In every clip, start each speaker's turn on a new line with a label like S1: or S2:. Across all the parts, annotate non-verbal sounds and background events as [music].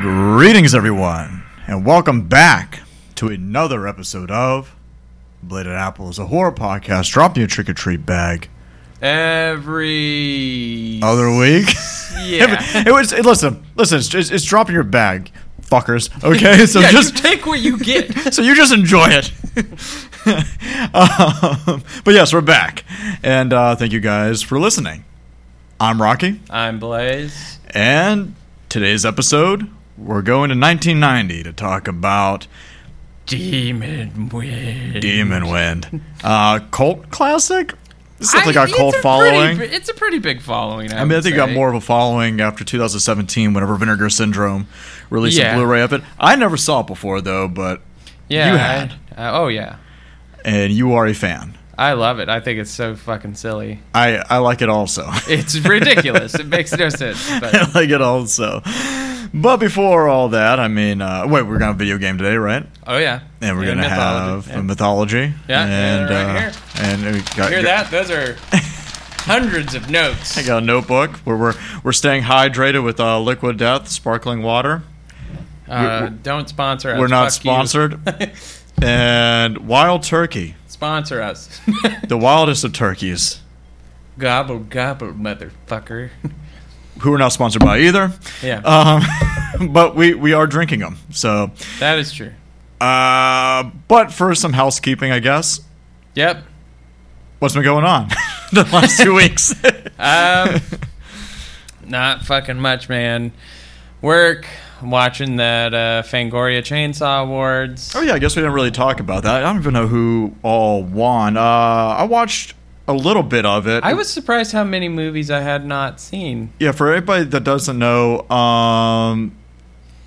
S1: Greetings, everyone, and welcome back to another episode of Bladed Apples, a horror podcast. Drop your trick or treat bag.
S2: Every
S1: Other week, [laughs]
S2: yeah.
S1: it was. It, listen, listen. It's, it's, it's dropping your bag,
S2: [laughs]
S1: fuckers. Okay, so
S2: yeah,
S1: just
S2: you take what
S1: [laughs]
S2: you get.
S1: so you just enjoy it. [laughs] um, but yes, we're back, and uh, thank you guys for listening. I'm Rocky,
S2: I'm Blaze.
S1: and today's episode we're going to 1990 to talk about
S2: Demon wind.
S1: Demon Wind, uh, cult classic. It's
S2: I-
S1: definitely got a
S2: it's
S1: cult
S2: a
S1: following.
S2: Pretty, it's a pretty big following. I,
S1: I mean, I
S2: would
S1: think it
S2: say.
S1: got more of a following after 2017, whenever Vinegar Syndrome released
S2: Yeah.
S1: a Blu-ray of it. I never saw it before though, but
S2: Yeah,
S1: you
S2: I-
S1: had.
S2: uh, oh yeah,
S1: and you are a fan.
S2: I love it. I think it's so fucking silly.
S1: I I like it also.
S2: [laughs] It's ridiculous. it makes no sense. But
S1: [laughs] I like it also. But before all that, I mean, uh, wait, we're gonna have a video game today, right?
S2: oh yeah,
S1: And we're
S2: Yeah,
S1: gonna
S2: mythology,
S1: have
S2: yeah.
S1: a mythology.
S2: Yeah, yeah,
S1: and
S2: they're right
S1: uh,
S2: here.
S1: and we got,
S2: Hear that?
S1: [laughs]
S2: Those are hundreds of notes.
S1: I got a notebook where we're we're staying hydrated with uh, liquid death, sparkling water.
S2: Uh, don't sponsor us.
S1: we're not
S2: Fuck you.
S1: sponsored. and wild turkey,
S2: [laughs] sponsor
S1: [laughs]
S2: us.
S1: the wildest of turkeys,
S2: gobble gobble, motherfucker. [laughs]
S1: who are not sponsored by either.
S2: Yeah,
S1: Uh, Um, [laughs] but we we are drinking them. So,
S2: that is true.
S1: uh, but for some housekeeping, I guess.
S2: Yep.
S1: What's been going on [laughs] the last two weeks?
S2: Um, [laughs] not fucking much, man. Work. I'm watching that uh, Fangoria Chainsaw Awards.
S1: Oh yeah, I guess we didn't really talk about that. I don't even know who all won. Uh, I watched a little bit of it.
S2: I was surprised how many movies I had not seen.
S1: yeah. For everybody that doesn't know, um,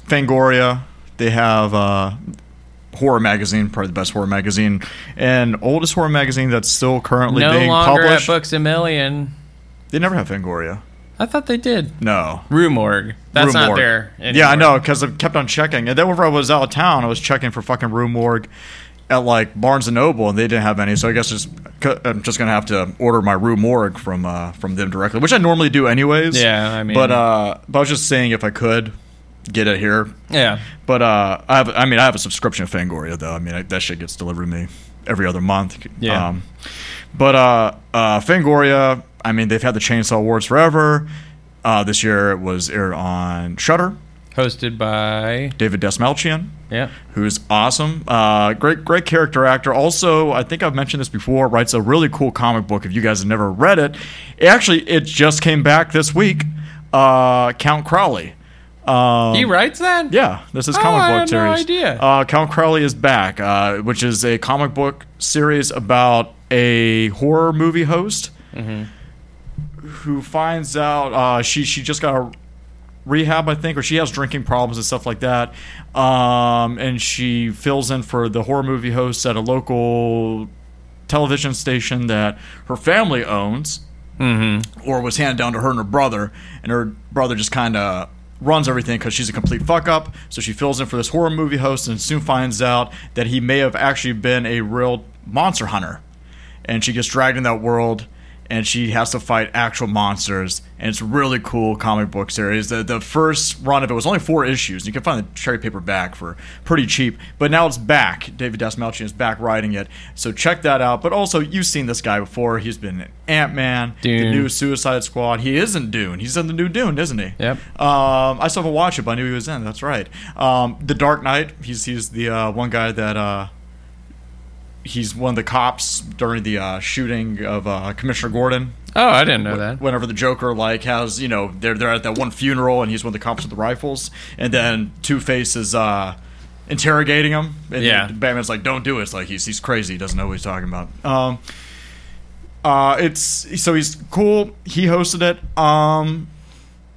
S1: Fangoria, they have uh, horror magazine, probably the best horror magazine, and oldest horror magazine that's still currently
S2: no
S1: being
S2: longer
S1: published.
S2: at Books a Million.
S1: They never have Fangoria.
S2: I thought they did.
S1: No.
S2: Rumorg. That's
S1: Room
S2: not
S1: Org.
S2: there. Anymore.
S1: Yeah, I know, because I kept on checking. And then whenever I was out of town, I was checking for fucking Room Org at like Barnes and Noble, and they didn't have any. So I guess just, I'm just gonna have to order my Room Org from uh, from them directly, which I normally do anyways.
S2: Yeah, I mean-
S1: but uh, but I was just saying if I could get it here.
S2: Yeah.
S1: But uh, I have, I mean, I have a subscription to Fangoria though. I mean, I, that shit gets delivered to me every other month. Um,
S2: Yeah.
S1: but uh, uh, Fangoria, I mean, they've had the Chainsaw Awards forever. Uh, this year it was aired on Shutter.
S2: Hosted by.
S1: David Desmalchian,
S2: Yeah.
S1: who's awesome. Uh, great, great character actor. Also, I think I've mentioned this before. Writes a really cool comic book. If you guys have never read it, It actually, it just came back this week. Uh, Count Crowley. Um,
S2: he writes that?
S1: yeah, this is
S2: Oh,
S1: comic
S2: I
S1: book
S2: had
S1: series.
S2: no idea.
S1: Uh, Count Crowley is back, uh, which is a comic book series about a horror movie host
S2: Mm-hmm.
S1: who finds out uh, she she just got a rehab, I think, or she has drinking problems and stuff like that. Um, and she fills in for the horror movie host at a local television station that her family owns or was handed down to her and her brother, and her brother just kind of runs everything because she's a complete fuck up. So she fills in for this horror movie host and soon finds out that he may have actually been a real monster hunter, and she gets dragged in that world. And she has to fight actual monsters, and it's a really cool comic book series. The, the first run of it was only four issues. You can find the cherry paper back for pretty cheap, but now it's back. David Dasmalchian is back writing it, so check that out. But also, you've seen this guy before. He's been Ant Man, the
S2: Dune.
S1: new Suicide Squad. He is in Dune. He's in the new Dune, isn't he?
S2: Yep.
S1: Um, I still haven't watched it, but I knew he was in. That's right. Um, the Dark Knight. He's he's the uh, one guy that uh, he's one of the cops during the uh, shooting of uh, Commissioner Gordon.
S2: Oh, I didn't know that.
S1: Whenever the Joker like has you know they're they're at that one funeral and he's one of the cops with the rifles, and then Two Face is. Uh, interrogating him and
S2: Yeah.
S1: batman's like don't do it it's like he's, he's crazy he doesn't know what he's talking about um uh, it's so he's cool. He hosted it, um,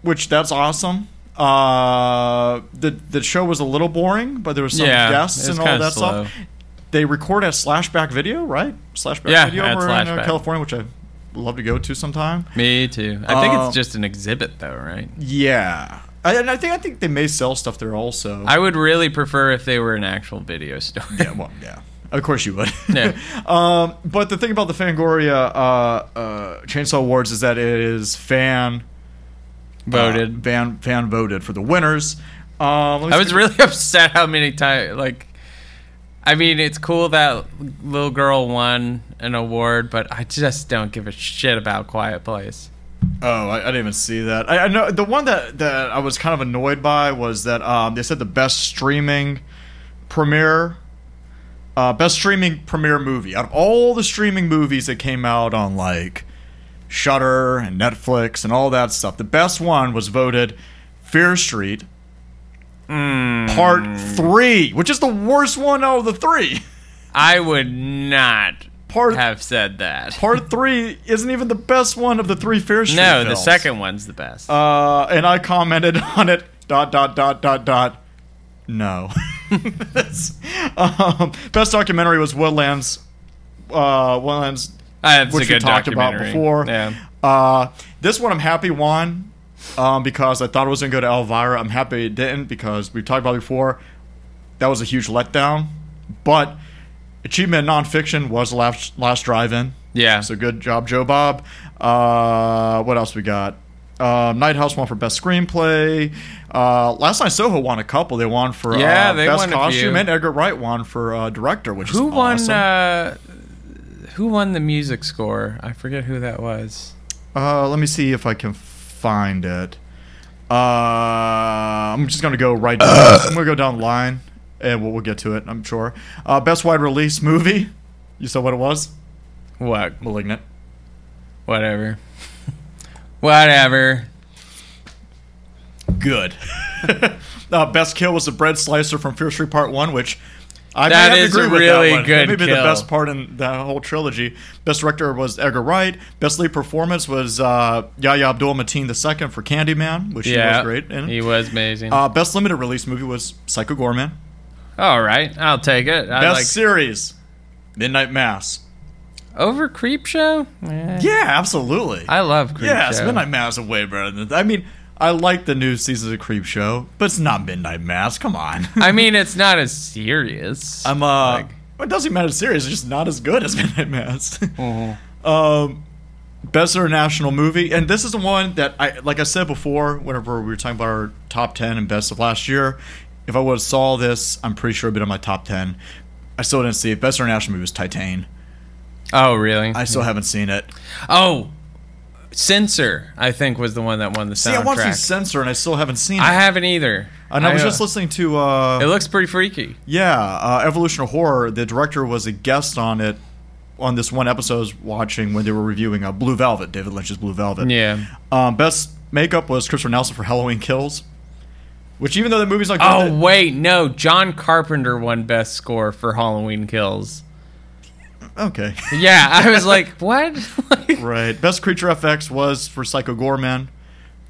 S1: which that's awesome. Uh, the the show was a little boring, but there was some
S2: Yeah,
S1: guests
S2: it's
S1: and all
S2: kinda
S1: that
S2: slow.
S1: stuff. They record at Slashback Video, right? Slashback
S2: Yeah,
S1: Video
S2: at
S1: over in uh,
S2: Slashback.
S1: California, which I love to go to sometime.
S2: Me too. I think
S1: Uh,
S2: it's just an exhibit, though, right?
S1: Yeah, I, and I think I think they may sell stuff there also.
S2: I would really prefer if they were an actual video store.
S1: [laughs] yeah, well, yeah. Of course you would.
S2: Yeah.
S1: [laughs] um, but the thing about the Fangoria uh, uh, Chainsaw Awards is that it is fan
S2: Voted.
S1: uh, fan fan voted for the winners. Um, Um, let me
S2: I
S1: see-
S2: was really [laughs] upset how many times, like, I mean, it's cool that little girl won an award, but I just don't give a shit about Quiet Place.
S1: Oh, I, I didn't even see that. I, I know the one that, that I was kind of annoyed by was that um, they said the best streaming premiere, uh, best streaming premiere movie out of all the streaming movies that came out on like Shutter and Netflix and all that stuff. The best one was voted Fear Street
S2: Hmm.
S1: Part Three, which is the worst one out of the three. [laughs]
S2: I would not
S1: Part
S2: have said that.
S1: Part Three isn't even the best one of the three Fear Street.
S2: No, the
S1: films.
S2: second one's the best.
S1: Uh, and I commented [laughs] on it. Dot dot dot dot dot. No. [laughs] That's- um, best documentary was Woodlands. Uh, Woodlands.
S2: Ah, it's
S1: which
S2: a
S1: we
S2: good
S1: talked about
S2: documentary.
S1: before.
S2: Yeah.
S1: Uh, this one I'm happy won um, because I thought it was gonna go to Elvira. I'm happy it didn't because we've talked about it before. That was a huge letdown. But achievement in nonfiction was last last drive-in.
S2: Yeah.
S1: So good job, Joe Bob. Uh, what else we got? Um, Night House won for best screenplay. Uh, Last night Soho won a couple. They won for
S2: Yeah,
S1: uh,
S2: they
S1: best
S2: won a
S1: costume,
S2: few.
S1: and Edgar Wright won for uh, director, which
S2: who
S1: is
S2: won?
S1: awesome.
S2: Uh, who won the music score? I forget who that was.
S1: Uh, let me see if I can find it. Uh, I'm just gonna go right. Down. I'm gonna go down the line, and we'll, we'll get to it. I'm sure. Uh, best wide release movie. You saw what it was?
S2: What?
S1: Malignant.
S2: Whatever. [laughs] Whatever.
S1: Good. [laughs] uh, best kill was the bread slicer from Fear Street Part One, which I may
S2: That
S1: have to
S2: is
S1: agree
S2: a
S1: with
S2: really
S1: that one.
S2: good
S1: Maybe the
S2: kill.
S1: best part in the whole trilogy. Best director was Edgar Wright. Best lead performance was uh, Yahya Abdul Mateen II for Candyman, which
S2: yeah.
S1: he was great in.
S2: He was amazing.
S1: Uh, best limited release movie was Psycho Gorman.
S2: All right, I'll take it. I
S1: Best
S2: like
S1: series, Midnight Mass.
S2: over Creep Show. Eh.
S1: Yeah, absolutely.
S2: I love Creep
S1: yes,
S2: Show.
S1: Midnight Mass is way better than. I mean, I like the new season of Creep Show, but it's not Midnight Mass. Come on.
S2: I mean, it's not as serious.
S1: I'm uh.
S2: Like-
S1: it doesn't matter. It's serious. It's just not as good as [laughs] Midnight Mass. um, best international movie, and this is the one that I, like I said before, whenever we were talking about our top ten and best of last year. If I would have saw this, I'm pretty sure it'd been in my top ten. I still didn't see it. Best international movie was Titan.
S2: oh, really?
S1: I still haven't seen it.
S2: oh, Censor. I think was the one that won the soundtrack.
S1: See, I want to see Censor, and I still haven't seen it.
S2: I haven't either.
S1: and I was just
S2: uh,
S1: listening to
S2: It
S1: uh,
S2: looks pretty freaky.
S1: yeah, uh, Evolution of Horror. The director was a guest on it on this one episode I was watching when they were reviewing uh, Blue Velvet, David Lynch's Blue Velvet.
S2: Yeah.
S1: Um, best makeup was Christopher Nelson for Halloween Kills, which even though the movie's not good,
S2: Oh
S1: it-
S2: wait, no. John Carpenter won best score for Halloween Kills.
S1: okay, [laughs]
S2: Yeah, I was like, [laughs] what?
S1: right. Best creature FX was for Psycho Gorman.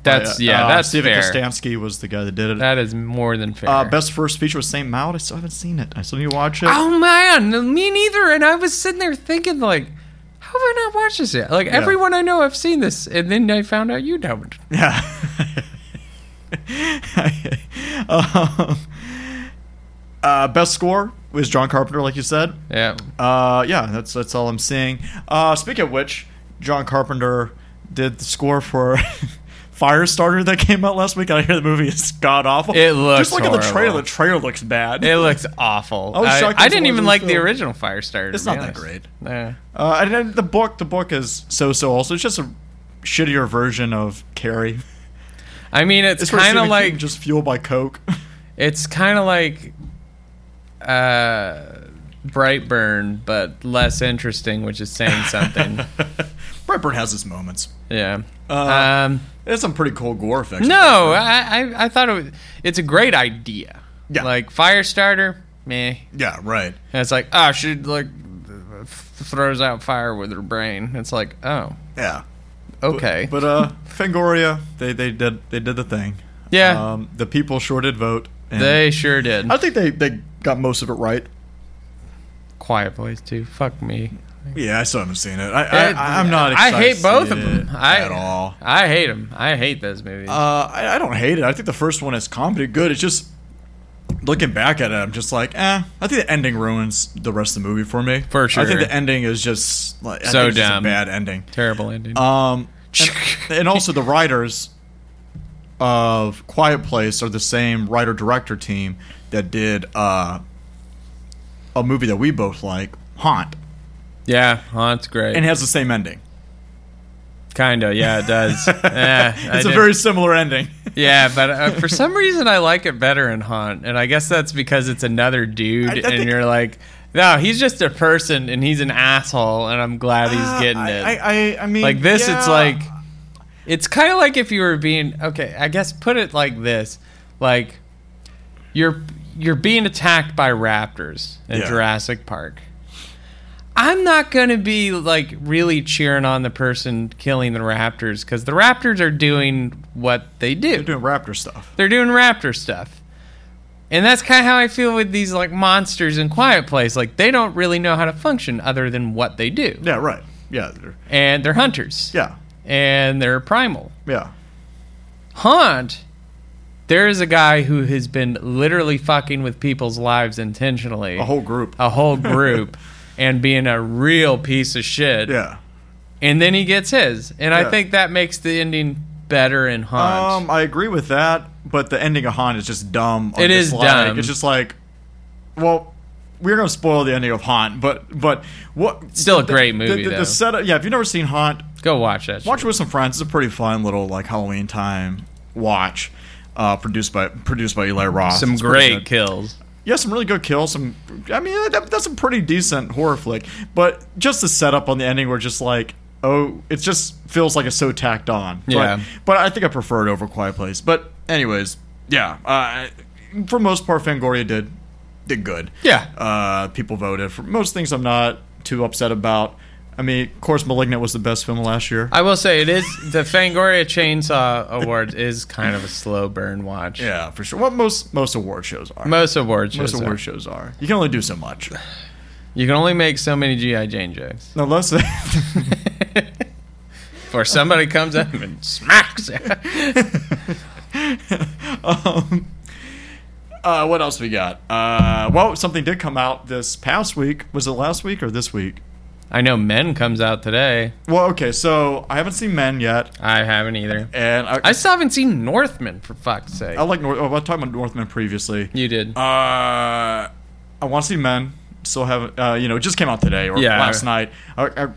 S2: that's yeah,
S1: uh,
S2: that's
S1: Steven
S2: fair.
S1: Kostansky was the guy that did it.
S2: That is more than fair.
S1: uh, best first feature was Saint Maud. I still haven't seen it. I still need to watch it.
S2: Oh man, me neither. And I was sitting there thinking, like, how have I not watched this yet? Like everyone I know, I've seen this, and then I found out you don't.
S1: Yeah. [laughs] um, uh, best score was John Carpenter, like you said.
S2: Yeah.
S1: Uh, yeah, that's that's all I'm seeing. Uh, speaking of which, John Carpenter did the score for [laughs] Firestarter that came out last week. I hear the movie is god awful.
S2: It looks
S1: just look at the trailer.
S2: horrible.
S1: The trailer looks bad.
S2: It looks awful. I,
S1: was shocked
S2: I
S1: it's
S2: didn't
S1: one of
S2: even
S1: those
S2: like the
S1: films.
S2: original Firestarter. to
S1: it's
S2: be
S1: not that
S2: honest.
S1: great.
S2: Yeah.
S1: Uh, and then the book, the book is so so. Also, it's just a shittier version of Carrie. [laughs]
S2: I mean, it's
S1: It's where
S2: kind
S1: Stephen
S2: of
S1: King
S2: like
S1: just fueled by
S2: [laughs]
S1: coke.
S2: it's kind of like uh, Brightburn, but less interesting, which is
S1: [laughs]
S2: saying something.
S1: Brightburn has its moments.
S2: yeah.
S1: Uh,
S2: um,
S1: It's some pretty cool gore effects.
S2: No, I, I, I thought it was, it's a great idea.
S1: Yeah.
S2: Like Firestarter, meh.
S1: Yeah, right.
S2: And it's like, oh, she like th- throws out fire with her brain. It's like, oh,
S1: Yeah.
S2: okay.
S1: But uh Fangoria, they they did they did the thing.
S2: yeah,
S1: Um the people sure did vote. And
S2: they sure did.
S1: I think they they got most of it right.
S2: Quiet Place too. Fuck me.
S1: Yeah, I still haven't seen it. I,
S2: It-
S1: I I'm not.
S2: I
S1: Excited to
S2: hate
S1: see
S2: both of
S1: it
S2: them. I,
S1: at all.
S2: I hate them. I hate those movies.
S1: Uh, I, I don't hate it. I think the first one is comedy good. It's just looking back at it, I'm just like, eh. I think the ending ruins the rest of the movie for me.
S2: For
S1: I think
S2: sure.
S1: the ending is just like I
S2: So
S1: think it's just a
S2: dumb.
S1: bad ending.
S2: Terrible ending.
S1: Um, and, and also the writers, uh, of Quiet Place are the same writer director team that did uh, a movie that we both like, Haunt,
S2: Yeah, Haunt's great.
S1: and it has the same ending.
S2: Kinda, yeah,
S1: [laughs]
S2: it does. yeah, I
S1: It's a
S2: did-
S1: very similar ending.
S2: yeah, but uh, for some reason I like it better in Haunt, and I guess that's because it's another dude,
S1: I- I
S2: and
S1: think-
S2: you're like, no, he's just a person, and he's an asshole, and I'm glad [laughs] he's getting
S1: Ah, I, I,
S2: it.
S1: I, I mean, [laughs]
S2: like this, it's
S1: yeah.
S2: like, it's kind of like if you were being okay. I guess put it like this: like you're you're being attacked by raptors in
S1: Yeah.
S2: Jurassic Park. I'm not going to be like really cheering on the person killing the raptors because the raptors are doing what they do.
S1: They're doing Raptor stuff.
S2: They're doing raptor stuff. And that's kind of how I feel with these like monsters in Quiet Place. Like they don't really know how to function other than what they do.
S1: Yeah, right. Yeah, they're-
S2: And they're hunters.
S1: yeah,
S2: And they're primal.
S1: yeah.
S2: Haunt, there is a guy who has been literally fucking with people's lives intentionally.
S1: A whole group.
S2: a whole group [laughs] and being a real piece of shit.
S1: Yeah.
S2: And then he gets his. And
S1: Yeah.
S2: I think that makes the ending better in Haunt.
S1: Um, I agree with that, but the ending of Han is just dumb.
S2: It
S1: I'm
S2: is
S1: just like-
S2: dumb.
S1: It's just like, well, we're gonna spoil the ending of Haunt, but but what?
S2: Still a
S1: the-
S2: great
S1: the-
S2: movie,
S1: The, the
S2: though.
S1: setup, yeah. If you've never seen Haunt,
S2: Go watch that.
S1: watch
S2: shit.
S1: it with some friends. It's a pretty fun little like Halloween time watch. Uh, produced by produced by Eli Roth.
S2: Some
S1: It's pretty
S2: great
S1: good.
S2: kills.
S1: Yeah, some really good kills. Some, I mean, that, that's a pretty decent horror flick. But just the setup on the ending, were just like, oh, it just feels like it's so tacked on. But-
S2: Yeah.
S1: But, I think I prefer it over Quiet Place. But anyways, yeah. Uh, for most part, Fangoria did did good.
S2: Yeah.
S1: Uh, people voted for most things. I'm not too upset about. I mean, of course, *Malignant* was the best film last year.
S2: I will say it is the Fangoria Chainsaw Awards is kind of a slow burn watch.
S1: yeah, for sure. What most most award shows are.
S2: Most awards
S1: most
S2: shows.
S1: award
S2: are.
S1: shows are. You can only do so much. [sighs]
S2: You can only make so many GI Jane jokes.
S1: Unless [laughs]
S2: Or somebody comes up and smacks it.
S1: [laughs] um, uh, what else we got? Uh, well, something did come out this past week. Was it last week or this week?
S2: [laughs] I know Men comes out today.
S1: Well, okay, so I haven't seen Men yet,
S2: I haven't either.
S1: and I,
S2: I
S1: I,
S2: still haven't seen Northman for fuck's sake.
S1: like North. Oh, I was talking about Northman previously.
S2: you did.
S1: Uh, I want to see Men. Still haven't. Uh, you know, it just came out today or
S2: Yeah.
S1: last night. I, I,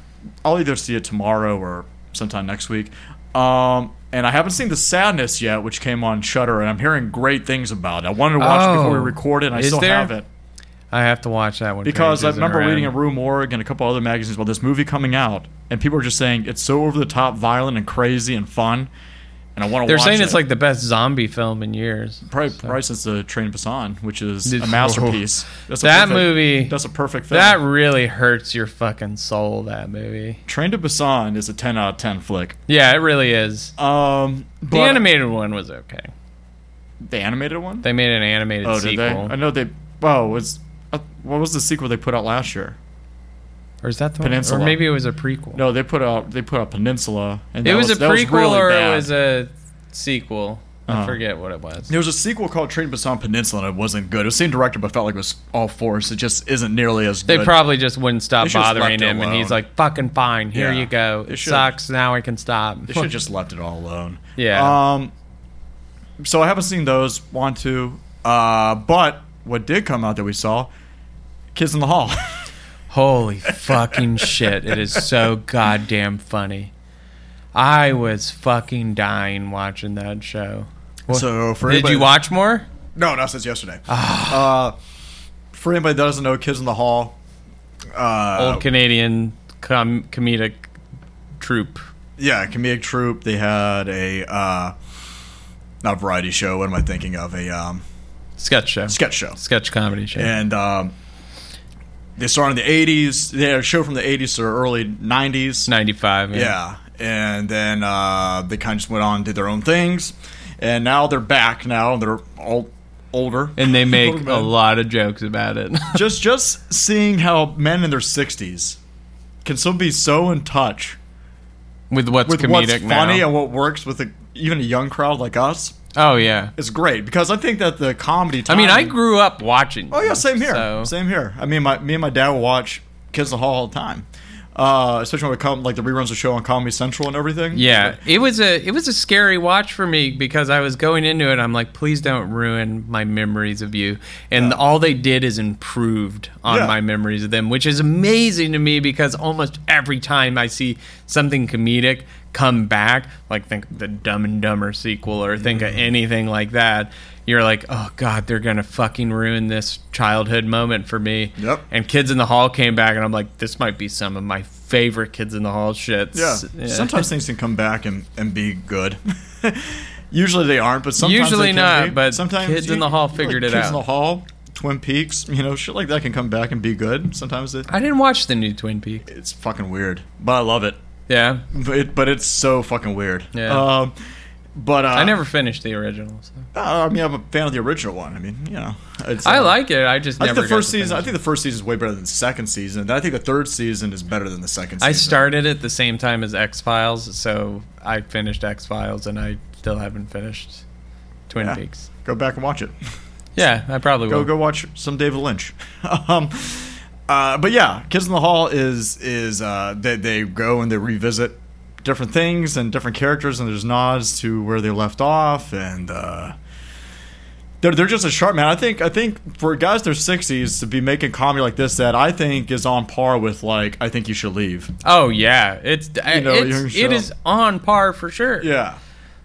S1: I'll either see it tomorrow or sometime next week. Um, and I haven't seen The Sadness yet, which came on Shutter, and I'm hearing great things about it. I wanted to watch it before
S2: Oh.
S1: we recorded, and I
S2: Is
S1: still
S2: there?
S1: haven't.
S2: I have to watch that one
S1: Because I
S2: Paige isn't
S1: remember reading in
S2: around.
S1: Rue Morgue and a couple other magazines about this movie coming out, and people were just saying it's so over the top, violent, and crazy and fun. And I want to.
S2: They're
S1: watch
S2: saying
S1: it.
S2: it's like the best zombie film in years.
S1: probably, probably since the Train Busan, which is
S2: Did-
S1: a
S2: [laughs]
S1: masterpiece. That's
S2: That
S1: perfect-
S2: movie-
S1: That's a perfect film.
S2: That really hurts your fucking soul. That movie.
S1: Train to Busan is a ten out of ten flick.
S2: Yeah, it really is.
S1: Um, but
S2: the animated one was okay.
S1: the animated one.
S2: They made an animated
S1: oh, did they?
S2: sequel.
S1: I know they. Oh, was uh, what was the sequel they put out last year?
S2: Or is that the
S1: Peninsula.
S2: one? Or maybe it was a prequel.
S1: No, they put out they put out Peninsula, and
S2: it
S1: that
S2: was, a
S1: that
S2: prequel
S1: really
S2: or
S1: bad.
S2: it was a sequel.
S1: Uh-huh.
S2: I forget what it was.
S1: There was a sequel called Train to Busan Peninsula, and it wasn't good. It was the same director, but felt like it was all force. It just isn't nearly as
S2: They
S1: good.
S2: probably just wouldn't stop
S1: They should've
S2: bothering
S1: left it
S2: him, and he's
S1: alone.
S2: like, "Fucking fine. Here
S1: Yeah.
S2: you go.
S1: They
S2: It
S1: should-
S2: sucks. Now I can stop."
S1: they should
S2: [laughs]
S1: have just left it all alone.
S2: Yeah.
S1: Um. So I haven't seen those. Want to? Uh. But what did come out that we saw? Kids in the Hall. [laughs]
S2: Holy fucking shit. It is so goddamn funny. I was fucking dying watching that show. What-
S1: so for
S2: Did
S1: anybody-
S2: you watch more?
S1: No, not since yesterday.
S2: Ah.
S1: uh, for anybody that doesn't know, Kids in the Hall. Uh,
S2: Old Canadian com- comedic troupe.
S1: yeah, comedic troupe. They had a uh, not variety show. What am I thinking of? A um,
S2: Sketch show.
S1: sketch show.
S2: Sketch comedy show.
S1: and um, they started in the 80s. They had a show from the 80s or early 90s.
S2: 95.
S1: Yeah. And then uh, they kind of just went on and did their own things. And now they're back now. and They're all older. [laughs]
S2: And they make
S1: Old
S2: a
S1: man.
S2: lot of jokes about it. [laughs]
S1: just just seeing how men in their 60s can still be so in touch
S2: with what's
S1: with
S2: comedic
S1: what's
S2: now.
S1: funny and what works with a, even a young crowd like us
S2: oh, yeah.
S1: is great because I think that the comedy
S2: I
S1: time,
S2: mean, I grew up watching.
S1: Oh yeah, same here.
S2: so-
S1: Same here. I mean, my me and my dad will watch Kids in the Hall all the time. uh, especially when it comes like the reruns of the show on Comedy Central and everything.
S2: Yeah, it was a it was a scary watch for me because I was going into it. I'm like, please don't ruin my memories of you. And all they did is improved on
S1: Yeah.
S2: my memories of them, which is amazing to me because almost every time I see something comedic come back, like think the Dumb and Dumber sequel or think
S1: Mm-hmm.
S2: of anything like that. You're like, oh god, they're gonna fucking ruin this childhood moment for me.
S1: Yep.
S2: And Kids in the Hall came back, and I'm like, this might be some of my favorite Kids in the Hall shits.
S1: Yeah.
S2: Yeah.
S1: Sometimes things can come back and, and be good. [laughs] Usually they aren't, but sometimes
S2: Usually
S1: they can
S2: not,
S1: be.
S2: but
S1: sometimes
S2: Kids in the Hall figured it
S1: Kids
S2: out.
S1: in the Hall, Twin Peaks, you know, shit like that can come back and be good. Sometimes it,
S2: I didn't watch the new Twin Peaks.
S1: it's fucking weird, but I love it.
S2: Yeah,
S1: But, it, but it's so fucking weird.
S2: Yeah.
S1: Um, but uh,
S2: I never finished the original. So.
S1: I mean, I'm a fan of the original one. I mean, you know, it's,
S2: I
S1: uh,
S2: like it. I just
S1: I
S2: never.
S1: think the
S2: got
S1: first
S2: to
S1: season. I
S2: finish
S1: think the first season is way better than the second season. And I think the third season is better than the second.
S2: it.
S1: season.
S2: I started at the same time as X Files, so I finished X Files, and I still haven't finished Twin
S1: Yeah.
S2: Peaks.
S1: Go back and
S2: [laughs]
S1: watch it.
S2: Yeah, I probably
S1: go
S2: will.
S1: go watch some David Lynch. [laughs] um, uh, but yeah, Kids in the Hall is is uh, they they go and they revisit different things and different characters, and there's nods to where they left off, and uh, they're they're just a sharp man. I think I think for guys their sixties to be making comedy like this, that I think is on par with like I think you should leave.
S2: Oh yeah, it's, I
S1: know,
S2: it's
S1: you're
S2: it
S1: sure.
S2: is on par for sure.
S1: Yeah,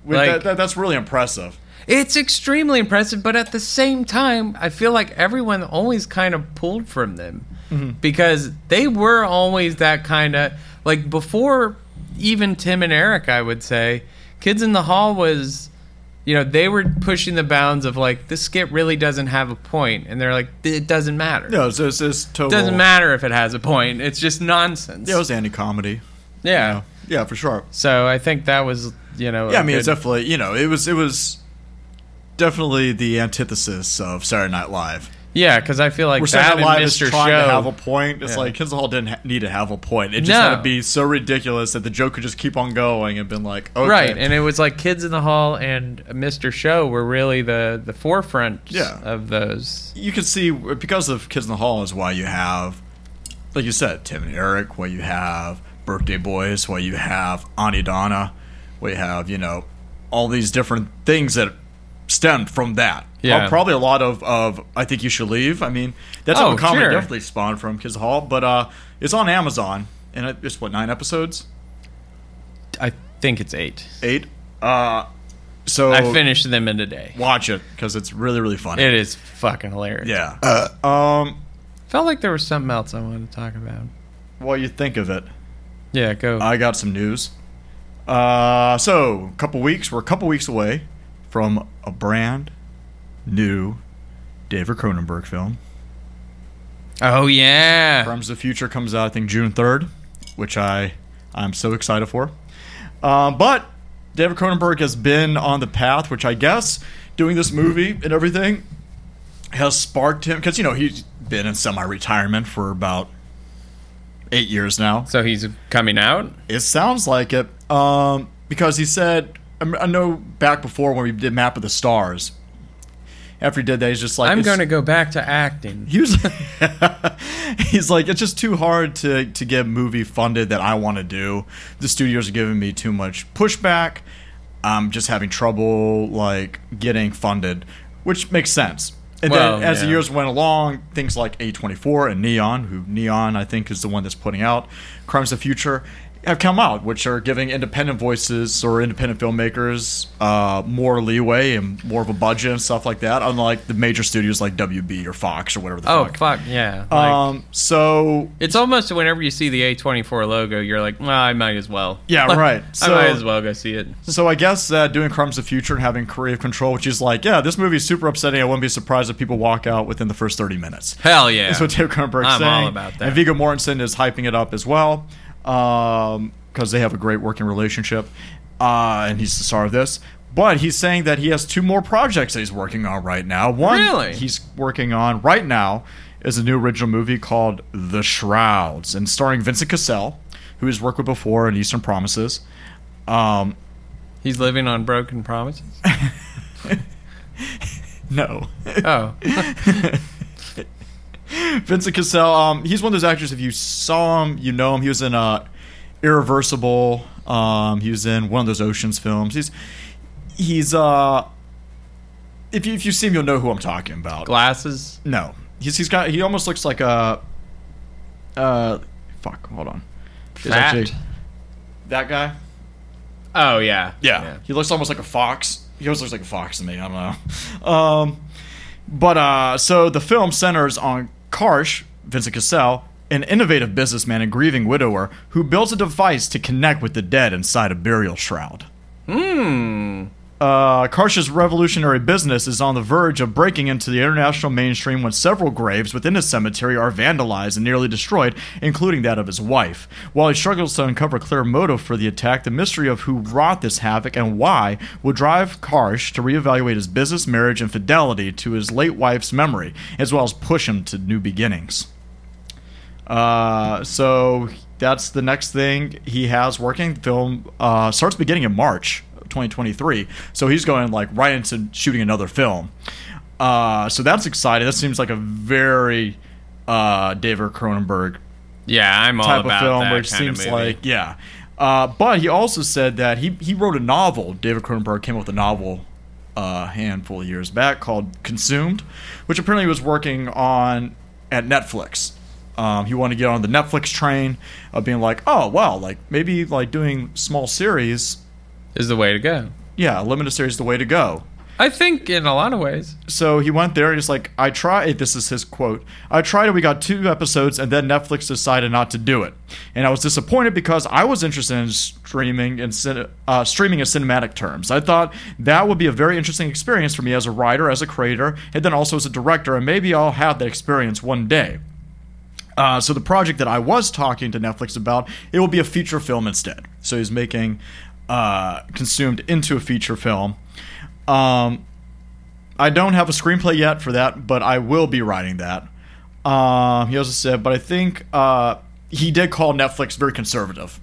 S1: With
S2: Like-
S1: that, that, that's really impressive.
S2: It's extremely impressive, but at the same time, I feel like everyone always kind of pulled from them
S1: Mm-hmm.
S2: because they were always that kind of like before even Tim and Eric, I would say, Kids in the Hall was, you know, they were pushing the bounds of like this skit really doesn't have a point, and they're like it doesn't matter.
S1: No, it's, it's, it's total.
S2: It doesn't matter if it has a point. It's just nonsense.
S1: Yeah, it was anti comedy.
S2: Yeah.
S1: Yeah, for sure.
S2: So I think that was, you know.
S1: Yeah,
S2: a
S1: I mean, it's
S2: good-
S1: definitely you know, it was it was definitely the antithesis of Saturday Night Live.
S2: yeah, because I feel like
S1: Where
S2: that
S1: Saturday
S2: and
S1: Night Live is
S2: Mr.
S1: trying to have a
S2: Show.
S1: point. It's
S2: Yeah.
S1: like Kids in the Hall didn't ha- need to have a point. It just
S2: No.
S1: had to be so ridiculous that the joke could just keep on going and been like, okay,
S2: Right, and it was like Kids in the Hall and Mr. Show were really the the forefront
S1: Yeah.
S2: of those.
S1: you can see because of Kids in the Hall is why you have, like you said, Tim and Eric, why you have Birthday Boys, why you have Ani Donna, why you have you know all these different things that stemmed from that.
S2: Yeah.
S1: Uh, probably a lot of, of I think you should leave. I mean, that's how
S2: Oh,
S1: the comedy
S2: sure.
S1: definitely spawned from Kids in the Hall, but uh, it's on Amazon and it- it's what nine episodes,
S2: I think it's eight.
S1: eight. Uh, so
S2: I finished them in a day.
S1: watch it because it's really really funny.
S2: It is fucking hilarious.
S1: yeah. um,
S2: Felt like there was something else I wanted to talk about.
S1: while you think of it.
S2: Yeah, go.
S1: I got some news. Uh, so, a couple weeks, we're a couple weeks away from a brand new David Cronenberg film.
S2: oh yeah.
S1: Crimes of the Future comes out, I think, June 3rd, which I, I'm so excited for. Uh, but David Cronenberg has been on the path, which I guess doing this movie and everything has sparked him, because, you know, he's been in semi retirement for about eight years now.
S2: So he's coming out.
S1: It sounds like it, um, because he said, I m- I know back before when we did Map of the Stars, after he did that, he's just like,
S2: I'm
S1: it's-
S2: going
S1: [laughs]
S2: to go back to acting.
S1: He was, he's like, it's just too hard to, to get movie funded that I want to do. The studios are giving me too much pushback. I'm just having trouble like getting funded, which makes sense. And
S2: Well,
S1: then as the
S2: yeah.
S1: years went along, things like A24 and Neon, who Neon I think is the one that's putting out Crimes of the Future, have come out, which are giving independent voices or independent filmmakers uh, more leeway and more of a budget and stuff like that, unlike the major studios like WB or Fox or whatever the
S2: Oh
S1: fuck.
S2: fuck yeah. Like,
S1: um, so
S2: it's almost whenever you see the A24 logo, you're like, well, I might as well.
S1: Yeah, right.
S2: I might
S1: So-
S2: as well go see it.
S1: So I guess uh, doing Crumbs of the Future and having creative control, which is like, yeah, this movie is super upsetting. I wouldn't be surprised if people walk out within the first 30 minutes.
S2: Hell yeah.
S1: That's what David Cronenberg's
S2: I'm
S1: saying.
S2: all about that.
S1: And Viggo Mortensen is hyping it up as well because they have a great working relationship, uh, and he's the star of this. But he's saying that he has two more projects that he's working on right now. One
S2: Really?
S1: he's working on right now is a new original movie called The Shrouds and starring Vincent Cassell, who he's worked with before in Eastern Promises. Um,
S2: He's living on broken promises.
S1: no. [laughs]
S2: Oh.
S1: [laughs] Vincent Cassell. Um, he's one of those actors. If you saw him, you know him. He was in uh, Irreversible. Um, he was in one of those Ocean's films. He's he's uh, if you if you see him, you'll know who I'm talking about.
S2: Glasses.
S1: No, he's he's got he almost looks like a uh, fuck. Hold on, He's
S2: Fat.
S1: actually- that guy.
S2: Oh yeah.
S1: Yeah. He looks almost like a fox. He almost looks like a fox to me. I don't know. [laughs] Um, but uh, so the film centers on Karsh, Vincent Cassell, an innovative businessman and grieving widower who builds a device to connect with the dead inside a burial shroud. Uh, Karsh's revolutionary business is on the verge of breaking into the international mainstream when several graves within his cemetery are vandalized and nearly destroyed, including that of his wife. While he struggles to uncover clear motive for the attack, the mystery of who wrought this havoc and why will drive Karsh to reevaluate his business, marriage, and fidelity to his late wife's memory, as well as push him to new beginnings. Uh, so that's the next thing he has working. The film uh, starts beginning in March of 2023. So he's going like right into shooting another film. Uh, so that's exciting. That seems like a very uh, David Cronenberg
S2: Yeah, I'm all
S1: type
S2: about
S1: of film,
S2: that
S1: which
S2: kind of
S1: seems
S2: movie.
S1: like yeah. Uh, but he also said that he he wrote a novel. David Cronenberg came up with a novel a handful of years back called Consumed, which apparently he was working on at Netflix. Um, he wanted to get on the Netflix train of being like, oh wow, like maybe like doing small series,
S2: is the way to go.
S1: yeah, limited series is the way to go.
S2: I think in a lot of ways.
S1: So he went there and he's like, I tried. This is his quote. I tried and we got two episodes, and then Netflix decided not to do it. And I was disappointed because I was interested in streaming and cin- uh, streaming in cinematic terms. I thought that would be a very interesting experience for me as a writer, as a creator, and then also as a director. And maybe I'll have that experience one day. Uh, so the project that I was talking to Netflix about, it will be a feature film instead. So he's making uh, consumed into a feature film. Um, I don't have a screenplay yet for that, but I will be writing that. Um, he also said, but I think uh, he did call Netflix very conservative.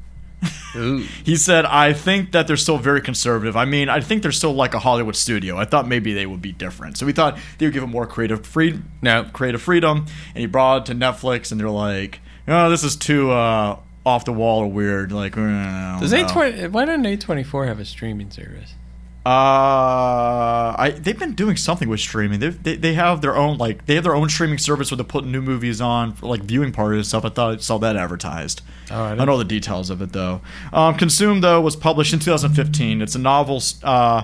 S2: Ooh.
S1: He said, I think that they're still very conservative. I mean, I think they're still like a Hollywood studio. I thought maybe they would be different. So we thought they would give it more creative free
S2: No.
S1: creative freedom and he brought it to Netflix and they're like, oh, this is too uh, off the wall or weird. Like, "Mm,
S2: Does
S1: does
S2: A twenty? Why doesn't A twenty four have a streaming service?
S1: Uh, I they've been doing something with streaming. They've, they they have their own like they have their own streaming service where they put new movies on for, like viewing parties and stuff. I thought I saw that advertised.
S2: Oh, I
S1: I
S2: didn't-
S1: don't know the details of it though. Um, Consume though was published in 2015. It's a novel. Uh,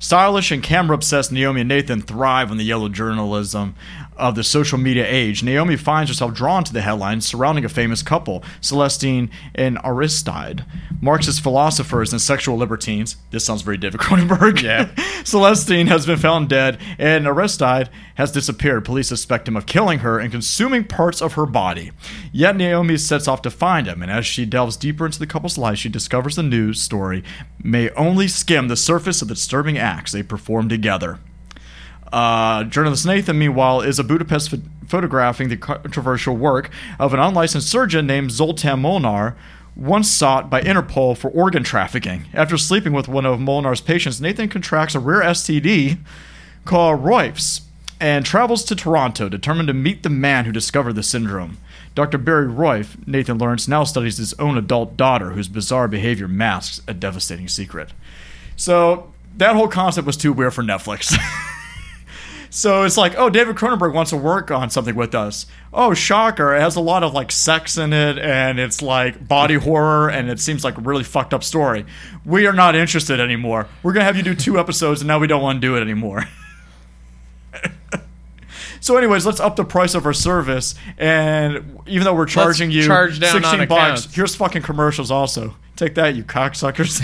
S1: stylish and camera obsessed Naomi and Nathan thrive on the yellow journalism of the social media age. Naomi finds herself drawn to the headlines surrounding a famous couple, Celestine and Aristide, Marxist philosophers and sexual libertines. This sounds very David [laughs] Cronenberg.
S2: Yeah.
S1: Celestine has been found dead, and Aristide has disappeared. Police suspect him of killing her and consuming parts of her body. Yet Naomi sets off to find him, and as she delves deeper into the couple's life, she discovers the news story may only skim the surface of the disturbing acts they perform together. Uh, journalist Nathan, meanwhile, is a Budapest ph- photographing the controversial work of an unlicensed surgeon named Zoltan Molnar, once sought by Interpol for organ trafficking. After sleeping with one of Molnar's patients, Nathan contracts a rare STD called Roifs and travels to Toronto, determined to meet the man who discovered the syndrome. Dr. Barry Roif, Nathan learns, now studies his own adult daughter, whose bizarre behavior masks a devastating secret. So that whole concept was too weird for Netflix. [laughs] So it's like, oh, David Cronenberg wants to work on something with us. Oh, shocker! It has a lot of like sex in it, and it's like body horror, and it seems like a really fucked up story. We are not interested anymore. We're gonna have you do two episodes, and now we don't want to do it anymore. [laughs] so, anyways, let's up the price of our service, and even though we're charging you
S2: charge down on
S1: sixteen bucks,
S2: accounts.
S1: here's fucking commercials also. Take that, you cocksuckers.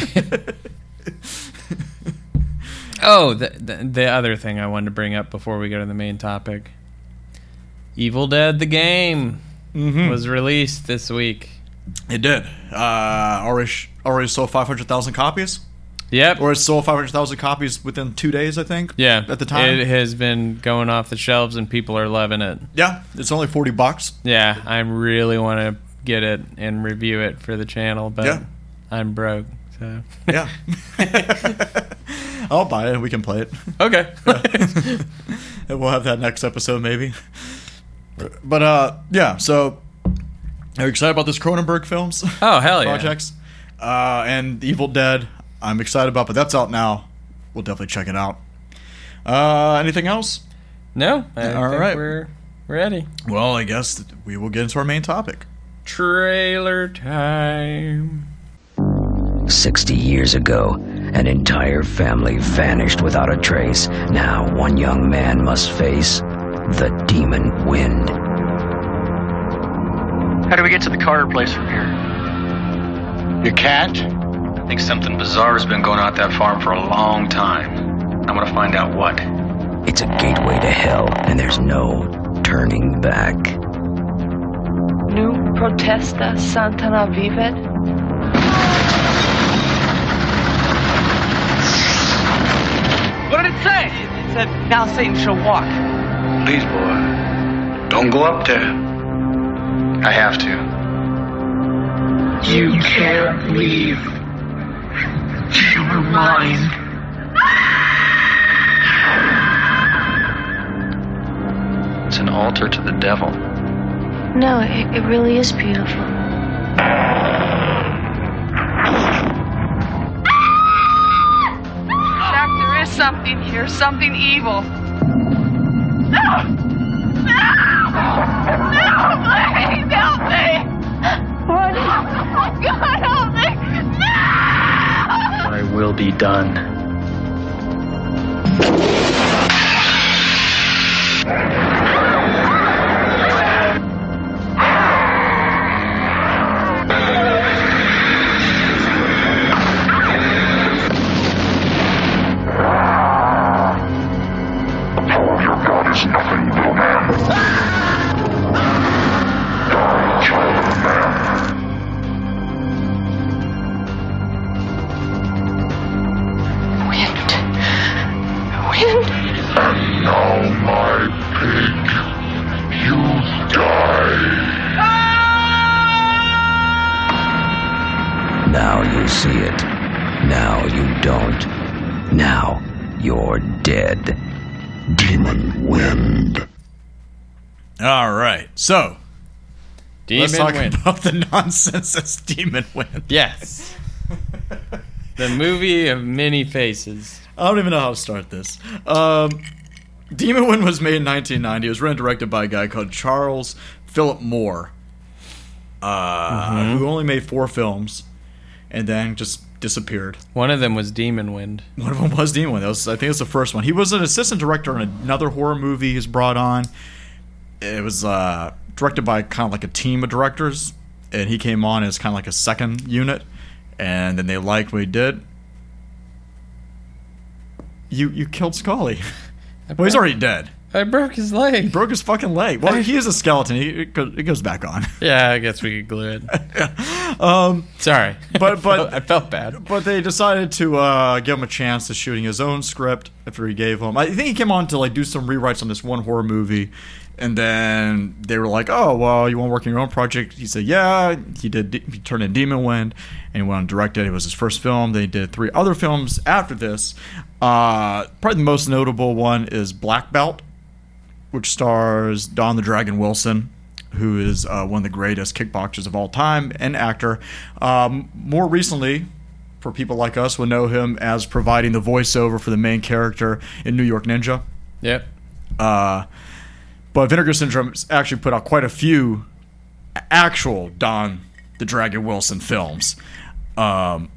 S1: [laughs]
S2: Oh, the, the the other thing I wanted to bring up before we go to the main topic. Evil Dead the game
S1: Mhm.
S2: was released this week.
S1: it did. Uh, already already sold five hundred thousand copies.
S2: Yep.
S1: or it sold 500,000 copies within two days, I think.
S2: yeah.
S1: At the time.
S2: it has been going off the shelves and people are loving it.
S1: yeah, it's only 40 bucks.
S2: Yeah, I really want to get it and review it for the channel, but
S1: Yeah.
S2: I'm broke. So [laughs]
S1: Yeah. [laughs] I'll buy it and we can play it.
S2: okay. [laughs]
S1: And we'll have that next episode, maybe. But uh, yeah, so are you excited about this Cronenberg films
S2: Oh hell yeah!
S1: projects uh, and Evil Dead? I'm excited about, but that's out now. We'll definitely check it out. Uh, anything else?
S2: No, I
S1: All
S2: think
S1: right.
S2: we're ready.
S1: Well, I guess th- we will get into our main topic.
S2: Trailer time.
S3: 60 years ago, an entire family vanished without a trace. Now, one young man must face the demon wind.
S4: How do we get to the Carter place from here?
S5: You can't?
S4: I think something bizarre has been going on at that farm for a long time. I'm gonna find out what.
S3: It's a gateway to hell, and there's no turning back.
S6: Nu protesta Santana Vivet.
S7: What did it say? It said, now Satan shall walk.
S4: Please, boy, don't go up there. I have to.
S8: You can't leave. You were mine.
S4: It's an altar to the devil.
S6: No, it, it really is beautiful.
S7: Jack, there is something here, something evil.
S4: I will be done.
S8: The power of your God is nothing, little man. Die, child of man.
S6: Wind. Wind.
S8: And now, my pig, you die.
S3: Now you see it. Now you don't. Now you're dead. Demon wind.
S1: All right, so
S2: Demon
S1: let's talk
S2: win.
S1: about the [laughs] nonsense that's Demon Wind. [laughs]
S2: Yes. the movie of many faces.
S1: I don't even know how to start this. Um, Demon Wind was made in 1990. It was written and directed by a guy called Charles Philip Moore, uh,
S2: Mm-hmm.
S1: who only made four films and then just disappeared.
S2: One of them was Demon Wind.
S1: One of them was Demon Wind. That was, I think it's the first one. He was an assistant director on another horror movie he's brought on. It was uh, directed by kind of like a team of directors, and he came on as kind of like a second unit, and then they liked what he did. You you killed Scully. [laughs] Well, he's already dead.
S2: I broke his leg.
S1: Broke his fucking leg. Well, he is a skeleton. He, it goes- it goes back on. [laughs]
S2: yeah, I guess we could glue it. um, sorry,
S1: Um, but- but-
S2: [laughs] I felt bad.
S1: But they decided to uh, give him a chance to shooting his own script after he gave him. I think he came on to like do some rewrites on this one horror movie, and then they were like, "Oh, well, you want to work on your own project?" He said, "Yeah." He did. He turned in Demon Wind, and he went on to direct it. It was his first film. They did three other films after this. Uh, probably the most notable one is Black Belt, which stars Don the Dragon Wilson, who is uh, one of the greatest kickboxers of all time and actor. Um, more recently, for people like us, would know him as providing the voiceover for the main character in New York Ninja.
S2: Yep.
S1: Uh, but Vinegar Syndrome has actually put out quite a few actual Don the Dragon Wilson films. Um,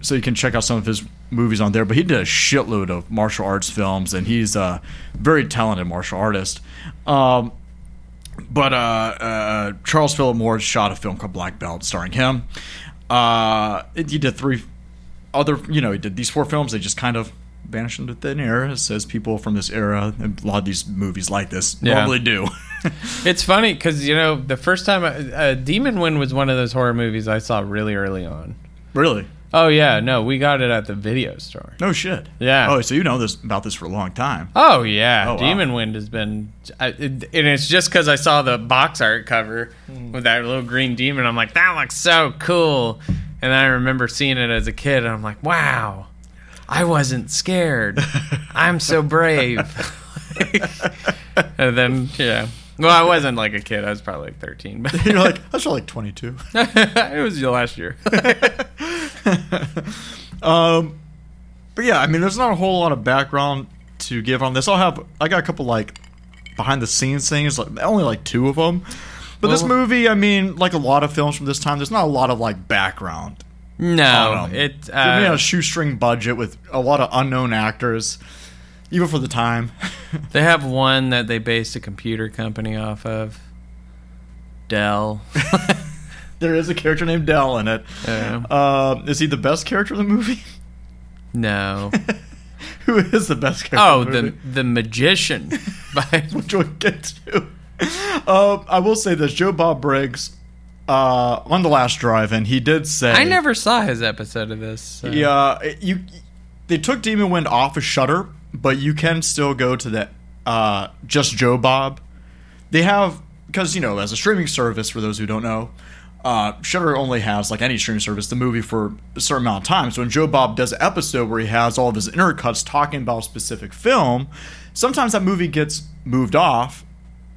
S1: so you can check out some of his movies on there. But he did a shitload of martial arts films, and he's a very talented martial artist. Um, but uh, uh, Charles Philip Moore shot a film called Black Belt starring him. Uh, he did three other, you know, he did these four films. They just kind of vanished into thin air, as as people from this era, and a lot of these movies like this
S2: Yeah.
S1: normally do. [laughs]
S2: It's funny because you know the first time I, uh, Demon Wind was one of those horror movies I saw really early on.
S1: really?
S2: Oh yeah, no, we got it at the video store.
S1: No shit.
S2: Yeah.
S1: Oh, so you know this about this for a long time. [laughs]
S2: Oh yeah,
S1: wow.
S2: Demon Wind has been, I, it, and it's just because I saw the box art cover
S1: Hmm.
S2: with that little green demon. I'm like, that looks so cool, and I remember seeing it as a kid, and I'm like, wow, I
S1: [laughs]
S2: wasn't scared. I'm so brave. and then yeah, Well, I wasn't like a kid. I was probably like 13. But
S1: You're like, I was like
S2: [laughs]
S1: 22.
S2: it was
S1: [laughs]
S2: last year.
S1: Um, but yeah, I mean, there's not a whole lot of background to give on this. I'll have I got a couple like behind the scenes things, like only like two of them. But this
S2: Well-
S1: movie, I mean, like a lot of films from this time, there's not a lot of like background.
S2: no,
S1: Um,
S2: it.
S1: they made on
S2: Uh,
S1: a shoestring budget with a lot of unknown actors, even for the time. [laughs]
S2: they have one that they based a computer company off of.
S1: [laughs]
S2: Dell.
S1: there is a character named Dell in it.
S2: Yeah.
S1: Um, is he the best character in the movie? [laughs]
S2: no.
S1: Who is the best character?
S2: Oh,
S1: in the,
S2: the
S1: movie? [laughs]
S2: the magician. By
S1: which we'll get to. Um, I will say this: Joe Bob Briggs uh, on the last drive-in, he did say,
S2: I never saw his episode of this. so-
S1: Yeah, it- you. They took Demon Wind off of Shutter, but you can still go to the uh, just Joe Bob. They have because you know as a streaming service for those who don't know. Uh, Shutter only has like any streaming service the movie for a certain amount of time. So when Joe Bob does an episode where he has all of his intercuts talking about a specific film, sometimes that movie gets moved off,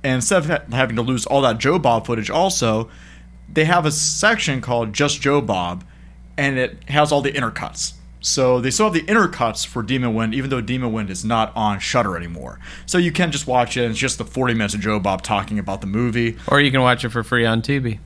S1: and instead of ha- having to lose all that Joe Bob footage, also they have a section called Just Joe Bob, and it has all the intercuts. So they still have the intercuts for Demon Wind, even though Demon Wind is not on Shutter anymore. So you can just watch it. And it's just the 40 minutes of Joe Bob talking about the movie.
S2: Or you can watch it for free on Tubi.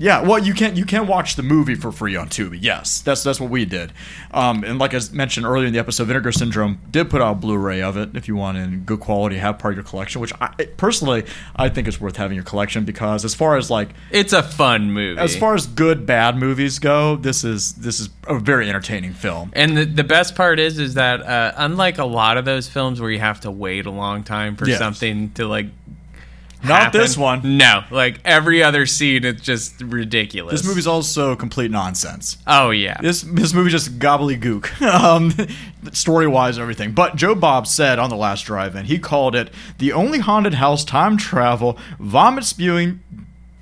S1: Yeah, well, you can you can watch the movie for free on Tubi. Yes, that's that's what we did. Um, and like I mentioned earlier in the episode, Vinegar Syndrome did put out a Blu-ray of it if you want in good quality, have part of your collection. Which I personally I think is worth having your collection because as far as like
S2: It's a fun movie.
S1: as far as good bad movies go, this is this is a very entertaining film.
S2: And the, the best part is, is that uh, unlike a lot of those films where you have to wait a long time for
S1: Yes.
S2: something to like.
S1: Not
S2: happen,
S1: this one.
S2: No, like every other scene, it's just ridiculous.
S1: This movie's also complete nonsense.
S2: oh yeah,
S1: This this movie just gobbledygook, [laughs] um, story wise and everything. But Joe Bob said on the last drive-in, he called it the only haunted house time travel, vomit spewing,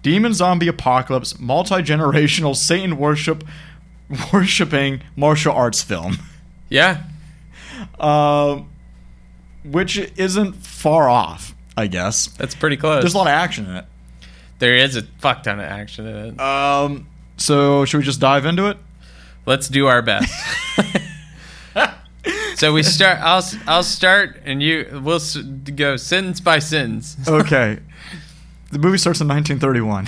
S1: demon zombie apocalypse, multi generational Satan worship, worshiping martial arts film. [laughs]
S2: yeah.
S1: Um, which isn't far off, I guess.
S2: That's pretty close.
S1: There's a lot of action in it.
S2: there is a fuck ton of action in it.
S1: Um, so should we just dive into it?
S2: Let's do our
S1: [laughs]
S2: best. so we start. I'll s- I'll start, and you we'll s- go sentence by sentence.
S1: [laughs] Okay. the movie starts in 1931.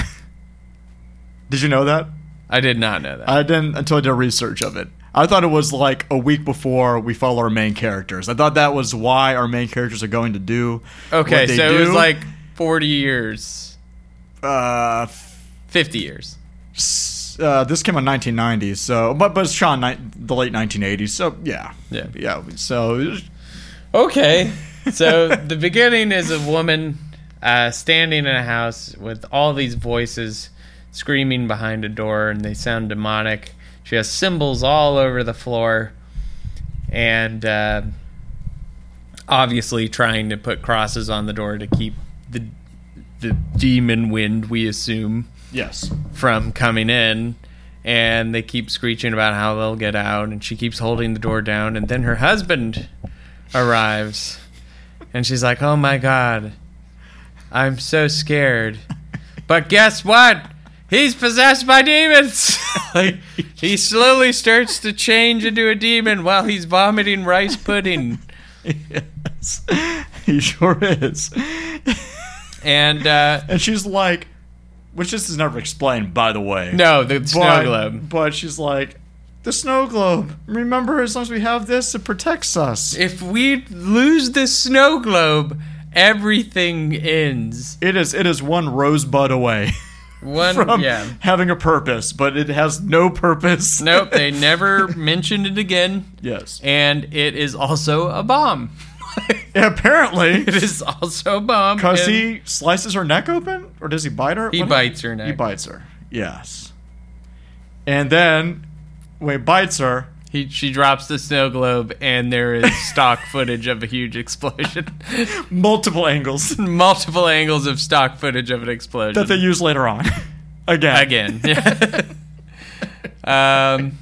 S1: [laughs] Did you know that?
S2: I did not know that.
S1: I didn't until I did research of it. I thought it was like a week before we follow our main characters. I thought that was why our main characters are going to do.
S2: okay,
S1: what they
S2: so it was
S1: do.
S2: like forty years,
S1: uh,
S2: fifty years.
S1: s- uh, this came out 1990, so but but it's Sean ni- the late 1980s, so yeah,
S2: Yeah.
S1: yeah. So it was-
S2: Okay. So the beginning is a woman uh, standing in a house with all these voices screaming behind a door, and they sound demonic. She has symbols all over the floor, and uh, obviously trying to put crosses on the door to keep the the demon wind, we assume, [laughs]
S1: yes,
S2: from coming in and they keep screeching about how they'll get out and she keeps holding the door down and then her husband arrives and she's like oh my god i'm so scared but guess what he's possessed by demons [laughs] like he slowly starts to change into a demon while he's vomiting rice pudding
S1: yes, [laughs] he sure is.
S2: and uh
S1: And she's like, which this is never explained, by the way.
S2: no the
S1: but,
S2: snow globe
S1: But she's like, the snow globe. Remember, as long as we have this, it protects us.
S2: if we lose this snow globe everything ends
S1: It is it is one rosebud away [laughs]
S2: One,
S1: from
S2: yeah.
S1: having a purpose, but it has no purpose.
S2: Nope, they never mentioned it again.
S1: [laughs] yes.
S2: And it is also a bomb. [laughs]
S1: apparently,
S2: It is also a bomb.
S1: because
S2: and
S1: he slices her neck open, or does he bite her?
S2: he
S1: What-
S2: bites her
S1: He
S2: neck.
S1: bites her. Yes. And then when he bites her,
S2: He, she drops the snow globe, and there
S1: [laughs]
S2: is stock footage of a huge explosion. [laughs]
S1: multiple angles [laughs]
S2: Multiple angles of stock footage of an explosion.
S1: that they use later on. [laughs] Again. [laughs]
S2: again. [laughs] um,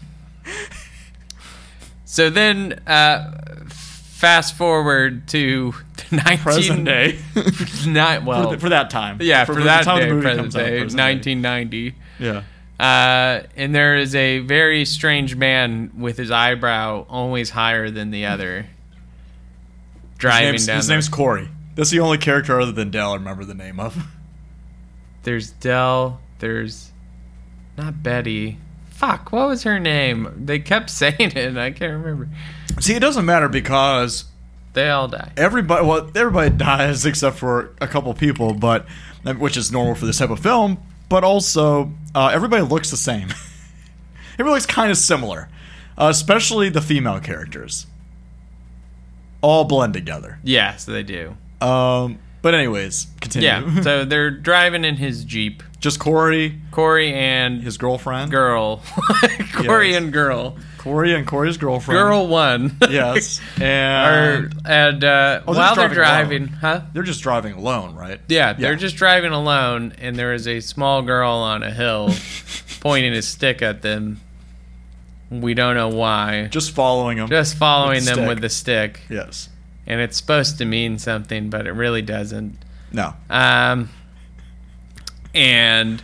S2: so then, uh, fast forward to 19,
S1: present day [laughs]
S2: Not, well,
S1: for, th- for that time.
S2: Oh. yeah, for, that
S1: the time
S2: day,
S1: the movie
S2: present
S1: comes out,
S2: day,
S1: present
S2: 1990.
S1: Yeah.
S2: Uh, and there is a very strange man with his eyebrow always higher than the other. Driving
S1: Name's-
S2: down
S1: his
S2: the-
S1: name's Corey. That's the only character other than Dell I remember the name of. [laughs]
S2: There's Dell. There's not Betty. Fuck, what was her name? They kept [laughs] saying it. and I can't remember.
S1: See, it doesn't matter because
S2: They all die.
S1: everybody well everybody [laughs] dies except for a couple people but um, which is normal for this type of film but also uh, everybody looks the same [laughs] everybody looks kind of similar uh, especially the female characters all blend together
S2: Yes, they do.
S1: um, but anyways continue [laughs]
S2: Yeah. so they're driving in his jeep.
S1: just corey
S2: Corey and
S1: his girlfriend
S2: girl. [laughs] Corey
S1: Yes.
S2: and girl.
S1: corey and corey's girlfriend
S2: Girl one. [laughs]
S1: yes
S2: Or,
S1: and
S2: and uh,
S1: Oh, they're
S2: while they're
S1: driving
S2: driving,
S1: alone.
S2: huh?
S1: they're just driving alone right
S2: Yeah, they're just driving alone, and there is a small girl on a [laughs] hill pointing a stick at them. We don't know why.
S1: just following them
S2: Just following
S1: the
S2: them
S1: stick.
S2: with the stick,
S1: yes
S2: and it's supposed to mean something, but it really doesn't.
S1: no
S2: Um, and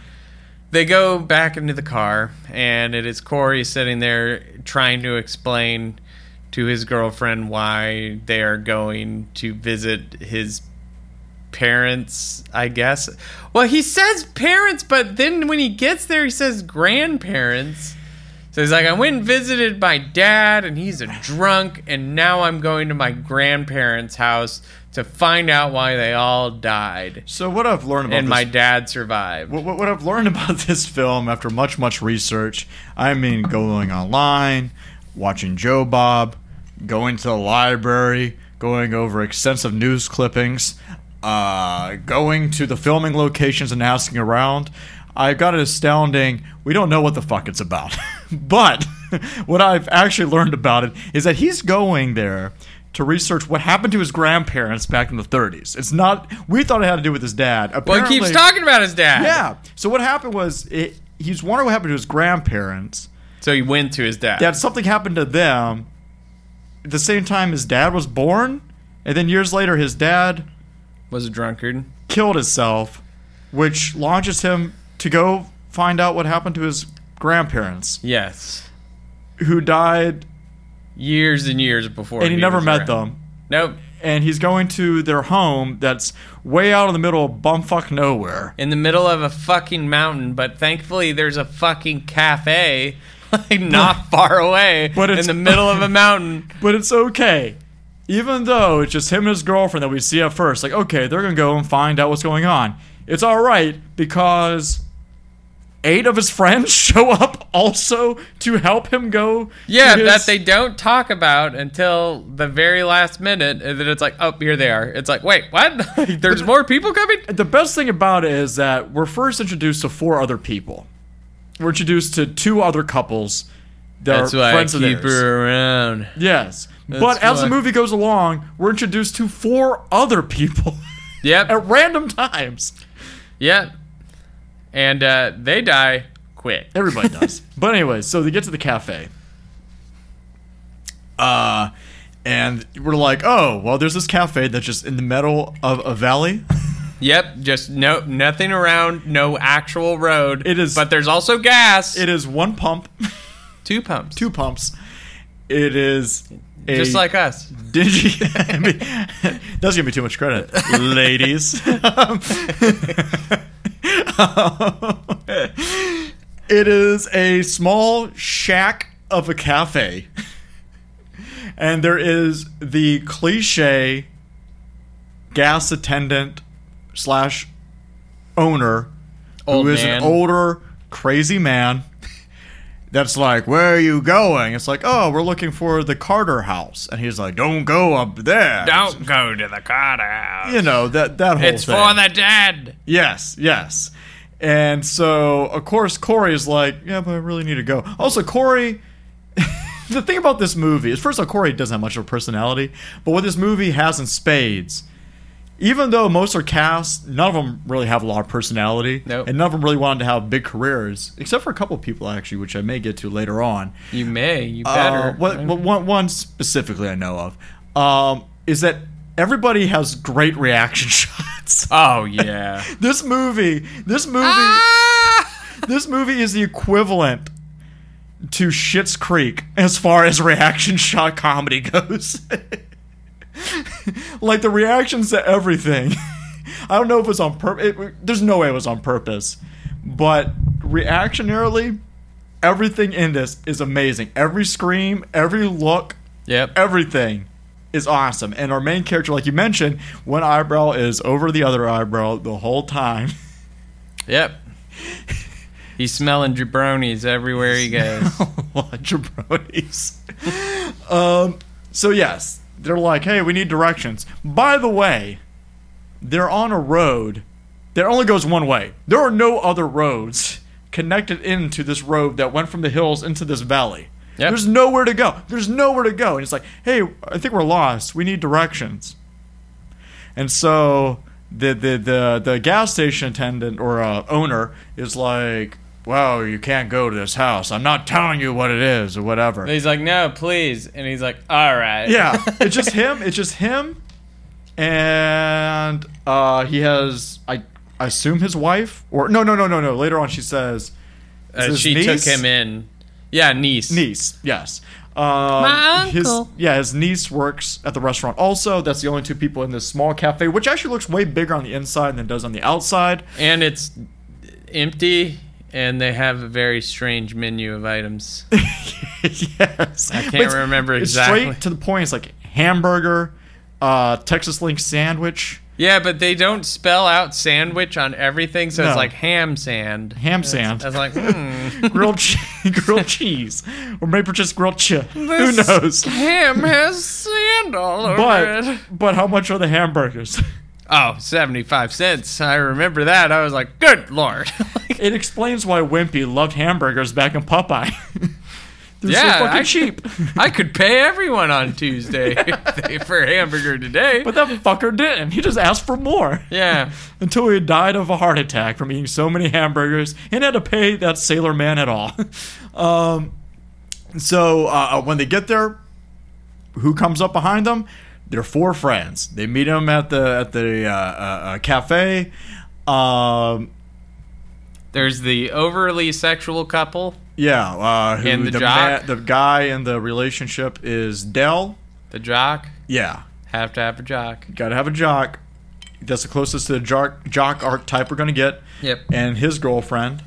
S2: they go back into the car, and it is Corey sitting there trying to explain to his girlfriend why they are going to visit his parents, I guess. Well, he says parents, but then when he gets there, he says grandparents. So he's like, I went and visited my dad, and he's a drunk, and now I'm going to my grandparents' house to find out why they all died.
S1: so what i've learned about
S2: And my
S1: this
S2: dad survived.
S1: What, what, what I've learned [laughs] about this film after much, much research, I mean, going online, watching Joe Bob, going to the library, going over extensive news clippings, uh, going to the filming locations and asking around, I've got an astounding, we don't know what the fuck it's about. [laughs] but what I've actually learned about it is that he's going there to research what happened to his grandparents back in the 30s. It's not, we thought it had to do with his dad.
S2: Well, he keeps
S1: Apparently-
S2: talking about his dad.
S1: yeah. So what happened was it, he's wondering what happened to his grandparents.
S2: So he went to his dad.
S1: That something happened to them at the same time his dad was born, and then years later his dad
S2: Was a drunkard.
S1: killed himself, which launches him to go find out what happened to his grandparents,
S2: Yes.
S1: who died
S2: Years and years before.
S1: and he, never
S2: was
S1: met
S2: around.
S1: them.
S2: Nope.
S1: And he's going to their home that's way out in the middle of bumfuck nowhere.
S2: in the middle of a fucking mountain, but thankfully there's a fucking cafe [laughs] like
S1: [laughs]
S2: not far away
S1: But it's-
S2: in the middle
S1: [laughs]
S2: of a mountain.
S1: But it's okay. Even though it's just him and his girlfriend that we see at first, like, okay, they're gonna go and find out what's going on. It's alright because eight of his [laughs] friends show up also to help him go. to
S2: Yeah,
S1: his-
S2: that they don't talk about until the very last minute, and then it's like, oh, here they are. It's like, wait, what? [laughs]
S1: [laughs]
S2: there's more people coming?
S1: The best thing about it is that we're first introduced to four other people. We're introduced to two other couples that
S2: That's
S1: are
S2: why I
S1: friends
S2: keep
S1: of theirs.
S2: her around.
S1: Yes. but as the
S2: why.
S1: movie goes along, we're introduced to four other people [laughs] at
S2: Yep,
S1: random times.
S2: yep. And uh, they die quick.
S1: Everybody [laughs] does. but anyways, so they get to the cafe. Uh and we're like, oh, well, there's this cafe that's just in the middle of a valley.
S2: Yep, just no nothing around, no actual road.
S1: It is-
S2: but there's also gas.
S1: It is one pump, [laughs]
S2: two pumps,
S1: two pumps. It is a
S2: just like us.
S1: digi. [laughs] I mean, that's gonna be too much credit,
S2: [laughs]
S1: ladies. Um, [laughs] it is a small shack of a cafe, and there is the cliche gas attendant slash owner
S2: Old
S1: who is
S2: man.
S1: an older crazy man that's like, Where are you going? It's like, Oh, we're looking for the Carter house. And he's like, Don't go up there.
S2: Don't go to the Carter house.
S1: You know, that, that whole
S2: It's
S1: thing.
S2: for the dead.
S1: Yes, yes. And so, of course, Corey is like, Yeah, but I really need to go. Also, Corey. [laughs] The thing about this movie is, first of all, Corey doesn't have much of a personality, but what this movie has in spades, even though most are cast, none of them really have a lot of personality,
S2: Nope.
S1: and none of them really wanted to have big careers, except for a couple people actually, which I may get to later on.
S2: You may. You
S1: Uh,
S2: better.
S1: what, what- one, one specifically I know of um, is that everybody has great reaction [laughs] shots.
S2: Oh yeah.
S1: this movie, this movie, this movie is the equivalent to Shit's Creek as far as reaction shot comedy goes. [laughs] like the reactions to everything. [laughs] I don't know if it was on purpose. There's no way it was on purpose, but reactionarily, everything in this is amazing. Every scream, every look,
S2: Yep.
S1: everything is awesome. And our main character, like you mentioned, one eyebrow is over the other eyebrow the whole time. [laughs]
S2: Yep. He's smelling jabronis everywhere he goes.
S1: Jabroni's. [laughs] um, so yes, they're like, hey, we need directions. By the way, they're on a road that only goes one way. There are no other roads connected into this road that went from the hills into this valley.
S2: Yep.
S1: There's nowhere to go. There's nowhere to go. And it's like, hey, I think we're lost. We need directions. And so the the the, the gas station attendant or uh, owner is like, "Wow, you can't go to this house. I'm not telling you what it is or whatever."
S2: He's like, no, please, and he's like, all right.
S1: yeah, it's just him. It's just him, and uh, he has I I assume his wife or no no no no no. Later on, she says
S2: Uh,
S1: his
S2: she
S1: niece?
S2: took him in. Yeah, niece.
S1: niece. Yes. Um,
S2: My
S1: his-
S2: uncle.
S1: yeah, his niece works at the restaurant. Also, that's the only two people in this small cafe, which actually looks way bigger on the inside than it does on the outside.
S2: And it's empty, and they have a very strange menu
S1: [laughs]
S2: of items.
S1: yes. I
S2: can't remember exactly.
S1: Straight to the point. It's like hamburger, uh, Texas Link sandwich,
S2: yeah, but they don't spell out sandwich on everything, so
S1: No.
S2: it's like ham sand.
S1: ham sand, [laughs]
S2: I was like, hmm.
S1: grilled che- grilled cheese, or maybe just grilled chip. [laughs] Who
S2: This
S1: knows?
S2: ham has sand all over
S1: But
S2: it.
S1: but how much are the
S2: [laughs]
S1: hamburgers?
S2: Oh, 75 cents. I remember that. I was like, good lord. [laughs] Like,
S1: It explains why Wimpy loved hamburgers back in Popeye. [laughs] They're
S2: Yeah,
S1: so fucking
S2: I- [laughs]
S1: cheap.
S2: I could pay everyone on Tuesday [laughs] for a hamburger today.
S1: But that fucker didn't. He just asked for more
S2: yeah.
S1: until he died of a heart attack from eating so many hamburgers and had to pay that sailor man at all. [laughs] um, so uh, when they get there, who comes up behind them? They're four friends. They meet him at the at the uh, uh, uh, cafe. Um,
S2: There's the overly sexual couple,
S1: yeah, uh, who
S2: And the
S1: the,
S2: jock.
S1: the guy in the relationship is Dell.
S2: the jock.
S1: Yeah,
S2: Have to have a jock.
S1: gotta have a jock. That's the closest to the jock jock archetype we're gonna get.
S2: Yep.
S1: and his girlfriend.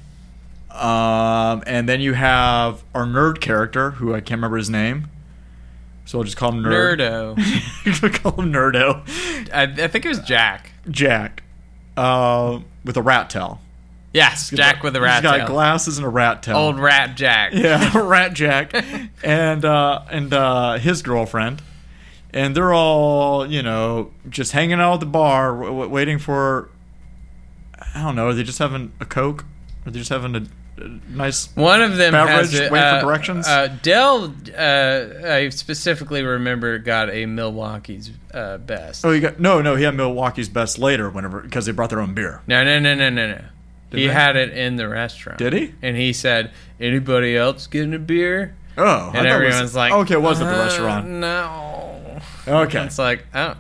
S1: Um, and then you have our nerd character, who I can't remember his name. So I'll just call him Nerd.
S2: Nerdo.
S1: [laughs] Nerdo. call him Nerdo.
S2: I, I think it was Jack.
S1: Jack. Uh, with a rat tail.
S2: Yes, Jack with a rat
S1: He's got
S2: tail.
S1: glasses and a rat tail.
S2: Old rat
S1: [laughs]
S2: Jack.
S1: Yeah, Rat
S2: [laughs]
S1: Jack. and uh, and uh, his girlfriend. And they're all, you know, just hanging out at the bar, w- w- waiting for. I don't know. Are they just having a Coke? Are they just having a, a nice
S2: One of them
S1: Beverage,
S2: has a,
S1: wait for
S2: uh,
S1: directions.
S2: Uh, Dell, uh, I specifically remember, got a Milwaukee's uh, best.
S1: Oh, you got no, no. He had Milwaukee's best later, whenever because they brought their own beer.
S2: No, no, no, no, no, no. he
S1: they?
S2: had it in the restaurant.
S1: Did he?
S2: And he said, "Anybody else getting a beer?"
S1: Oh, I thought
S2: And
S1: it was- Oh,
S2: everyone's like,
S1: okay, it was at the
S2: "Uh,
S1: restaurant.
S2: No.
S1: Okay,
S2: It's like, oh,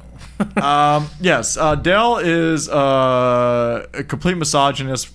S1: um, yes, uh, Dell is uh, a complete misogynist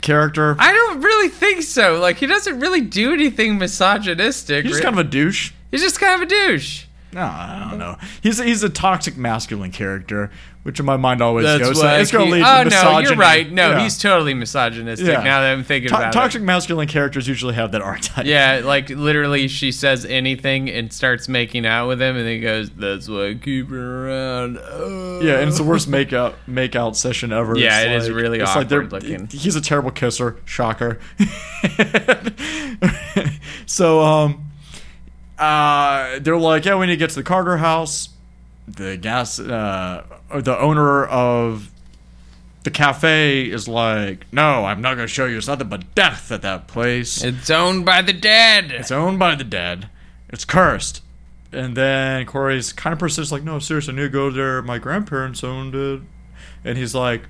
S1: character.
S2: I don't really think so. Like, he doesn't really do anything misogynistic.
S1: He's just
S2: re-
S1: kind of a douche.
S2: He's just kind of a douche.
S1: No, I don't know. He's he's a toxic masculine character, which in my mind always goes. so
S2: I
S1: it's going
S2: keep-
S1: to lead
S2: Oh
S1: to misogyny.
S2: no, you're right. No,
S1: Yeah.
S2: he's totally misogynistic.
S1: Yeah.
S2: Now that I'm thinking
S1: To-
S2: about
S1: toxic
S2: it.
S1: masculine characters usually have that archetype.
S2: Yeah, like literally, she says anything and starts making out with him, and he goes, "That's why I keep her around." Oh.
S1: Yeah, and it's the worst make out make out session ever.
S2: Yeah,
S1: it
S2: it
S1: is
S2: is really awkward looking.
S1: He's a terrible kisser, shocker. [laughs] so um, uh, they're like, yeah, we need to get to the Carter house. The gas, uh, or the owner of the cafe is like, no, I'm not going to show you. It's nothing but death at that place.
S2: It's owned by the dead.
S1: It's owned by the dead. It's cursed. And then Corey's kind of persists, like, no, seriously, I need to go there. My grandparents owned it. And he's like,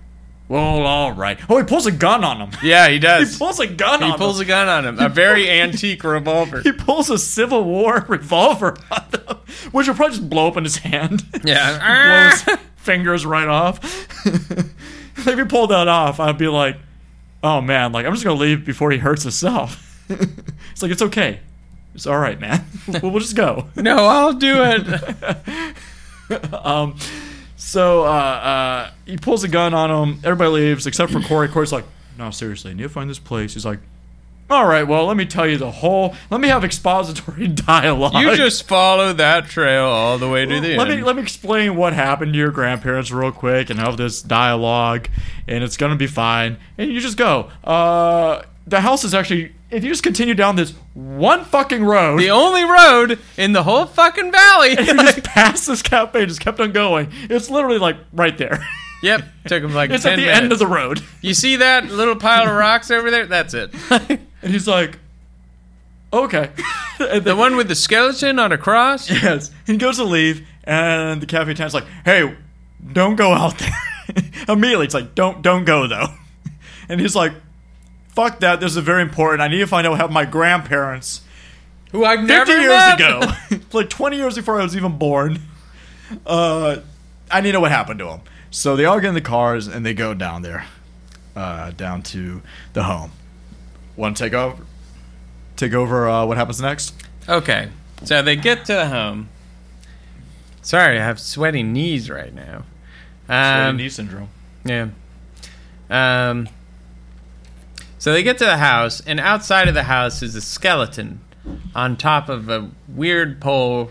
S1: Well, all right. Oh, he pulls a gun on him. [laughs]
S2: Yeah, he
S1: He
S2: does.
S1: pulls a gun on
S2: He pulls
S1: him.
S2: a gun on him. A very antique revolver.
S1: [laughs] he pulls a Civil War [laughs] revolver on him, which will probably just blow up in his hand. [laughs] blow
S2: Yeah. Ah,
S1: his fingers right off. [laughs] if he pulled that off, I'd be like, oh man, like I'm just gonna leave before he hurts himself. [laughs] it's like it's okay. It's all right, man. [laughs] we'll, we'll just go.
S2: no, I'll do it.
S1: So uh, uh, he pulls a gun on him. Everybody leaves except for Corey. Corey's like, no, seriously, I need to find this place. He's like. All right, well, let me tell you the whole. Let me have expository [laughs] dialogue.
S2: You just [laughs] follow that trail all the way to the
S1: let
S2: end.
S1: me let me explain what happened to your grandparents real quick and have this dialogue and it's gonna be fine and you just go uh the house is actually if you just continue down this one fucking road
S2: the only road in the whole
S1: [laughs]
S2: fucking valley.
S1: you just past this cafe just kept on going it's literally like right there
S2: yep, took him
S1: [laughs]
S2: like
S1: it's at
S2: 10
S1: the
S2: minutes.
S1: end of the road
S2: You see that little pile of rocks over there? That's it.
S1: [laughs] and he's like "Oh, okay [laughs] and
S2: The one with the skeleton on a cross?
S1: Yes. He goes to leave, and the cafe attendant's like, "Hey, don't go out there." [laughs] Immediately, it's like, "Don't, don't go though." [laughs] And he's like, "Fuck that. This is very important. I need to find out how my grandparents
S2: [laughs] Who I've never
S1: fifty years
S2: met. [laughs]
S1: ago, [laughs] like twenty years before I was even born. Uh, I need to know what happened to them." So they all get in the cars and they go down there, uh, down to the home. Want to take over? Take over. Uh, what happens next?
S2: Okay, so they get to the home. Sorry, I have sweaty knees right now. Um,
S1: syndrome.
S2: Yeah. Um. So they get to the house, and outside of the house is a skeleton on top of a weird pole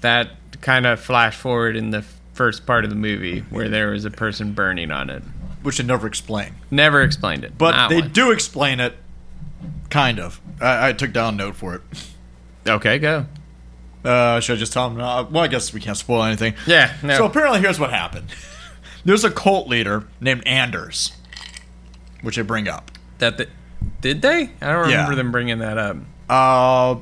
S2: that kind of flashed forward in the first part of the movie where there was a person burning on it.
S1: Which they never explain.
S2: Never explained it.
S1: But
S2: Not
S1: they
S2: once.
S1: do explain it, kind of. I, I took down a note for it.
S2: Okay, go.
S1: Uh, should I just tell them? Uh, well, I guess we can't spoil anything.
S2: Yeah. No.
S1: So apparently, here's what happened. There's a cult leader named Anders, which they bring up.
S2: that the, did they? I don't
S1: Yeah.
S2: remember them bringing that up.
S1: Uh,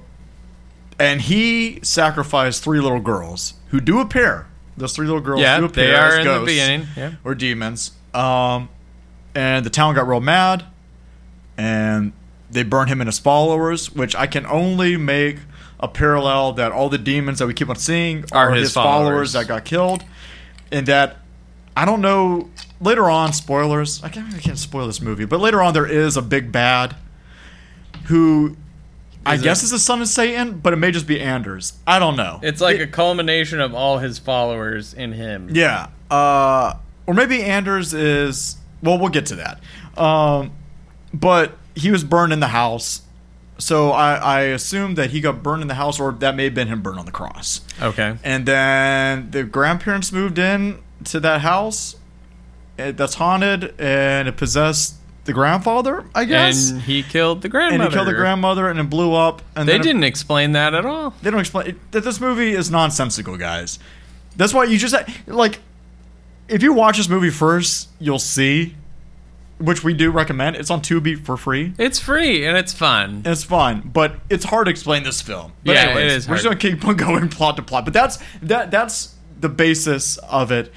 S1: and he sacrificed three little girls who do appear. Those three little girls
S2: Yeah,
S1: do appear
S2: they are
S1: as
S2: in the
S1: ghosts
S2: beginning. Yeah.
S1: or demons. Um, and the town got real mad, and they burned him and his followers. Which I can only make a parallel that all the demons that we keep on seeing
S2: Are
S1: are
S2: his
S1: his, followers.
S2: followers.
S1: that got killed, and that I don't know. Later on, spoilers. I can't, I can't spoil this movie, but later on there is a big bad who. I
S2: Is it-
S1: guess is the son of Satan, but it may just be Anders. I don't know.
S2: It's like a culmination of all his followers in him.
S1: Yeah. Uh, or maybe Anders is. Well, we'll get to that. Um, but he was burned in the house. So I, I assume that he got burned in the house, or that may have been him burned on the cross.
S2: Okay.
S1: And then the grandparents moved in to that house eh, that's haunted, and it possessed the grandfather, I guess.
S2: And he killed the
S1: And
S2: grandmother.
S1: he killed the grandmother, and it blew up. And
S2: They
S1: then it-
S2: didn't explain that at all.
S1: they don't explain it- that this movie is nonsensical, guys. That's why you just eh, like if you watch this movie first, you'll see, which we do recommend. It's on Tubi for free.
S2: It's free and it's fun.
S1: It's fun, but it's hard to explain this film. But
S2: Yeah, it
S1: anyways,
S2: is
S1: We're just gonna
S2: hard.
S1: keep [laughs] on going plot to plot. But that's that that's the basis of it.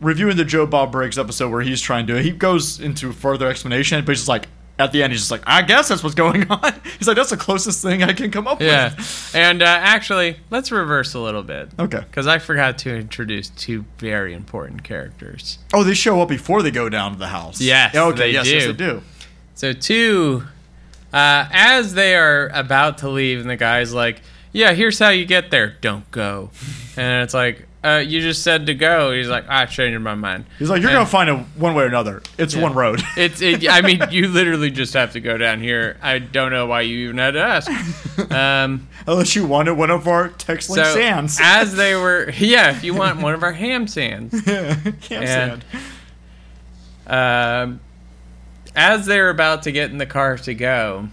S1: Reviewing the Joe Bob Briggs episode where he's trying to he goes into further explanation, but he's just like at the end he's just like, I guess that's what's going [laughs] on. He's like, that's the closest thing I can come up
S2: Yeah.
S1: with.
S2: And uh, actually, let's reverse a little bit.
S1: Okay.
S2: Because I forgot to introduce two very important characters.
S1: Oh, they show up before they go down to the house.
S2: Yes,
S1: Okay.
S2: they
S1: yes,
S2: do.
S1: yes, they do.
S2: So two, uh, as they are about to leave, and the guy's like, "Yeah, here's how you get there. Don't go." And it's like, uh, "You just said to go." He's like, "I changed my mind."
S1: He's like, you're
S2: And
S1: gonna find it one way or another. It's one road.
S2: It's. It, I mean, you literally just have to go down here. I don't know why you even had to ask. Um,
S1: [laughs] Unless you wanted one of our text
S2: so
S1: link sands.
S2: as they were, yeah, if you want one of our ham sands,
S1: [laughs] Camp
S2: and-
S1: sand.
S2: Um, as they're about to get in the car to go,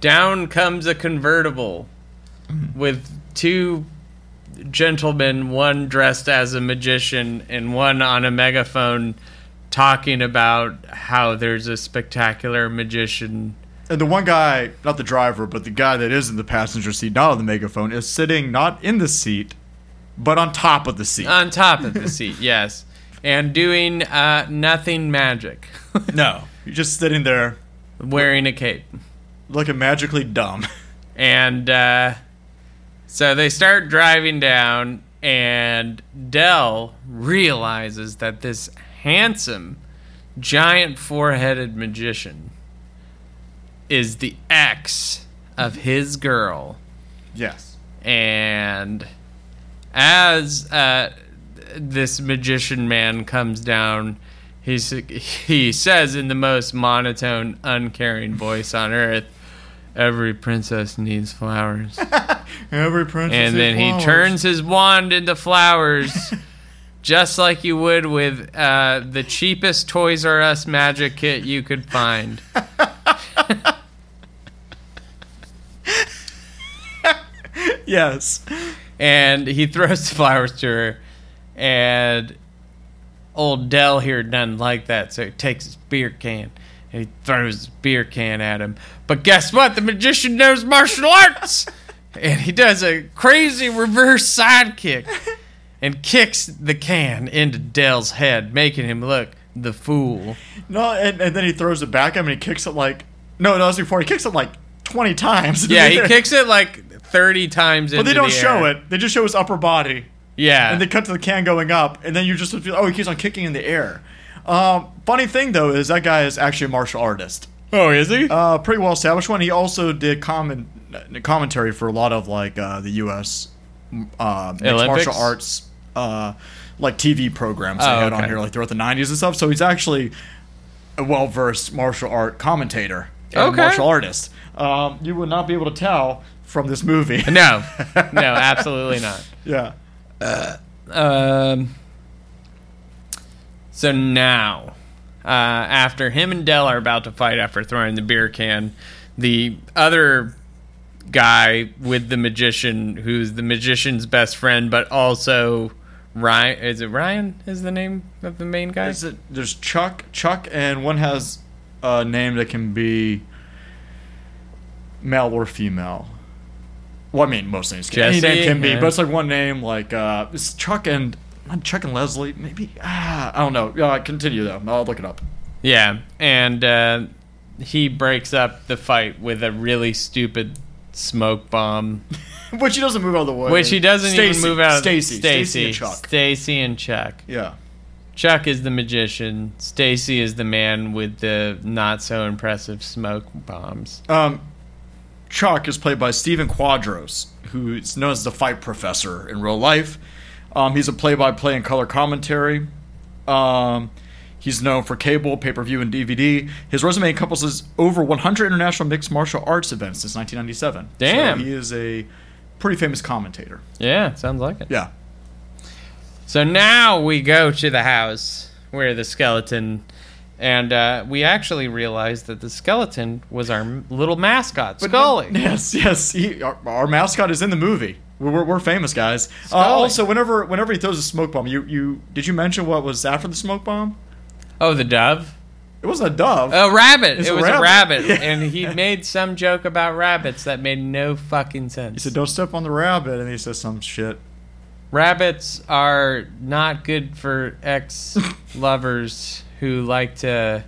S2: down comes a convertible with two gentlemen, one dressed as a magician and one on a megaphone, talking about how there's a spectacular magician.
S1: And the one guy, not the driver, but the guy that is in the passenger seat, not on the megaphone, is
S2: Uh,
S1: sitting not in the seat, but on top of the seat.
S2: on top of the seat, yes. and doing uh, nothing magic,
S1: No, you're just sitting there
S2: wearing a cape.
S1: looking magically dumb. [laughs]
S2: And uh, so they start driving down, and Dell realizes that this handsome, giant four headed magician is the ex of his girl.
S1: yes.
S2: And as uh, this magician man comes down, he s- he says in the most monotone, uncaring voice on earth, "Every princess needs flowers."
S1: Every princess.
S2: and then he turns his wand into flowers, just like you would with uh, the cheapest Toys R Us magic kit you could find.
S1: Yes.
S2: and he [laughs] throws the flowers to her, and old Dell here doesn't like that, so he takes his beer can and he throws his beer can at him. But guess what? The magician knows
S1: [laughs]
S2: martial arts, and he does a crazy reverse side kick and kicks the can into Dell's head, making him look
S1: [laughs]
S2: the fool.
S1: No, and, and then he throws it back at him and he kicks it like. No, no, that's before. He kicks it like 20 times. [laughs]
S2: Yeah, he kicks it like thirty times.
S1: But they don't show it. They just show his upper body.
S2: Yeah,
S1: And they cut to the can going up, and then you just feel, oh, he keeps on kicking in the air. Um, funny thing, though, is that guy is actually a martial artist.
S2: oh, is he?
S1: Uh, pretty well established one. He also did comment, uh, commentary for a lot of like uh, the U.S. m- Uh, mixed
S2: Olympics?
S1: martial arts uh, like TV programs
S2: Oh,
S1: they had on
S2: okay.
S1: here like throughout the '90s and stuff. So he's actually a well versed martial art commentator and
S2: Okay.
S1: martial artist. Um, you would not be able to tell from this movie.
S2: no, no, absolutely not.
S1: [laughs] yeah.
S2: Um, so now, uh, after him and Dell are about to fight after throwing the beer can, the other guy with the magician, who's the magician's best friend, but also Ryan, is it Ryan? Is the name of the main guy?
S1: Is it, there's Chuck, Chuck, and one has a name that can be male or female. Well, I mean, most names can. Any
S2: Jesse,
S1: name can be,
S2: yeah.
S1: but it's like one name, like uh, it's Chuck and not Chuck and Leslie, maybe. Ah, I don't know. Uh, continue though. I'll look it up. [laughs]
S2: Yeah, and uh, he breaks up the fight with a really stupid smoke bomb.
S1: Which he doesn't move out of the way.
S2: Which he doesn't even
S1: Stacy,
S2: move out. of-
S1: Stacy, Stacy,
S2: Stacy,
S1: and Chuck.
S2: Stacy and Chuck.
S1: yeah.
S2: Chuck is the magician. Stacy is the man with the not so impressive smoke bombs.
S1: Um, Chuck is played by Stephen Quadros, who is known as the Fight Professor in real life. Um, he's a play-by-play and color commentary. Um, he's known for cable, pay-per-view, and DVD. His resume encompasses over 100 international mixed martial arts events since 1997. So
S2: Damn.
S1: he is a pretty famous commentator.
S2: Yeah, sounds like it.
S1: Yeah.
S2: So now we go to the house where the skeleton, and uh, we actually realize that the skeleton was our m- little mascot, Scully.
S1: [laughs] Yes, yes. He, our, our mascot is in the movie. We're, we're, we're famous guys. Uh,
S2: Scully.
S1: also, whenever whenever he throws a smoke bomb, you you did you mention what was after the smoke bomb?
S2: oh, the dove.
S1: It wasn't a dove.
S2: A rabbit.
S1: It's
S2: it
S1: a
S2: was a
S1: rabbit. [laughs]
S2: rabbit,
S1: Yeah.
S2: and he made some joke about rabbits that made no fucking sense.
S1: He said, "Don't step on the rabbit," and he says some shit.
S2: rabbits are not good for
S1: [laughs]
S2: ex lovers who like to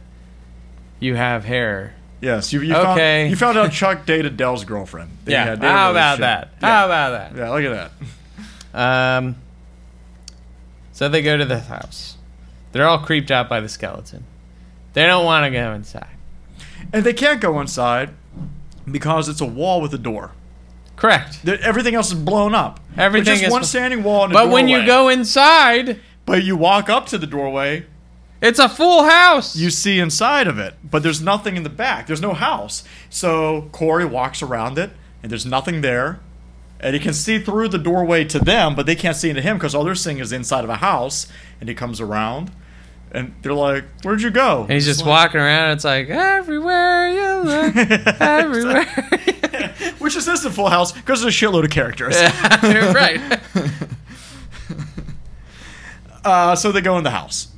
S2: you have hair.
S1: Yes, you, you
S2: Okay.
S1: found you found out Chuck dated Dell's girlfriend. They
S2: Yeah.
S1: had- they
S2: How
S1: were really
S2: about
S1: shit.
S2: that?
S1: Yeah.
S2: How about
S1: yeah, look at that.
S2: that? Um So they go to the house. They're all creeped out by the skeleton. They don't want to go inside.
S1: And they can't go inside because it's a wall with a door.
S2: Correct.
S1: The- Everything else is blown up.
S2: Everything
S1: There's just
S2: is
S1: one
S2: bl-
S1: standing wall. And a
S2: But when you
S1: doorway.
S2: go inside,
S1: but you walk up to the doorway,
S2: it's a full house.
S1: you see inside of it, but there's nothing in the back. There's no house. So Corey walks around it, and there's nothing there. And he can see through the doorway to them, but they can't see into him because all they're seeing is inside of a house. And he comes around, and they're like, "Where'd you go?"
S2: and he's just walking around. It's like everywhere you
S1: [laughs]
S2: look, everywhere.
S1: Which is this in Full House because there's a shitload of characters.
S2: [laughs] right.
S1: [laughs] Uh, so they go in the house.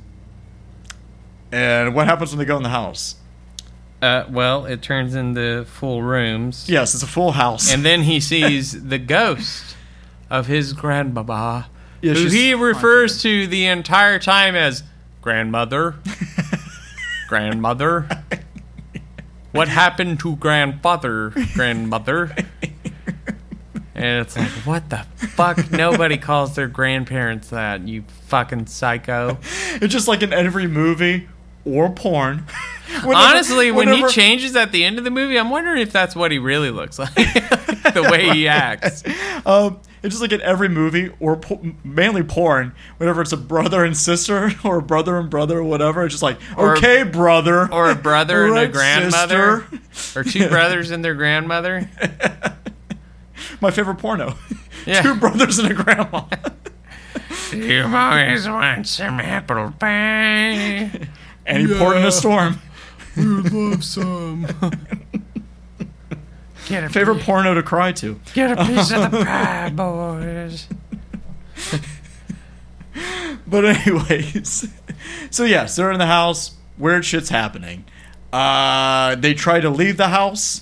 S1: And what happens when they go in the house?
S2: Uh, well, it turns into full rooms.
S1: Yes, it's a full house.
S2: And then he sees the ghost of his grandbaba
S1: Yeah,
S2: who
S1: she's-
S2: he refers to the entire time as grandmother, grandmother. What happened to grandfather, grandmother? And it's like, what the fuck? Nobody calls their grandparents that, you fucking psycho.
S1: It's just like in every movie or porn. [laughs] Whenever-
S2: Honestly, when he
S1: whenever-
S2: changes at the end of the movie, I'm wondering if that's what he really looks [laughs] like. the way he acts.
S1: [laughs] Um, it's just like in every movie or po- mainly porn. Whenever it's a brother and sister [laughs] or a brother and brother, or whatever. It's just like
S2: Or-
S1: okay, brother,
S2: Or a brother and a
S1: Right,
S2: grandmother.
S1: sister. [laughs]
S2: Or two brothers and their grandmother.
S1: My favorite porno. [laughs]
S2: Yeah.
S1: Two brothers and a
S2: [laughs]
S1: grandma.
S2: You've always wanted some apple pie.
S1: And he poured in
S2: Yeah.
S1: a storm. [laughs]
S2: Love some. Get a,
S1: Favorite porno to cry to.
S2: get a piece of the pie, boys.
S1: But anyways, [laughs] so yes, they're in the house. Weird shit's happening. Uh, they try to leave the house,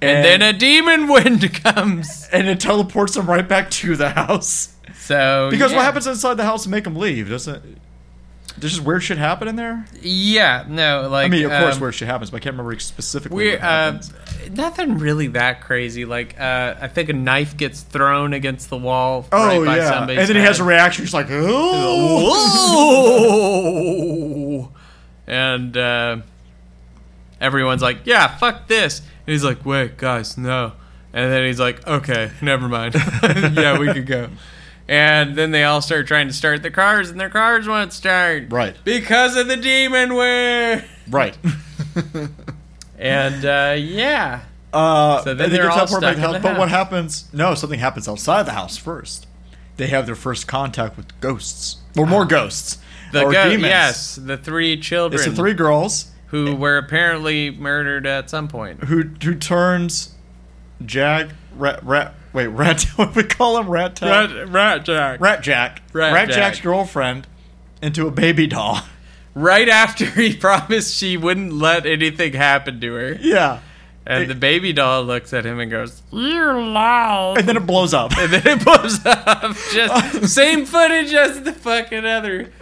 S2: And then a demon wind [laughs] comes.
S1: and it teleports them right back to the house.
S2: So
S1: Because
S2: yeah.
S1: what happens inside the house to make them leave? Doesn't there's just weird shit happen in there?
S2: Yeah, no, like
S1: I mean, of course,
S2: um,
S1: weird shit happens, but I can't remember specifically.
S2: we
S1: what
S2: uh,
S1: happens.
S2: nothing really that crazy. Like uh, I think a knife gets thrown against the wall.
S1: oh
S2: right by
S1: yeah, and
S2: somebody's
S1: then he has a
S2: head.
S1: reaction. He's like,
S2: [laughs] Whoa! and uh, everyone's like, "Yeah, fuck this," and he's like, "Wait, guys, no." And then he's like, "Okay, [laughs] never mind. yeah, we could go." And then they all start trying to start the cars, and their cars won't start.
S1: Right.
S2: Because of the demon wear.
S1: right.
S2: And uh, yeah.
S1: [laughs] Uh,
S2: So then
S1: and they
S2: they're
S1: get
S2: all
S1: teleported back to
S2: stuck in
S1: house,
S2: the
S1: But what
S2: house.
S1: happens? No, something happens outside the house first. They have their first contact with ghosts, or more ghosts,
S2: Ah. The
S1: or
S2: go-
S1: demons.
S2: yes, the three children
S1: it's the three girls
S2: who were apparently murdered at some point.
S1: who who turns Jag Rat Rat. Wait, Rat. [laughs] What we call him? Rat. Tail?
S2: rat Jack.
S1: Rat Jack,
S2: Rat
S1: Rat,
S2: Jack.
S1: Jack's girlfriend, into a baby doll. [laughs]
S2: right after he [laughs] promised she wouldn't let anything happen to her.
S1: yeah,
S2: And the baby doll looks at him and goes, You're loud.
S1: and then it blows up.
S2: And
S1: [laughs]
S2: then it blows up. Just same footage as the fucking other.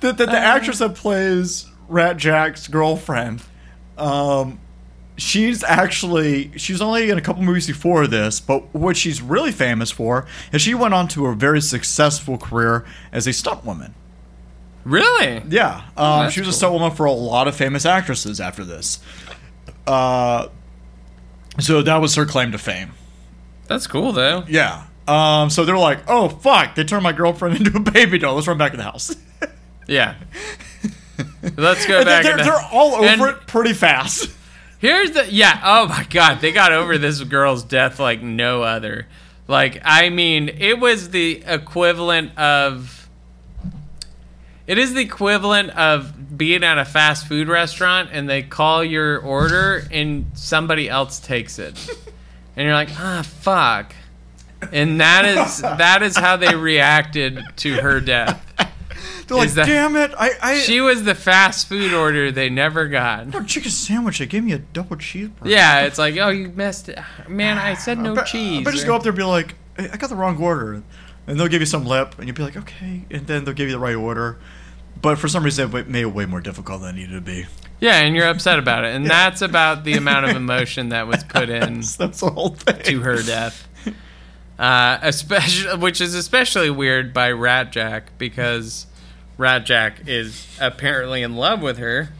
S1: the, the, the actress that plays Rat Jack's girlfriend, um, she's actually she's only in a couple movies before this, but what she's really famous for is she went on to a very successful career as a stuntwoman.
S2: Really?
S1: Yeah, um, she was
S2: that's
S1: a stuntwoman for a lot of famous actresses after this. Uh, so that was her claim to fame.
S2: That's cool though.
S1: Yeah. Um, so they're like, oh fuck, they turned my girlfriend [laughs] into a baby doll. Let's run back in the house.
S2: Yeah. Let's go
S1: And
S2: back.
S1: they're,
S2: in the-
S1: they're all over
S2: And
S1: it pretty fast. [laughs]
S2: Here's the yeah. Oh my god, they got over this girl's death like no other. Like I mean, it was the equivalent of. It is the equivalent of being at a fast food restaurant and they call your order and somebody else takes it, and you're like, ah, fuck. And that is that is how they reacted to her death.
S1: They're like,
S2: Is that-
S1: damn it, I, I
S2: She was the fast food order they never got.
S1: a chicken sandwich. They gave me a double cheeseburger.
S2: Yeah, it's like, oh, you missed it. Man, I said no
S1: but, uh,
S2: cheese.
S1: But just go up there and be like, I I got the wrong order, and they'll give you some lip, and you'll be like, okay, and then they'll give you the right order. But for some reason, it made it way more difficult than it needed to be.
S2: Yeah, and you're upset about it. And that's about the amount of emotion that
S1: [laughs]
S2: was put in
S1: So that's the whole thing.
S2: to her death. Uh, especially, which is especially weird by Rat Jack because Rat Jack is apparently in love with her.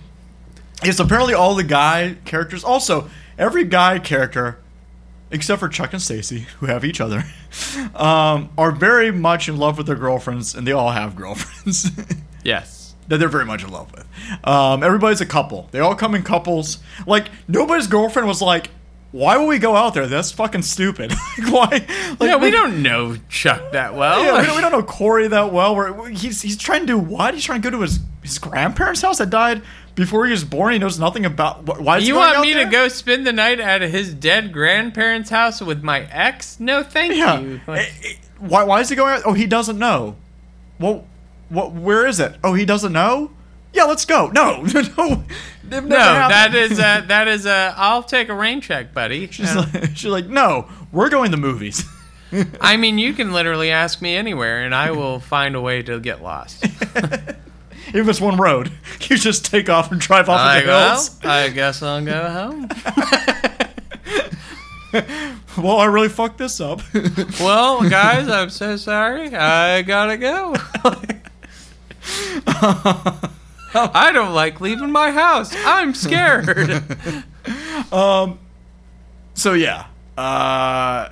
S1: Yes, apparently all the guy characters. Also, every guy character, except for Chuck and Stacy, who have each other, [laughs] um, are very much in love with their girlfriends, and they all have girlfriends [laughs] that
S2: Yes.
S1: they're very much in love with. Um, everybody's a couple. They all come in couples. Like nobody's girlfriend was like, "Why would we go out there? That's fucking stupid." [laughs] like, why? Like,
S2: Yeah, we don't know Chuck that well.
S1: Yeah, we don't, we don't know Corey that well. We're, we- he's he's trying to do what? He's trying to go to his his grandparents' house that died before he was born. He knows nothing about wh- why. Is he
S2: [laughs] You
S1: going
S2: want
S1: out
S2: me
S1: there?
S2: to go spend the night at his dead grandparents' house with my ex? No, thank
S1: Yeah.
S2: you.
S1: Eh, eh, why why is he going out? Oh, he doesn't know. Well, what? Where is it? Oh, he doesn't know. Yeah, let's go. No, [laughs] no, no. They've never
S2: No, that
S1: happened.
S2: is uh,
S1: [laughs]
S2: a, that is a. I'll take a rain check, buddy.
S1: She's like, she's like, no, we're going to movies. [laughs]
S2: I mean, you can literally ask me anywhere, and I will find a way to get lost.
S1: If it's one road, [laughs] you just take off and drive off
S2: I
S1: of the
S2: go.
S1: hills.
S2: I guess I'll go home.
S1: [laughs] Well, I really fucked this up. [laughs]
S2: Well, guys, I'm so sorry. I gotta go. I don't like leaving my house. I'm scared.
S1: [laughs] so yeah, uh,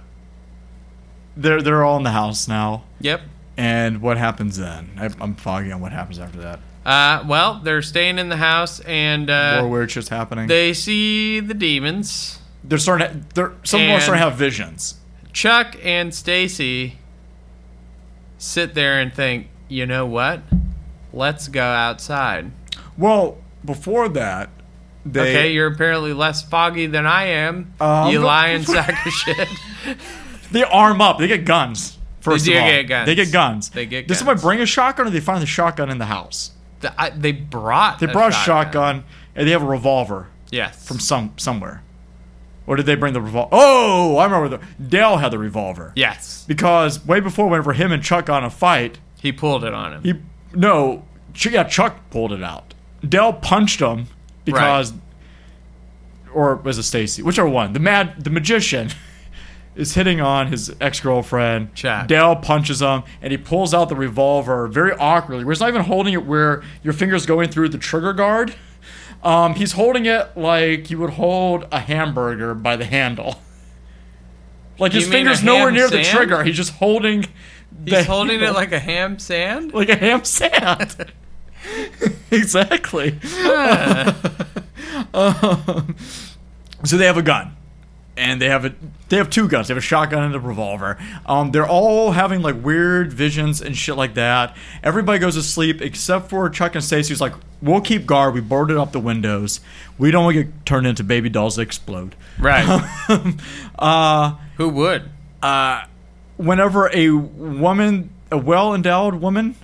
S1: they're they're all in the house now.
S2: yep.
S1: And what happens then? I, I'm foggy on what happens after that.
S2: Uh, well, they're staying in the house, and
S1: Or
S2: uh,
S1: where it's just happening.
S2: they see the demons.
S1: they're starting. To, they're some of them are
S2: And-
S1: starting to have visions.
S2: Chuck and Stacy sit there and think, you know what? Let's go outside.
S1: Well, before that, they
S2: okay, you're apparently less foggy than I am.
S1: Um, [laughs]
S2: you lying sack of shit.
S1: they arm up. They get guns. First
S2: do
S1: of all,
S2: get guns.
S1: they get guns.
S2: They get
S1: Does somebody
S2: guns.
S1: bring a shotgun, or they find the shotgun in the house?
S2: Th- I- they brought
S1: They brought a shotgun, and they have a revolver
S2: Yes.
S1: from some somewhere. Or did they bring the revolver? Oh, I remember. The, Dale had the revolver.
S2: yes.
S1: Because way before, whenever him and Chuck got in a fight,
S2: He pulled it on him.
S1: he no, Ch- yeah, Chuck pulled it out. Dale punched him because, or was it Stacy? Whichever one. The mad, the magician, [laughs] is hitting on his ex girlfriend.
S2: Chuck.
S1: Dale punches him, and he pulls out the revolver very awkwardly. Where it's not even holding it where your fingers going through the trigger guard. Um, he's holding it like you would hold a hamburger by the handle. Like
S2: You
S1: his
S2: mean a
S1: fingers nowhere
S2: ham
S1: near the
S2: sand?
S1: trigger. He's just holding.
S2: He's
S1: [laughs]
S2: holding it like a ham sand?
S1: like a ham sand. [laughs] exactly. Ah. [laughs] Um, so they have a gun, and they have a they have two guns. They have a shotgun and a revolver. Um, they're all having like weird visions and shit like that. Everybody goes to sleep except for Chuck and Stacy. Who's like, we'll keep guard. We boarded up the windows. We don't want to get turned into baby dolls that explode. [laughs]
S2: Right.
S1: Uh,
S2: Who would?
S1: whenever a woman, a well endowed woman,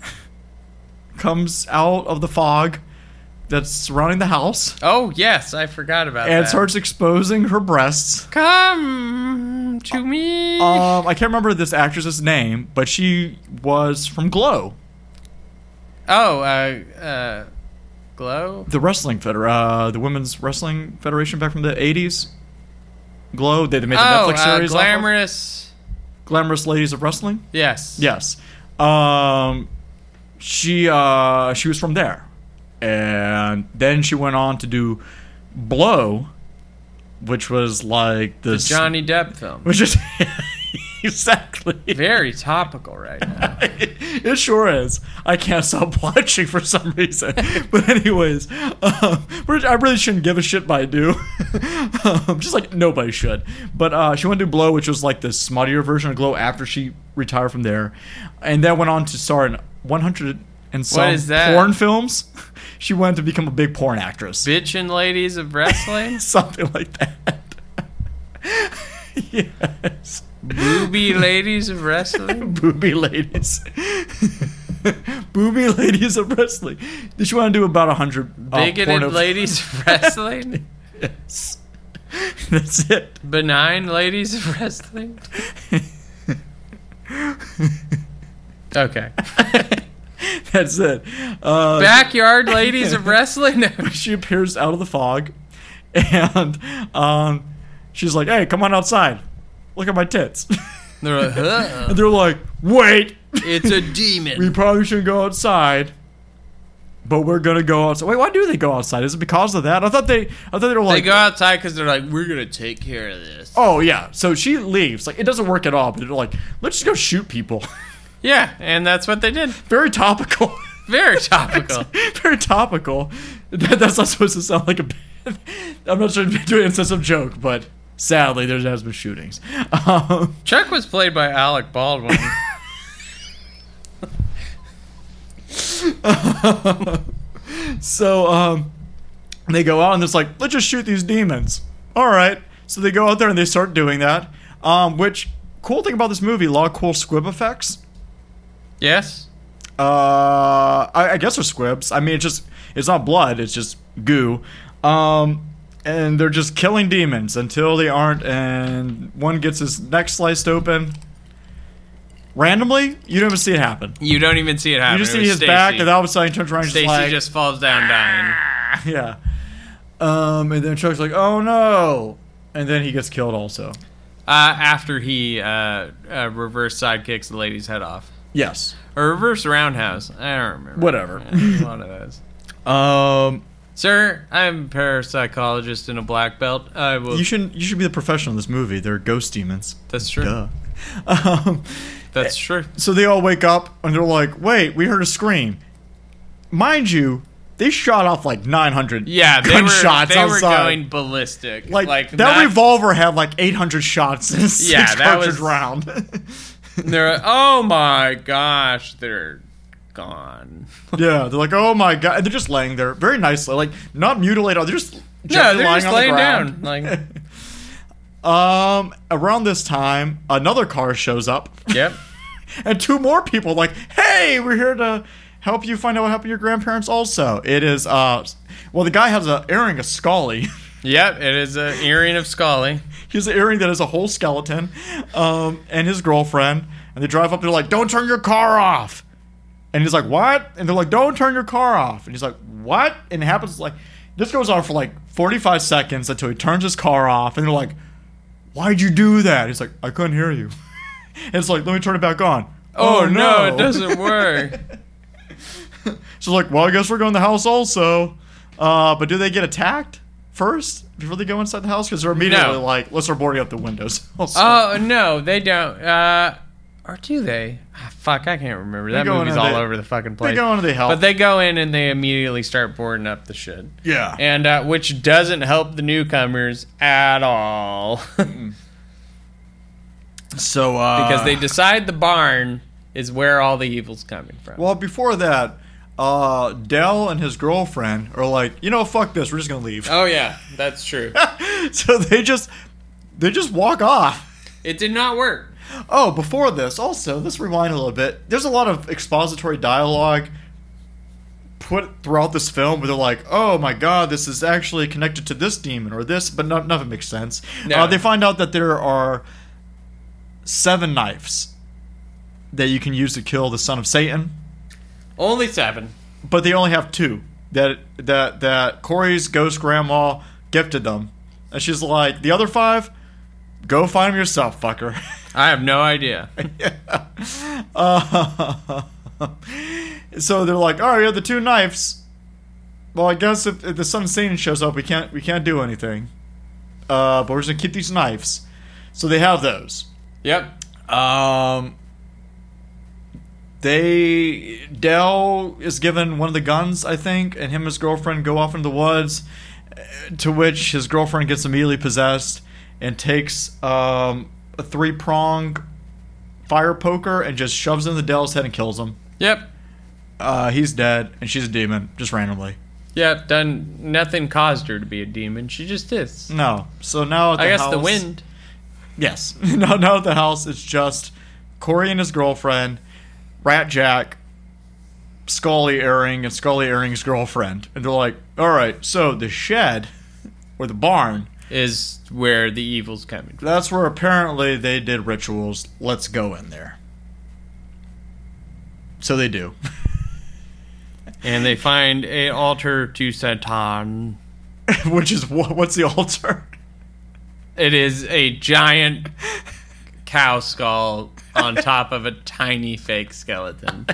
S1: [laughs] comes out of the fog that's surrounding the house
S2: Oh, yes. I forgot about
S1: and
S2: that.
S1: starts exposing her breasts.
S2: Come to me.
S1: Um, I can't remember this actress's name, but she was from Glow,
S2: oh, uh, uh, glow?
S1: the wrestling feder, uh, the women's wrestling federation back from the '80s. Glow, they they made the
S2: Oh,
S1: Netflix
S2: uh,
S1: series, off of.
S2: glamorous.
S1: glamorous ladies of wrestling.
S2: Yes.
S1: Yes. Um, she uh, she was from there, and then she went on to do Blow, which was like
S2: The
S1: this
S2: Johnny Depp film.
S1: [laughs] which is exactly
S2: Very topical
S1: [laughs]
S2: right now.
S1: it sure is. I can't stop [laughs] watching for some reason. But anyways, um, which I really shouldn't give a shit, but I do. [laughs] um, just like nobody should. But uh, she went to Blow, which was like the smuttier version of Glow after she retired from there, and then went on to star in 100 and some
S2: is that?
S1: porn films. [laughs] She went to become a big porn actress, [laughs]
S2: Bitchin' ladies of wrestling,
S1: something like that. [laughs] yes.
S2: booby ladies of wrestling.
S1: [laughs] booby ladies. [laughs] booby ladies of wrestling. Did you want to do about a hundred uh,
S2: Bigoted
S1: porno-
S2: ladies of wrestling,
S1: [laughs] Yes. [laughs] That's it.
S2: benign ladies of wrestling. Okay,
S1: That's it. Uh,
S2: backyard ladies of wrestling.
S1: she appears out of the fog, and um, she's like, "Hey, come on outside. Look at my tits." [laughs]
S2: They're like, huh?
S1: and they're like, "Wait,
S2: It's a
S1: we
S2: demon.
S1: probably shouldn't go outside." But we're gonna go outside. Wait, why do they go outside? Is it because of that? I thought they, I thought they were
S2: They
S1: like,
S2: go outside because they're like, we're gonna take care of this.
S1: Oh yeah. So she leaves. Like it doesn't work at all. But they're like, let's just go shoot people. [laughs]
S2: Yeah, and that's what they did.
S1: Very topical.
S2: Very topical.
S1: [laughs] Very topical. That, that's not supposed to sound like a. bad- [laughs] I'm not sure to do an insensitive joke, but sadly there has been shootings. [laughs] Um,
S2: Chuck was played by Alec Baldwin.
S1: so um, they go out and it's like, let's just shoot these demons. All right. So they go out there and they start doing that. Um, which cool thing about this movie, a lot of cool squib effects.
S2: yes.
S1: Uh, I, I guess they're squibs. I mean, it's just it's not blood. It's just goo. Um, and they're just killing demons until they aren't, and one gets his neck sliced open, randomly. You don't even see it happen.
S2: You don't even see it happen.
S1: You just
S2: It
S1: see his
S2: was
S1: back,
S2: Stacy.
S1: and all of a sudden he turns around and
S2: Stacy
S1: just like, "Ah!"
S2: just falls down dying.
S1: yeah. Um, and then Chuck's like, oh no, and then he gets killed also.
S2: Uh, after he uh, uh, reverse sidekicks the lady's head off.
S1: Yes.
S2: Or reverse roundhouse. I don't remember. [laughs]
S1: Whatever.
S2: Yeah, one of those.
S1: Um,
S2: Sir, I'm a parapsychologist in a black belt. I will.
S1: you should you should be the professional in this movie. They're ghost demons.
S2: that's true.
S1: Duh. [laughs] Um,
S2: That's true.
S1: so they all wake up and they're like, wait, we heard a scream. Mind you, they shot off like 900
S2: Yeah, they
S1: gunshots
S2: were they were
S1: outside.
S2: going ballistic.
S1: like,
S2: Like,
S1: that
S2: not-
S1: revolver had like 800 shots in a six
S2: [laughs] Yeah, that
S1: cartridge
S2: was-
S1: round. [laughs]
S2: They're oh my gosh, they're gone.
S1: yeah, they're like, oh my god, and they're just laying there very nicely, like not mutilated. They're just
S2: Yeah,
S1: gently
S2: they're
S1: lying
S2: just
S1: on
S2: laying
S1: the ground.
S2: down.
S1: [laughs]
S2: Like,
S1: Um, around this time, another car shows up,
S2: [laughs] yep.
S1: and two more people like, "Hey, we're here to help you find out what happened to your grandparents." Also, it is uh, well, the guy has a earring of Scully. [laughs]
S2: Yep, it is an earring of Scully.
S1: he has an earring that is a whole skeleton, um, and his girlfriend, and they drive up. They're like, "Don't turn your car off," and he's like, "What?" And they're like, "Don't turn your car off," and he's like, "What?" And it happens like this goes on for like forty five seconds until he turns his car off, and they're like, "Why'd you do that?" He's like, "I couldn't hear you," [laughs] and it's like, "Let me turn it back on."
S2: Oh, no, it doesn't work.
S1: So like, well, I guess we're going to the house also. Uh, but do they get attacked first before they go inside the house? Because they're immediately
S2: No.
S1: like, let's start boarding up the windows. [laughs] Also.
S2: [laughs] Oh no, they don't. Uh, or do they? Ah, Fuck, I can't remember. That
S1: go
S2: movie's
S1: into
S2: all
S1: the-
S2: over the fucking place.
S1: they go into the house.
S2: but they go in and they immediately start boarding up the shit.
S1: yeah.
S2: And uh, which doesn't help the newcomers at all [laughs]
S1: so uh,
S2: because they decide the barn is where all the evil's coming from.
S1: well before that, uh, Dell and his girlfriend are like, you know, fuck this, we're just gonna leave.
S2: oh yeah, that's true.
S1: [laughs] so they just they just walk off.
S2: [laughs] it did not work.
S1: Oh, before this, also, let's rewind a little bit. There's a lot of expository dialogue put throughout this film where they're like, oh my god, this is actually connected to this demon or this, but no, none of it makes sense.
S2: No.
S1: Uh, they find out that there are seven knives that you can use to kill the son of Satan,
S2: Only seven.
S1: but they only have two that, that, that Corey's ghost grandma gifted them. And she's like, the other five, go find them yourself, fucker. [laughs]
S2: I have no [laughs] idea.
S1: Uh, [laughs] so they're like, "All right, we have the two knives." Well, I guess if, if the son of Satan shows up, we can't we can't do anything. Uh, but we're just gonna keep these knives. So they have those.
S2: yep.
S1: Um, they Dell is given one of the guns, I think, and him and his girlfriend go off into the woods. uh, To which his girlfriend gets immediately possessed and takes um, a three prong fire poker and just shoves it in the Dell's head and kills him.
S2: Yep.
S1: Uh, he's dead, and she's a demon, just randomly.
S2: Yep. Done. Nothing caused her to be a demon. She just is.
S1: No, so now at the
S2: I guess the
S1: house-
S2: wind.
S1: Yes. [laughs] no, now at the house, it's just Corey and his girlfriend, Rat Jack, Scully Earring, and Scully Earring's girlfriend. And they're like, all right, so the shed or the barn,
S2: is where the evil's coming from.
S1: that's where apparently they did rituals. Let's go in there. So they do. [laughs]
S2: And they find a altar to Satan.
S1: Which is wha- what's the [laughs] altar?
S2: It is a giant cow skull on top of a tiny fake skeleton.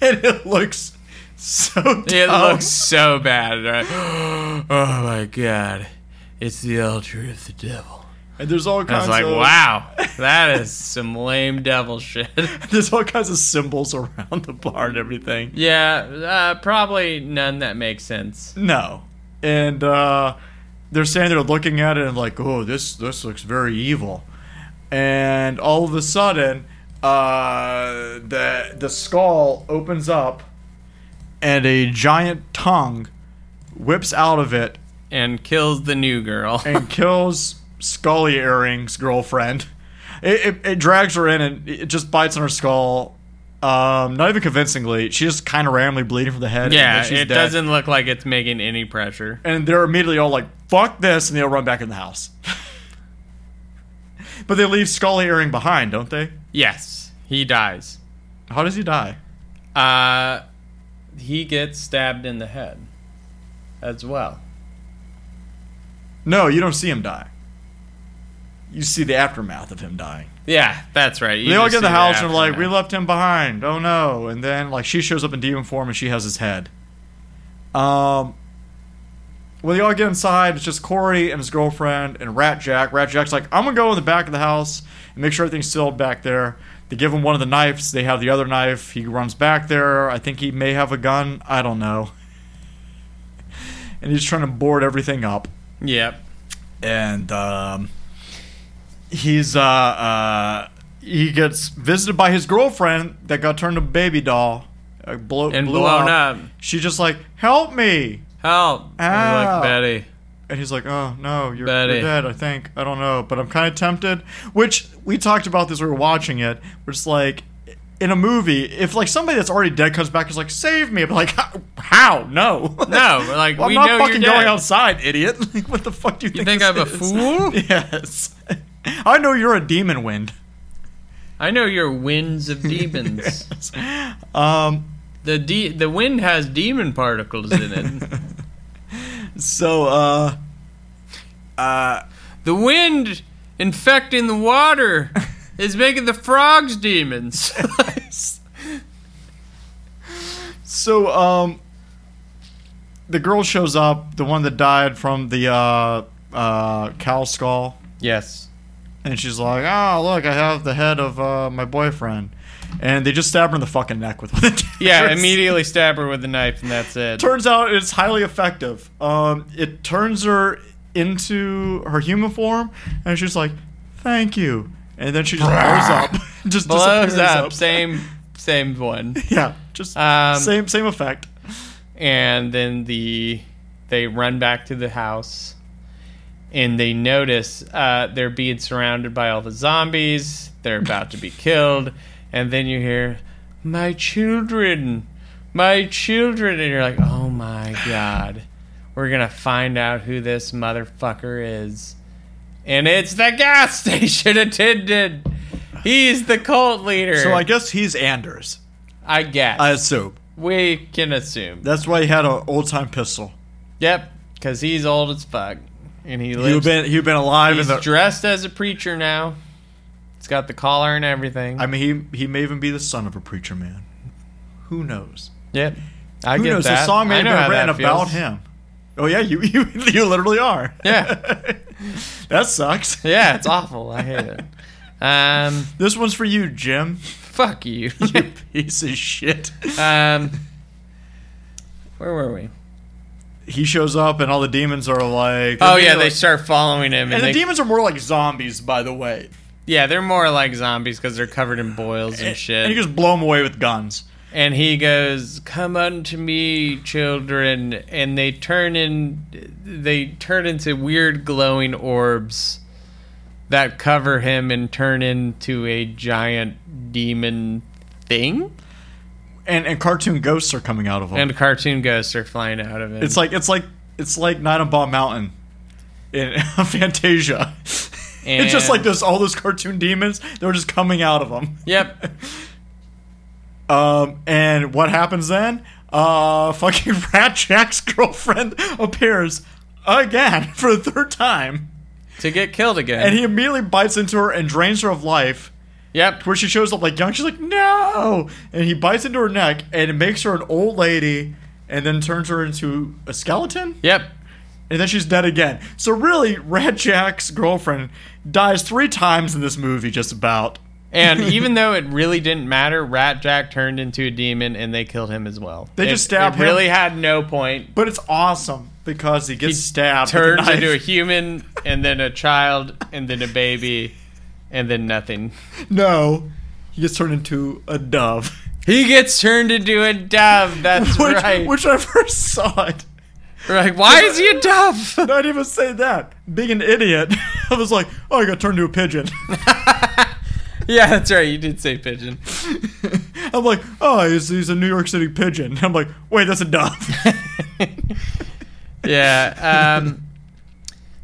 S1: and it looks so dumb.
S2: It looks so bad. Right?
S1: [laughs]
S2: [gasps] Oh my god. It's the altar of the devil.
S1: And there's all
S2: I
S1: kinds
S2: was like,
S1: of
S2: wow, that is some lame devil shit.
S1: [laughs]
S2: [laughs]
S1: There's all kinds of symbols [laughs] around the bar and everything.
S2: yeah, uh, probably none that makes sense.
S1: No. And uh, they're standing there looking at it and like, oh, this this looks very evil. And all of a sudden, uh, the the skull opens up, and a giant tongue whips out of it
S2: And kills the new
S1: [laughs]
S2: girl. [laughs]
S1: and kills Scully Earring's girlfriend. It, it, it drags her in and it just bites on her skull. Um, not even convincingly, she's just kind of randomly bleeding from the head. and then
S2: yeah,
S1: she's
S2: it
S1: dead.
S2: doesn't look like it's making any pressure.
S1: and they're immediately all like, "Fuck this!" and they'll run back in the [laughs] house. but they leave Scully Earring behind, don't they?
S2: Yes. He dies.
S1: How does he die?
S2: Uh, he gets stabbed in the head as well.
S1: No, you don't see him die. You see the aftermath of him dying.
S2: Yeah, that's right. You
S1: they all
S2: just
S1: get in the
S2: see
S1: house and are like,
S2: aftermath.
S1: "We left him behind. Oh no!" And then like she shows up in demon form and she has his head. Um, when they all get inside, it's just Corey and his girlfriend and Rat Jack. Rat Jack's like, "I'm gonna go in the back of the house and make sure everything's sealed back there." They give him one of the knives. They have the other knife. He runs back there. I think he may have a gun. I don't know. [laughs] And he's trying to board everything up
S2: Yep.
S1: and um, he's uh, uh, he gets visited by his girlfriend that got turned to baby doll, uh, blow,
S2: And
S1: blew
S2: blown
S1: up.
S2: up.
S1: She's just like, "Help me!"
S2: Help! I
S1: Ow.
S2: like Betty.
S1: And he's like, "Oh no, you're,
S2: Betty.
S1: you're dead. I think I don't know, but I'm kind of tempted." Which we talked about this. when We were watching it. We're just like. In a movie, if like somebody that's already dead comes back and is like, "Save me," I'm like, "How? No,
S2: No, we're
S1: [laughs]
S2: like
S1: I'm
S2: we
S1: not
S2: know
S1: fucking
S2: you're
S1: going
S2: dead.
S1: outside, idiot. [laughs] Like, what the fuck do you,
S2: You
S1: think?
S2: think I'm a
S1: this is? [laughs]
S2: fool?
S1: Yes. I know you're a demon wind. [laughs]
S2: I know you're winds [laughs] of demons.
S1: Um.
S2: The de- the wind has demon particles in [laughs] it.
S1: So, uh,
S2: the wind infecting the water is making the frogs [laughs] demons.
S1: so, um, the girl shows up, the one that died from the uh, uh, cow skull,
S2: yes.
S1: and she's like, "Oh, look, I have the head of uh, my boyfriend," and they just stab her in the fucking neck with it.
S2: Yeah, immediately stab her with a knife and that's it.
S1: turns out it's highly effective. Um, it turns her into her human form, and she's like, "Thank you," and then she just blows up. [laughs] just
S2: Blows
S1: disappears
S2: up. Same same one.
S1: [laughs] Yeah, just
S2: Um,
S1: same same effect.
S2: and then the they run back to the house and they notice uh, they're being surrounded by all the zombies they're about to be killed and then you hear my children my children and you're like oh my god we're gonna find out who this motherfucker is and it's the gas [laughs] station attendant he's the cult leader
S1: So I guess he's Anders.
S2: I guess
S1: I assume
S2: we can assume
S1: that's why he had an old time pistol.
S2: Yep, because he's old as fuck, and he
S1: He'd
S2: lives.
S1: been he'd been alive in
S2: he's
S1: the.
S2: dressed as a preacher now. He's got the collar and everything.
S1: I mean, he he may even be the son of a preacher man. Who knows?
S2: yep, I
S1: Who
S2: get
S1: knows?
S2: that.
S1: The song may
S2: I
S1: have
S2: know
S1: been
S2: how
S1: written
S2: that
S1: about
S2: feels.
S1: him. Oh yeah, you [laughs] you, you literally are. [laughs]
S2: Yeah,
S1: that sucks.
S2: yeah, it's awful. I hate it. Um,
S1: This one's for you,
S2: [laughs]
S1: Jim.
S2: fuck you.
S1: [laughs] You piece of
S2: [laughs]
S1: shit.
S2: um, where were we?
S1: He shows up, and all the demons are like.
S2: Oh yeah, they
S1: like-
S2: start following him, and,
S1: and the
S2: they,
S1: demons are more like zombies, by the way.
S2: yeah, they're more like zombies because they're covered in boils and shit.
S1: And you just blow them away with guns.
S2: and he goes come unto me children and they turn in they turn into weird glowing orbs that cover him and turn into a giant demon thing
S1: And and cartoon ghosts are coming out of them.
S2: and cartoon ghosts are flying out of it
S1: it's like it's like it's like Night on Bomb Mountain in [laughs] Fantasia. it's just
S2: And-
S1: like those all those cartoon demons. They're just coming out of them.
S2: yep
S1: Um, and what happens then? Uh, fucking [laughs] Rat Jack's girlfriend appears again [laughs] for the third time.
S2: to get killed again
S1: And he immediately bites into her and drains her of life.
S2: yep
S1: [laughs] Where she shows up like young, she's like, no! And he bites into her neck and it makes her an old lady and then turns her into a skeleton.
S2: yep
S1: And then she's dead again. So, really, Rat Jack's girlfriend dies three times in this movie, just about. [laughs]
S2: and even though it really didn't matter rat jack turned into a demon and they killed him as well
S1: They
S2: It-
S1: just stabbed
S2: it
S1: him.
S2: really had no point
S1: But it's awesome because he gets stabbed. with a
S2: turns into a
S1: knife.
S2: human and then a child and then a baby and then nothing.
S1: No, he gets turned into a dove. [laughs]
S2: He gets turned into a dove. [laughs] That's
S1: Which,
S2: right.
S1: which I first saw it.
S2: We're like, why is he a dove? [laughs]
S1: Not even say that. Being an idiot, [laughs] I was like, oh, I got turned into a pigeon. [laughs]
S2: yeah, that's right. You did say pigeon.
S1: I'm like, oh, he's, he's a New York City pigeon. [laughs] I'm like, wait, that's a
S2: [laughs]
S1: dove.
S2: Yeah. Um,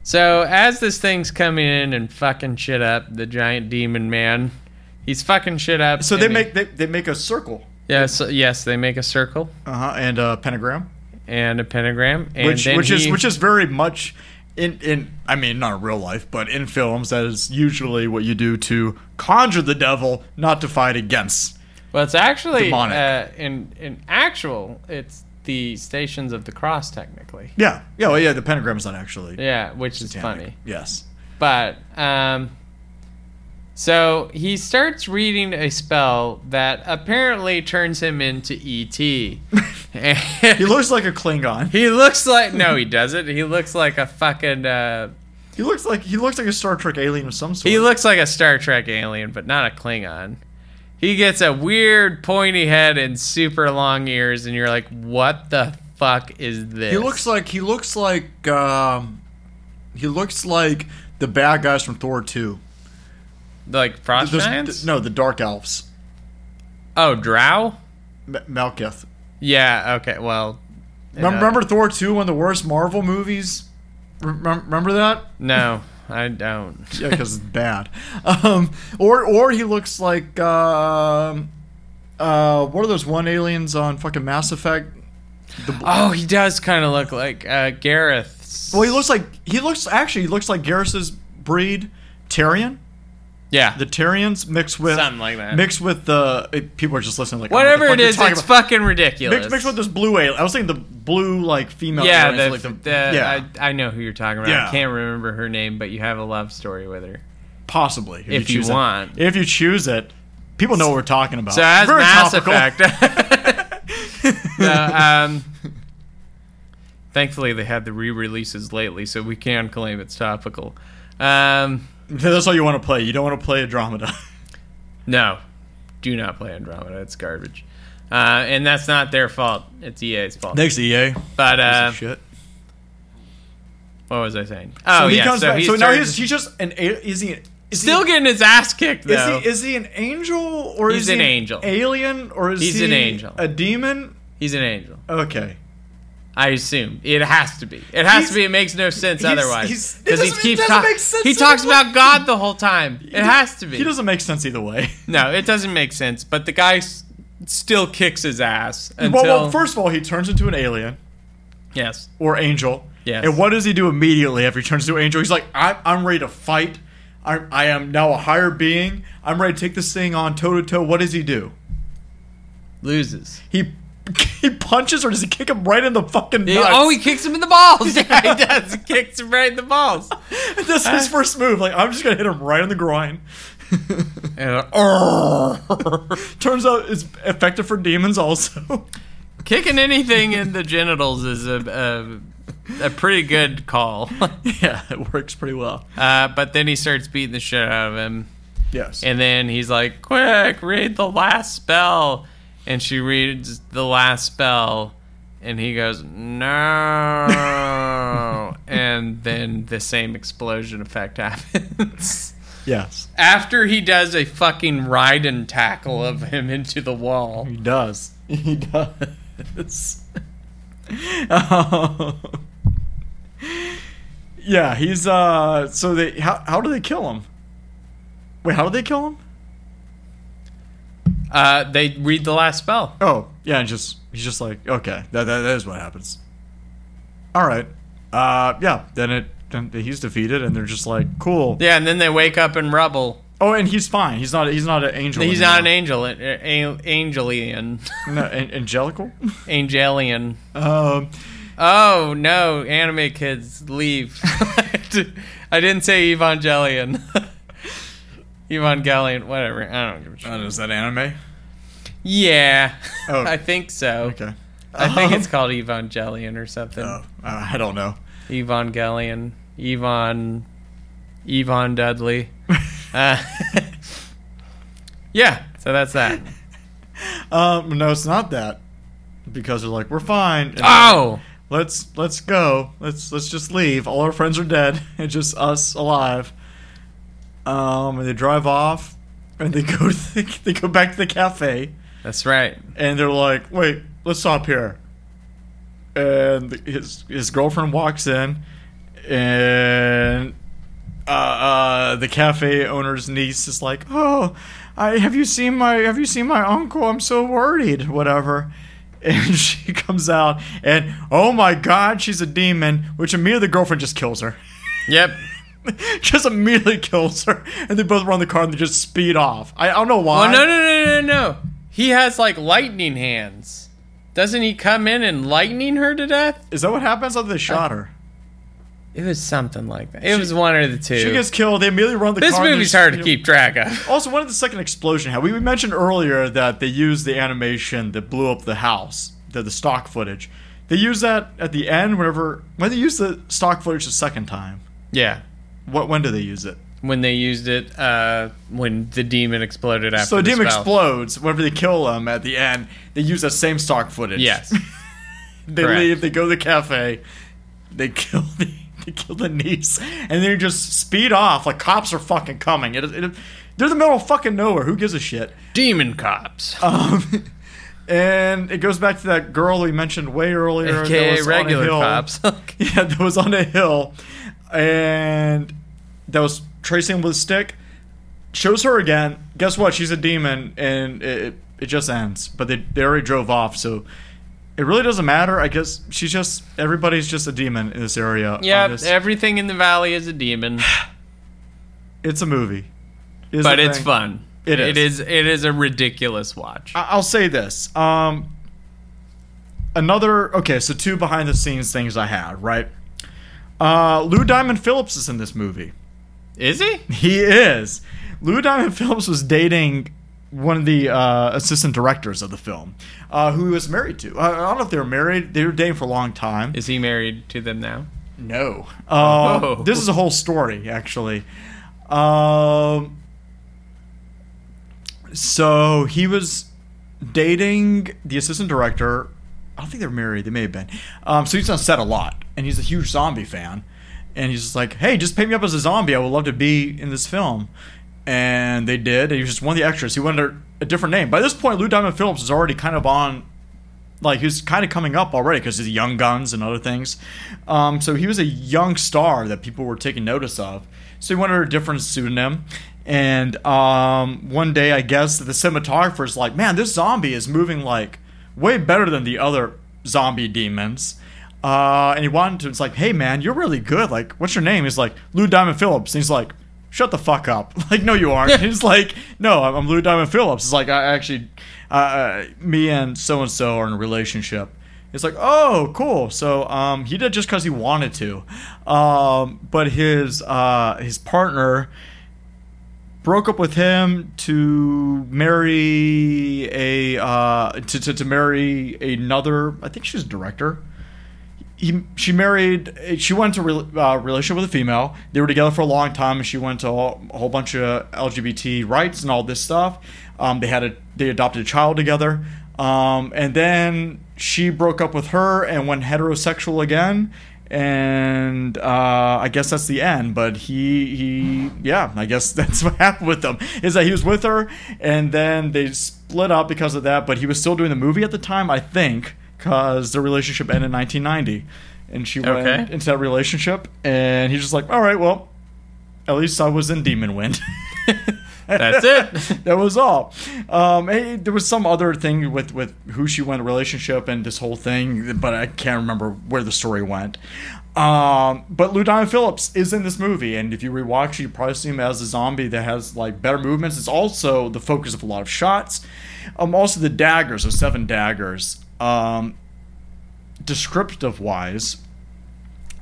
S2: so as this thing's coming in and fucking shit up, the giant demon man He's fucking shit up.
S9: So they
S2: and he-
S9: make they, they make a circle,
S2: yeah, so, yes, they make a circle
S9: uh-huh, and a pentagram,
S2: and a pentagram, and
S9: which
S2: then
S9: which is
S2: he-
S9: which is very much in in I mean not in real life, but in films that is usually what you do to conjure the devil, not to fight against.
S2: well, it's actually
S9: demonic.
S2: uh, in in actual, it's the Stations of the Cross technically.
S9: Yeah, yeah, well, yeah. The pentagram's not actually.
S2: Yeah, which is
S9: satanic.
S2: funny.
S9: Yes.
S2: But um so he starts reading a spell that apparently turns him into E [laughs] ET.
S9: [laughs]
S2: And
S9: He looks like a Klingon.
S2: he looks like no, he doesn't. He looks like a fucking uh
S9: He looks like he looks like a Star Trek alien of some sort.
S2: he looks like a Star Trek alien, but not a Klingon. He gets a weird pointy head and super long ears and you're like, "What the fuck is this?"
S1: He looks like he looks like um, he looks like the bad guys from Thor two.
S2: like frost
S1: There's-
S2: giants?
S1: no, the dark elves,
S2: Oh, drow?
S1: M- Malkith.
S2: Yeah, okay. Well,
S1: Remember,
S2: uh,
S1: remember Thor two, one of the worst Marvel movies. Remem- Remember that?
S2: no, I don't.
S1: Yeah, because it's bad. Um, or or he looks like um, uh, what are those one aliens on fucking Mass Effect?
S2: Oh, he does kind of look like uh, Gareth.
S1: Well, he looks like he looks actually he looks like Garrus's breed, Tyrion.
S2: yeah,
S1: The Tyrians mixed with
S2: something like that.
S1: mixed with the eh, people are just listening like
S2: Whatever
S1: "Oh, what
S2: it
S1: the fuck
S2: is,
S1: you're talking
S2: it's
S1: about?"
S2: fucking ridiculous.
S1: mixed, mixed with this blue alien. I was thinking the blue like female.
S2: yeah, the,
S1: aliens, like
S2: the,
S1: the, yeah,
S2: I, I know who you're talking about. I
S1: Yeah.
S2: can't remember her name, but you have a love story with her.
S1: possibly
S2: if you
S1: choose it.
S2: want.
S1: If you choose it, people know what we're talking about.
S2: So that's
S1: Very
S2: Mass
S1: topical.
S2: Effect.
S1: [laughs]
S2: [laughs] so, um, thankfully, they had the re-releases lately, so we can claim it's topical. Um,
S1: That's all you want to play. You don't want to play [laughs] Andromeda.
S2: No, do not play Andromeda. It's garbage, uh, and that's not their fault. It's EA's fault.
S1: Thanks, EA.
S2: but uh,
S1: shit.
S2: what was I saying? Oh
S1: So he
S2: yeah,
S1: comes
S2: so
S1: back.
S2: he's
S1: So now
S2: turned-
S1: he's, he's just an. a- Is he? Is
S2: still
S1: he,
S2: getting his ass kicked
S1: Is
S2: though.
S1: he? Is he an angel or
S2: He's
S1: is he
S2: an angel.
S1: Alien or is
S2: He's
S1: he
S2: an angel.
S1: A demon?
S2: he's an angel.
S1: Okay.
S2: I assume it has to be. It has
S1: He's-
S2: to be. It makes no sense
S1: he's-
S2: otherwise.
S1: he's- it
S2: he
S1: doesn't- it
S2: keeps
S1: doesn't
S2: talking.
S1: make sense
S2: He
S1: to
S2: talks
S1: me.
S2: about God the whole time. It has to be.
S1: He doesn't make sense either way. [laughs]
S2: no, it doesn't make sense. But the guy s- still kicks his ass until
S1: well, well, first of all, he turns into an alien
S2: yes.
S1: or angel.
S2: Yes.
S1: And what does he do immediately after he turns into an angel? He's like, I'm, I'm ready to fight. I'm, I am now a higher being. I'm ready to take this thing on toe to toe. What does he do?
S2: Loses.
S1: He [laughs] he punches or does he kick him right in the fucking
S2: He-
S1: nuts?
S2: oh,
S1: [laughs]
S2: he kicks him in the balls. [laughs] Yeah, he does. He kicks him right in the balls.
S1: That's
S2: [laughs]
S1: his first move. Like, I'm just gonna hit him right in the groin.
S2: And, [laughs] "Arrgh."
S1: Turns out it's effective for demons
S2: [laughs]
S1: also.
S2: Kicking anything in the genitals is a, a, a pretty good call.
S1: yeah, it works pretty well.
S2: Uh, but then he starts beating the shit out of him.
S1: Yes.
S2: And then he's like, Quick, read the last spell. And she reads the last spell. And he goes, No. and then the same explosion effect [laughs] happens.
S1: yes,
S2: After he does a fucking ride and tackle of him into the wall.
S1: he does. He does. Um, [laughs] yeah, he's uh. So they how how do they kill him? Wait, how do they kill him?
S2: Uh, they read the last spell.
S1: Oh, yeah, and just he's just like, okay, that, that, that is what happens. All right, uh, yeah. Then it then he's defeated, and they're just like, cool.
S2: Yeah, and then they wake up in rubble.
S1: Oh, and he's fine. He's not he's not an angel.
S2: He's not an
S1: anymore.
S2: angel, an- an- angelian, [laughs]
S1: No, an- angelical.
S2: angelian.
S1: um,
S2: Oh no, anime
S1: [laughs]
S2: kids leave. I didn't say Evangelion. [laughs] Evangelion, whatever. I don't give a shit.
S1: is that anime?
S2: Yeah,
S1: Oh.
S2: [laughs] I think so.
S1: Okay.
S2: I think it's called Evangelion or something.
S1: Oh, uh, I don't know. [laughs]
S2: Evangelion, Yvonne, Yvonne Dudley. [laughs] Uh, yeah, so that's that.
S1: Um, no, it's not that. Because they're like, we're fine. And
S2: Oh,
S1: let's let's go. Let's let's just leave. All our friends are dead. [laughs] It's just us alive. Um, and they drive off, and they go to the, [laughs] they go back to the cafe,
S2: that's right.
S1: and they're like, wait, let's stop here. And his his girlfriend walks in, and uh, uh, the cafe owner's niece is like, "Oh, I have you seen my have you seen my uncle? I'm so worried." Whatever. [laughs] And she comes out, and oh my god, she's a demon. Which immediately the girlfriend just kills her. [laughs]
S2: Yep.
S1: just immediately kills her, and they both run the car and they just speed off. I, I don't know why.
S2: Oh no no no no no! He has like lightning hands. Doesn't he come in and lightning her to death?
S1: Is that what happens? Other they shot her.
S2: It was something like that. It was one or the two.
S1: She gets killed. They immediately run the
S2: this
S1: car. and
S2: movie's
S1: just-
S2: hard to keep track of.
S1: Also, when did the second explosion happen? We, we mentioned earlier that they used the animation that blew up the house, the, the stock footage. They used that at the end, whenever. When they used the stock footage the second time?
S2: Yeah.
S1: What When do they use it?
S2: When they used it, uh, when the demon exploded after
S1: so
S2: the
S1: Dim
S2: spell.
S1: explodes. Whenever they kill him at the end, they use that same stock footage.
S2: Yes.
S1: [laughs] they
S2: correct.
S1: leave, they go to the cafe, they kill the. [laughs] They kill the niece, and they just speed off like cops are fucking coming. It, it, they're the middle of fucking nowhere. Who gives a shit?
S2: demon cops.
S1: Um, [laughs] and it goes back to that girl we mentioned way earlier. that
S2: AKA
S1: was
S2: regular
S1: on a hill.
S2: cops.
S1: [laughs]
S2: [laughs]
S1: yeah, that was on a hill, and that was tracing with a stick. Shows her again. Guess what? She's a demon, and it it- it just ends. But they they already drove off, so. It really doesn't matter. I guess she's just everybody's just a demon in this area. on
S2: yeah,
S1: this-
S2: everything in the valley is a demon,
S1: it's a movie, Is
S2: but
S1: the
S2: it's
S1: thing.
S2: fun.
S1: It
S2: It
S1: is.
S2: is. It is a ridiculous watch.
S1: I- I'll say this. Um, another okay, so two behind the scenes things I had right. Uh, Lou Diamond Phillips is in this movie.
S2: Is he?
S1: He is. Lou Diamond Phillips was dating one of the uh, assistant directors of the film, uh, who he was married to. I, I don't know if they were married. They were dating for a long time.
S2: Is he married to them now?
S1: No. Um,
S2: Oh.
S1: This is a whole story, actually. Um, so he was dating the assistant director. I don't think they're married. They may have been. Um, so he's on set a lot, and he's a huge zombie fan. And he's just like, "Hey, just pay me up as a zombie. I would love to be in this film." And they did. And he was just one of the extras. He went under a different name. By this point, Lou Diamond Phillips is already kind of on like he was kind of coming up already because he's Young Guns and other things. Um, so he was a young star that people were taking notice of. So he went under a different pseudonym. And um, one day, I guess the cinematographer's like, "Man, this zombie is moving like way better than the other zombie demons." Uh, and he wanted to. It's like, "Hey, man, you're really good. Like, what's your name?" He's like, "Lou Diamond Phillips." And he's like, "Shut the fuck up!" [laughs] Like, no, you aren't. he's like, "No, I'm, I'm Lou Diamond Phillips." It's like, I actually uh, me and so and so are in a relationship. It's like, oh, cool. So um, he did just because he wanted to, um, but his uh, his partner broke up with him to marry a uh, to, to to marry another. I think she was a director. He, she married. She went to re, uh, relationship with a female. They were together for a long time, and she went to all, a whole bunch of LGBT rights and all this stuff. Um, they had a they adopted a child together, um, and then she broke up with her and went heterosexual again. And uh, I guess that's the end. But he he yeah, I guess [laughs] that's what happened with them is that he was with her, and then they split up because of that. But he was still doing the movie at the time, I think because their relationship ended in 1990, and she went
S2: Okay.
S1: into that relationship, and he's just like, all right, well, at least I was in Demon Wind. [laughs]
S2: That's it.
S1: that was all. Um, eh, there was some other thing with with who she went in a relationship and this whole thing, but I can't remember where the story went. Um, but Lou Diamond Phillips is in this movie, and if you rewatch, you probably see him as a zombie that has like better movements. It's also the focus of a lot of shots. Um, also the daggers, the seven daggers. Um, descriptive wise.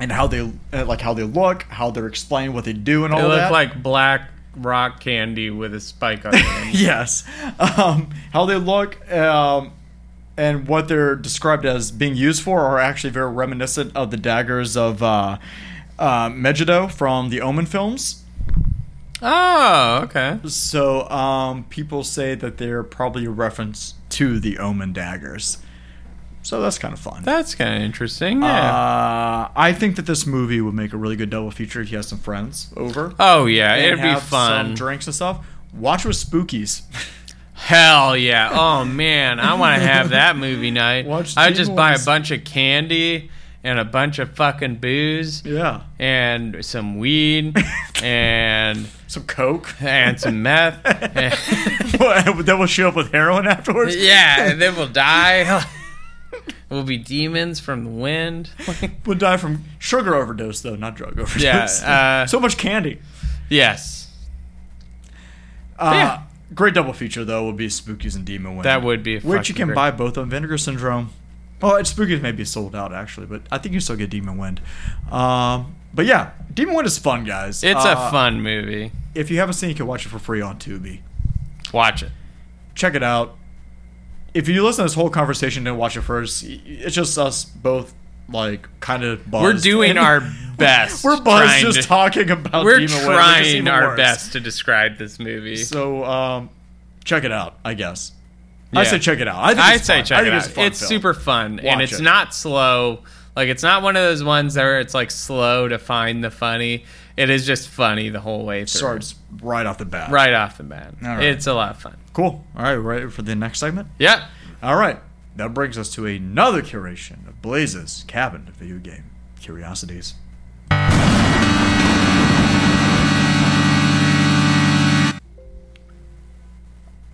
S1: And how they eh, like how they look, how they're explaining what they do, and all
S2: They look
S1: that.
S2: like black rock candy with a spike
S1: [laughs]
S2: on them.
S1: [laughs] yes um, how they look um, and what they're described as being used for are actually very reminiscent of the daggers of uh, uh, Megiddo from the Omen films.
S2: oh, okay.
S1: So um, people say that they're probably a reference to the Omen daggers. So that's kind of fun.
S2: That's kind of interesting. Yeah.
S1: Uh, I think that this movie would make a really good double feature if you had some friends over.
S2: oh yeah,
S1: and
S2: it'd be
S1: have Some
S2: fun.
S1: drinks and stuff. Watch with spookies. [laughs]
S2: Hell yeah! Oh man, I want to have that movie night.
S1: [laughs] Watch
S2: I
S1: Demon
S2: just buy a
S1: Wars.
S2: bunch of candy and a bunch of fucking booze.
S1: Yeah.
S2: And some
S1: [laughs]
S2: weed and
S1: Some coke. [laughs]
S2: and some meth. [laughs] and-
S1: What, then we'll show up with heroin afterwards.
S2: yeah, and then we'll die. [laughs] we'll be demons from
S1: [laughs]
S2: the wind.
S1: [laughs] We'll die from sugar overdose though, not drug overdose.
S2: Yeah,
S1: [laughs]
S2: uh,
S1: so much candy.
S2: yes.
S1: Uh,
S2: yeah.
S1: Great double feature though would be Spookies and Demon Wind.
S2: That would be
S1: which
S2: fucking
S1: you can
S2: great.
S1: buy both on Vinegar Syndrome. Well, it's Spookies may be sold out actually, but I think you still get Demon Wind. Um, but yeah, Demon Wind is fun, guys.
S2: It's
S1: Uh,
S2: a fun movie.
S1: If you haven't seen, it, you can watch it for free on Tubi.
S2: Watch it.
S1: Check it out. If you listen to this whole conversation and watch it first, y- it's just us both like kind of buzzed.
S2: We're doing
S1: And
S2: our best.
S1: [laughs] we're buzzed
S2: trying
S1: just
S2: to-
S1: talking about.
S2: We're
S1: Demon Wind, which is
S2: trying
S1: even
S2: our
S1: worse.
S2: best to describe this movie.
S1: So um, check it out, I guess. I
S2: Yeah.
S1: say check it out. I, think
S2: I
S1: it's
S2: say
S1: fun.
S2: check
S1: I
S2: it
S1: think
S2: out.
S1: It's,
S2: It's,
S1: a fun film.
S2: super fun,
S1: Watch
S2: and it's
S1: it.
S2: not slow. Like it's not one of those ones where it's like slow to find the funny. It is just funny the whole way through.
S1: starts right off the bat.
S2: Right off the bat,
S1: All right.
S2: it's a lot of fun.
S1: Cool. All right, we're ready for the next segment.
S2: Yeah,
S1: All right, that brings us to another curation of Blaze's Cabin to Video Game Curiosities.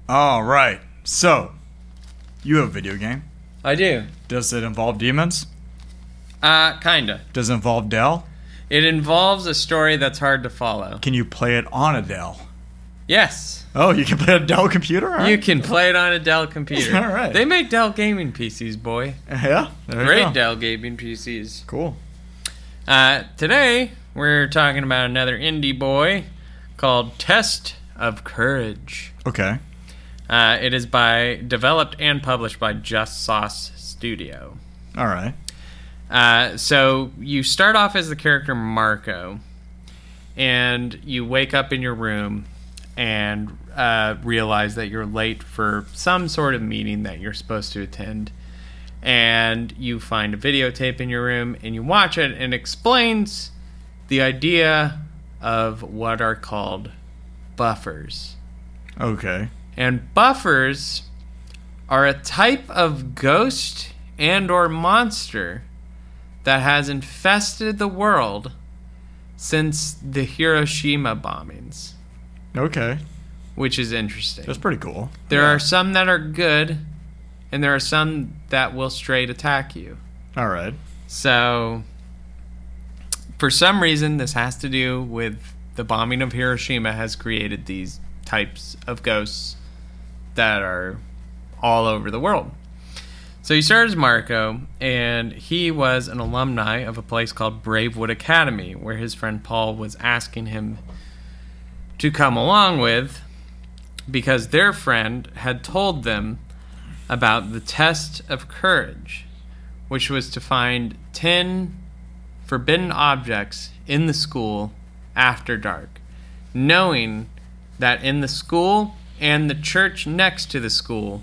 S1: All right, so you have a video game.
S2: I do.
S1: Does it involve demons?
S2: Uh, kinda.
S1: Does it involve Dell?
S2: It involves a story that's hard to follow.
S1: Can you play it on a Dell?
S2: Yes,
S1: Oh, you can [laughs] play a Dell computer? All
S2: you
S1: right.
S2: can play it on a Dell computer.
S1: All right.
S2: They make Dell gaming PCs, boy.
S1: [laughs] Yeah. there you go.
S2: Great Dell gaming PCs.
S1: Cool.
S2: Uh, today we're talking about another indie boy called Test of Courage.
S1: Okay.
S2: Uh, it is by developed and published by Just Sauce Studio.
S1: All right.
S2: Uh, so you start off as the character Marco, and you wake up in your room and uh, realize that you're late for some sort of meeting that you're supposed to attend. And you find a videotape in your room and you watch it, and it explains the idea of what are called buffers.
S1: Okay.
S2: and buffers are a type of ghost and or monster that has infested the world since the Hiroshima bombings,
S1: Okay.
S2: which is interesting.
S1: That's pretty cool.
S2: there are some that are good and there are some that will straight attack you.
S1: All right.
S2: So for some reason this has to do with the bombing of Hiroshima has created these types of ghosts that are all over the world. So he started as Marco, and he was an alumni of a place called Bravewood Academy, where his friend Paul was asking him to come along with because their friend had told them about the test of courage, which was to find 10 forbidden objects in the school after dark, knowing that in the school and the church next to the school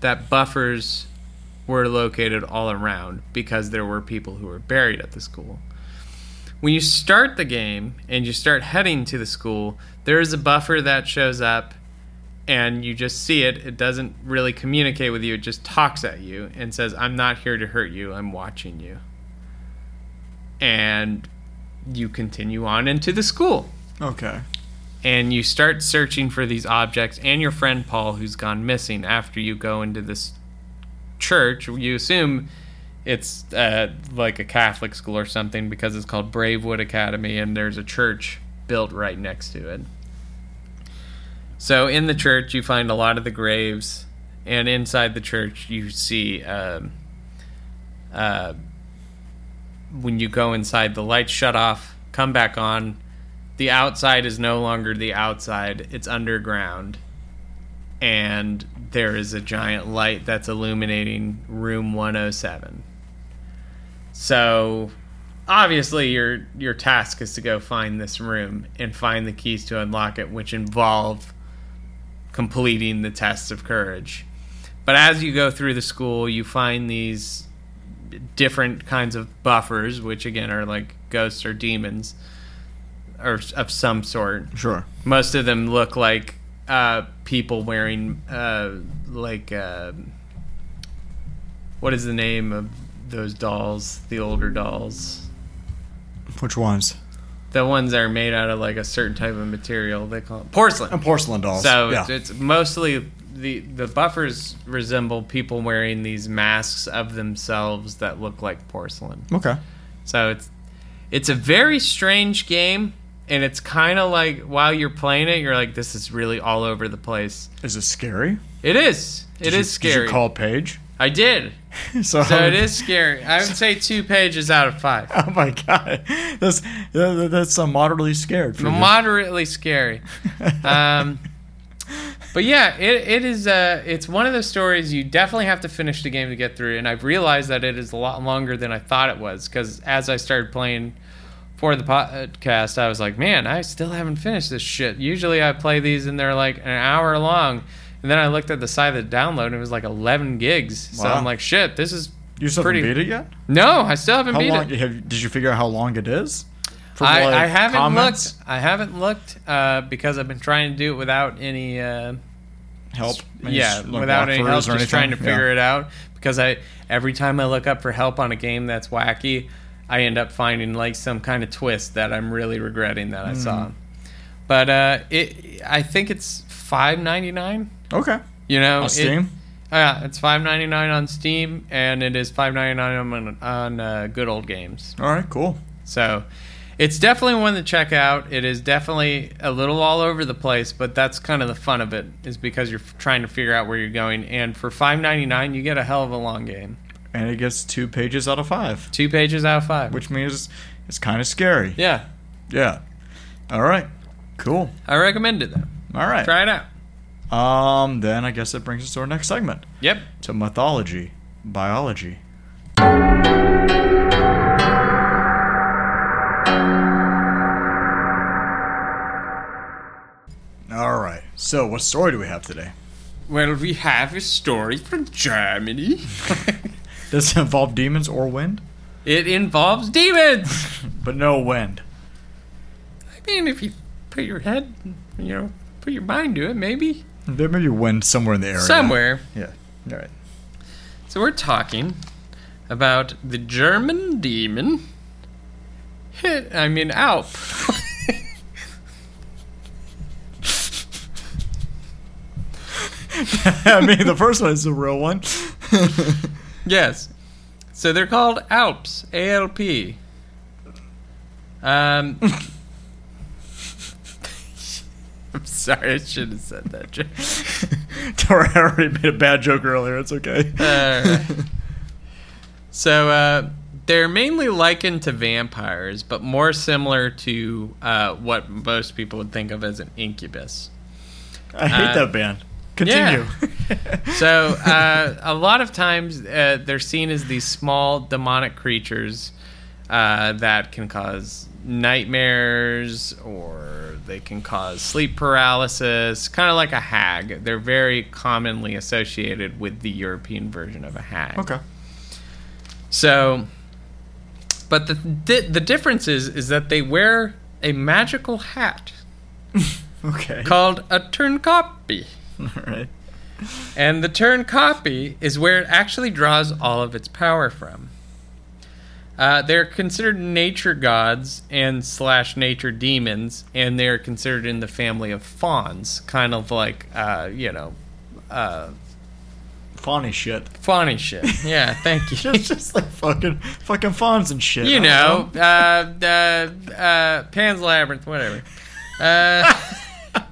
S2: that buffers were located all around because there were people who were buried at the school. When you start the game and you start heading to the school, there is a buffer that shows up and you just see it. It doesn't really communicate with you, it just talks at you and says, I'm not here to hurt you, I'm watching you. And you continue on into the school
S1: Okay.
S2: and you start searching for these objects and your friend Paul who's gone missing after you go into this church you assume it's uh, like a Catholic school or something because it's called Bravewood Academy and there's a church built right next to it so in the church you find a lot of the graves and inside the church you see um, uh, when you go inside the lights shut off come back on the outside is no longer the outside it's underground and there is a giant light that's illuminating room 107 so obviously your your task is to go find this room and find the keys to unlock it which involve completing the tests of courage but as you go through the school you find these different kinds of buffers which again are like ghosts or demons or of some sort.
S1: Sure.
S2: Most of them look like uh, people wearing uh, like uh, what is the name of those dolls, the older dolls.
S1: Which ones?
S2: The ones that are made out of like a certain type of material. They call it porcelain.
S1: And Oh, porcelain dolls.
S2: So
S1: yeah.
S2: it's, it's mostly the the buffers resemble people wearing these masks of themselves that look like porcelain.
S1: okay.
S2: So it's it's a very strange game, and it's kind of like while you're playing it, you're like, this is really all over the place.
S1: Is it scary?
S2: It is. It is
S1: Did you-
S2: scary.
S1: Did you call Paige? [laughs]
S2: I did.
S1: So,
S2: So it is scary. I would say two pages out of five.
S1: [laughs] Oh my god, that's that- that's uh, moderately scared. For you.
S2: Moderately scary. Um, but yeah, it, it is. Uh, it's one of those stories you definitely have to finish the game to get through. And I've realized that it is a lot longer than I thought it was because as I started playing for the podcast, I was like, man, I still haven't finished this shit. Usually I play these and they're like an hour long. And then I looked at the side of the download and it was like 11 gigs. So
S1: Wow.
S2: I'm like, shit, this is.
S1: [laughs] you still
S2: pretty-
S1: haven't beat it yet.
S2: No, I still haven't
S1: How
S2: beat
S1: long
S2: it.
S1: have, did you figure out how long it is? From, like,
S2: I, I haven't
S1: comments?
S2: looked. I haven't looked uh, because I've been trying to do it without any. Uh,
S1: help. Any
S2: yeah,
S1: s- like
S2: without any
S1: walkthroughs
S2: help,
S1: or
S2: just trying to
S1: anything?
S2: figure
S1: Yeah.
S2: it out. Because I every time I look up for help on a game that's wacky, I end up finding like some kind of twist that I'm really regretting that I
S1: Mm.
S2: saw. But uh, it, I think it's five ninety nine.
S1: Okay.
S2: You know,
S1: On
S2: it- Oh,
S1: Steam?
S2: yeah, it's five ninety nine on Steam, and it is five ninety nine on on uh, Good Old Games.
S1: All right. Cool.
S2: So it's definitely one to check out. It is definitely a little all over the place, but that's kind of the fun of it is because you're f- trying to figure out where you're going. And for five ninety nine, you get a hell of a long game.
S1: And it gets two pages out of five,
S2: Two pages out of five.
S1: which means it's kind of scary.
S2: yeah,
S1: Yeah. All right. Cool.
S2: I recommend it though.
S1: All right.
S2: Try it out.
S1: Um. Then I guess that brings us to our next segment,
S2: Yep.
S1: to mythology, biology. All right. So, what story do we have today?
S2: Well, we have a story from Germany.
S1: Does it involve demons or wind?
S2: it involves demons.
S1: But no wind.
S2: I mean, if you put your head, you know, put your mind to it, maybe
S1: There may be wind somewhere in the area.
S2: somewhere.
S1: Yeah. All right. [laughs]
S2: So we're talking about the German demon. I mean, Alp.
S1: I mean, the first one is the real one. [laughs]
S2: yes. So they're called Alps. A L P. Um. [laughs] I'm sorry, I should have said that. joke.
S1: Sorry, I already made a bad joke earlier. It's okay.
S2: Uh, Alright. so uh, they're mainly likened to vampires, but more similar to uh, what most people would think of as an incubus.
S1: I hate
S2: uh,
S1: that band. Continue. [laughs]
S2: So uh, a lot of times uh, they're seen as these small demonic creatures uh, that can cause nightmares or they can cause sleep paralysis, kind of like a hag. They're very commonly associated with the European version of a hag.
S1: okay.
S2: So, but the di- the difference is is that they wear a magical hat
S1: Okay.
S2: called a turncopy.
S1: All right.
S2: And the turn copy is where it actually draws all of its power from. Uh, they're considered nature gods and slash nature demons, and they're considered in the family of fauns, kind of like uh, you know, uh,
S1: Fawny shit.
S2: fawny shit. Yeah, thank you.
S1: It's [laughs] just like fucking fucking fawns and shit. I
S2: you know,
S1: don't
S2: uh, uh, uh, Pan's Labyrinth, whatever. Uh, [laughs]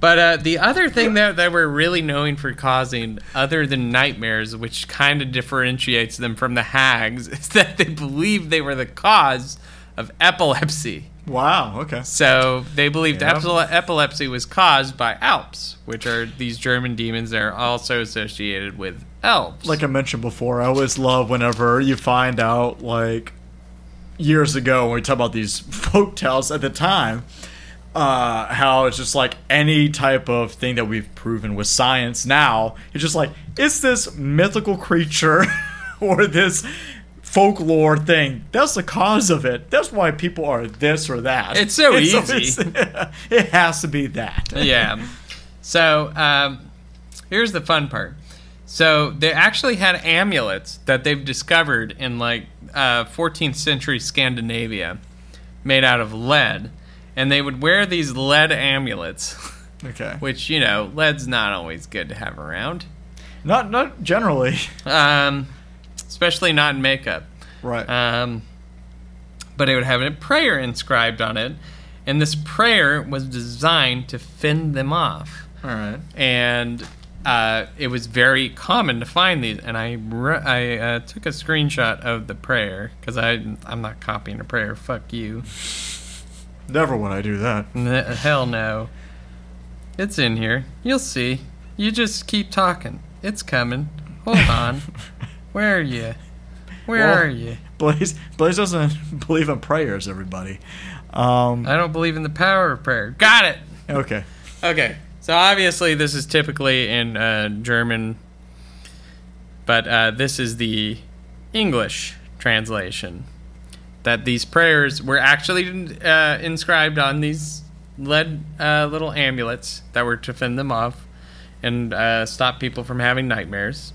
S2: but uh, the other thing that, that we're really knowing for causing, other than nightmares, which kind of differentiates them from the hags, [laughs] is that they believe they were the cause of epilepsy.
S1: Wow. Okay.
S2: So they believed
S1: Yep.
S2: epile- epilepsy was caused by Alps, which are these German demons that are also associated with elves.
S1: Like I mentioned before, I always love whenever you find out like years ago when we talk about these [laughs] folk tales at the time. Uh, how it's just like any type of thing that we've proven with science now. It's just like, is this mythical creature [laughs] or this folklore thing? That's the cause of it. That's why people are this or that. [laughs]
S2: It's so
S1: always- it has to be that.
S2: yeah. So um, here's the fun part. So they actually had amulets that they've discovered in like uh, 14th century Scandinavia, made out of lead, and they would wear these lead amulets. [laughs]
S1: Okay.
S2: Which you know, lead's not always good to have around,
S1: Not not generally.
S2: um, especially not in makeup.
S1: Right.
S2: Um, but it would have a prayer inscribed on it, and this prayer was designed to fend them off.
S1: All right.
S2: And uh, it was very common to find these. And I re- I uh, took a screenshot of the prayer because I I'm not copying a prayer. Fuck you.
S1: Never would I do that.
S2: N- hell no. It's in here. You'll see. You just keep talking. It's coming. Hold on. Where are you? Where
S1: Well-
S2: are you?
S1: Blaze Blaze doesn't [laughs] believe in prayers, everybody. Um,
S2: I don't believe in the power of prayer. Got it.
S1: okay.
S2: Okay. So obviously this is typically in uh, German, but uh, this is the English translation. That these prayers were actually uh, inscribed on these lead uh, little amulets that were to fend them off and uh, stop people from having nightmares.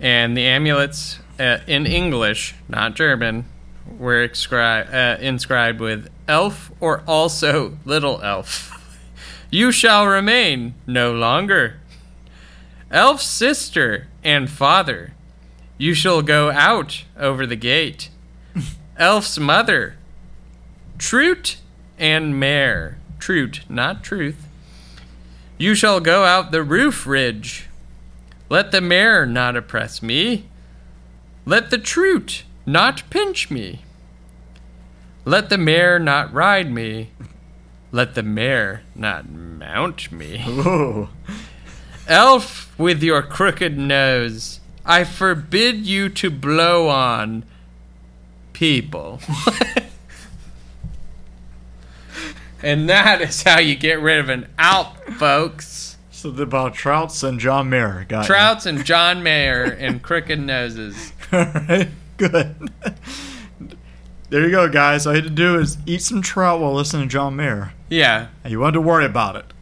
S2: And the amulets uh, in English, not German, were inscri- uh, inscribed with elf or also little elf. You shall remain no longer. Elf's sister and father, you shall go out over the gate. Elf's mother, Troot and mare. Troot, not truth. You shall go out the roof ridge. Let the mare not oppress me. Let the troot not pinch me. Let the mare not ride me. Let the mare not mount me.
S1: Ooh.
S2: Elf with your crooked nose, I forbid you to blow on people. [laughs] and that is how you get rid of an alp, folks.
S1: So they're about Trouts and John Mayer. Got you. [laughs]
S2: Trouts and John Mayer and crooked noses.
S1: All right, good. there you go, guys. All you had to do is eat some trout while listening to John Mayer,
S2: Yeah.
S1: and you won't have to worry about it. [laughs]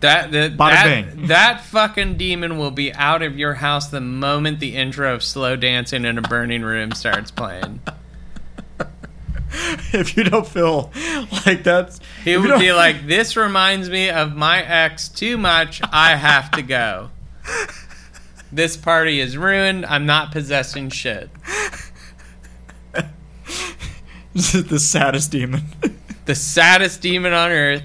S2: That
S1: Bada
S2: that, that
S1: bing.
S2: that fucking demon will be out of your house the moment the intro of slow dancing in a burning room starts playing.
S1: If you don't feel like that's,
S2: He
S1: if you
S2: would
S1: don't-
S2: be like, "This reminds me of my ex too much. I have to go. This party is ruined. I'm not possessing shit."
S1: [laughs] This is the saddest demon. [laughs]
S2: The saddest demon on earth.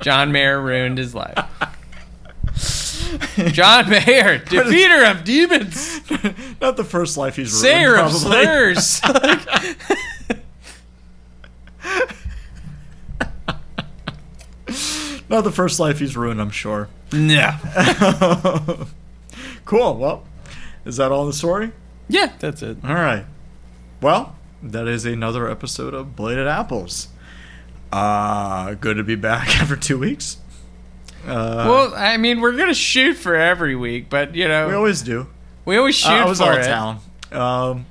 S2: John Mayer ruined his life.
S1: [laughs]
S2: John Mayer, defeater of demons.
S1: Not the first life he's ruined.
S2: Sayer of
S1: probably.
S2: slurs.
S1: [laughs] Not the first life he's ruined, I'm sure. [laughs]
S2: no.
S1: cool. Well, is that all the story?
S2: Yeah, that's it.
S1: All right. Well, that is another episode of Bladed Apples. Uh, good to be back [laughs] after two weeks.
S2: well, I mean, we're gonna shoot for every week, but you know,
S1: We always do.
S2: we always shoot
S1: I- I was
S2: for
S1: out
S2: it.
S1: of town. Um,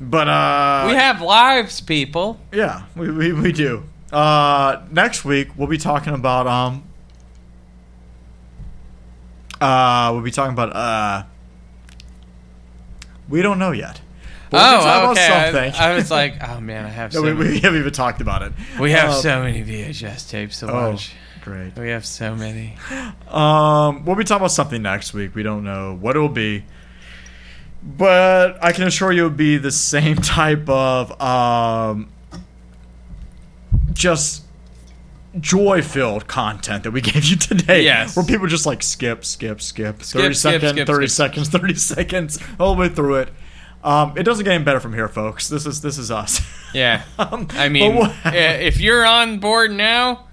S1: but uh,
S2: We have lives, people.
S1: yeah, we, we, we do. Uh, next week we'll be talking about um. Uh, we'll be talking about uh. We don't know yet. But we'll be
S2: oh,
S1: talking
S2: okay.
S1: about
S2: I-
S1: something. [laughs]
S2: I, was like, oh man, I have
S1: No,
S2: so
S1: we,
S2: many.
S1: we haven't even talked about it.
S2: We have
S1: Uh,
S2: so many VHS tapes to
S1: Oh,
S2: watch.
S1: great.
S2: We have so many.
S1: Um, we'll be talking about something next week. We don't know what it'll be, but I can assure you it'll be the same [laughs] type of um, just joy-filled content that we [laughs] gave you today.
S2: Yes.
S1: where people just like skip, skip, skip, thirty
S2: skip,
S1: seconds,
S2: skip,
S1: thirty
S2: skip.
S1: seconds, [laughs] thirty seconds, all the way through it. Um, it doesn't get any better from here, folks. This is this is us.
S2: Yeah.
S1: [laughs] Um,
S2: I
S1: but
S2: mean,
S1: we'll-
S2: i- if you're on
S1: [laughs]
S2: board now,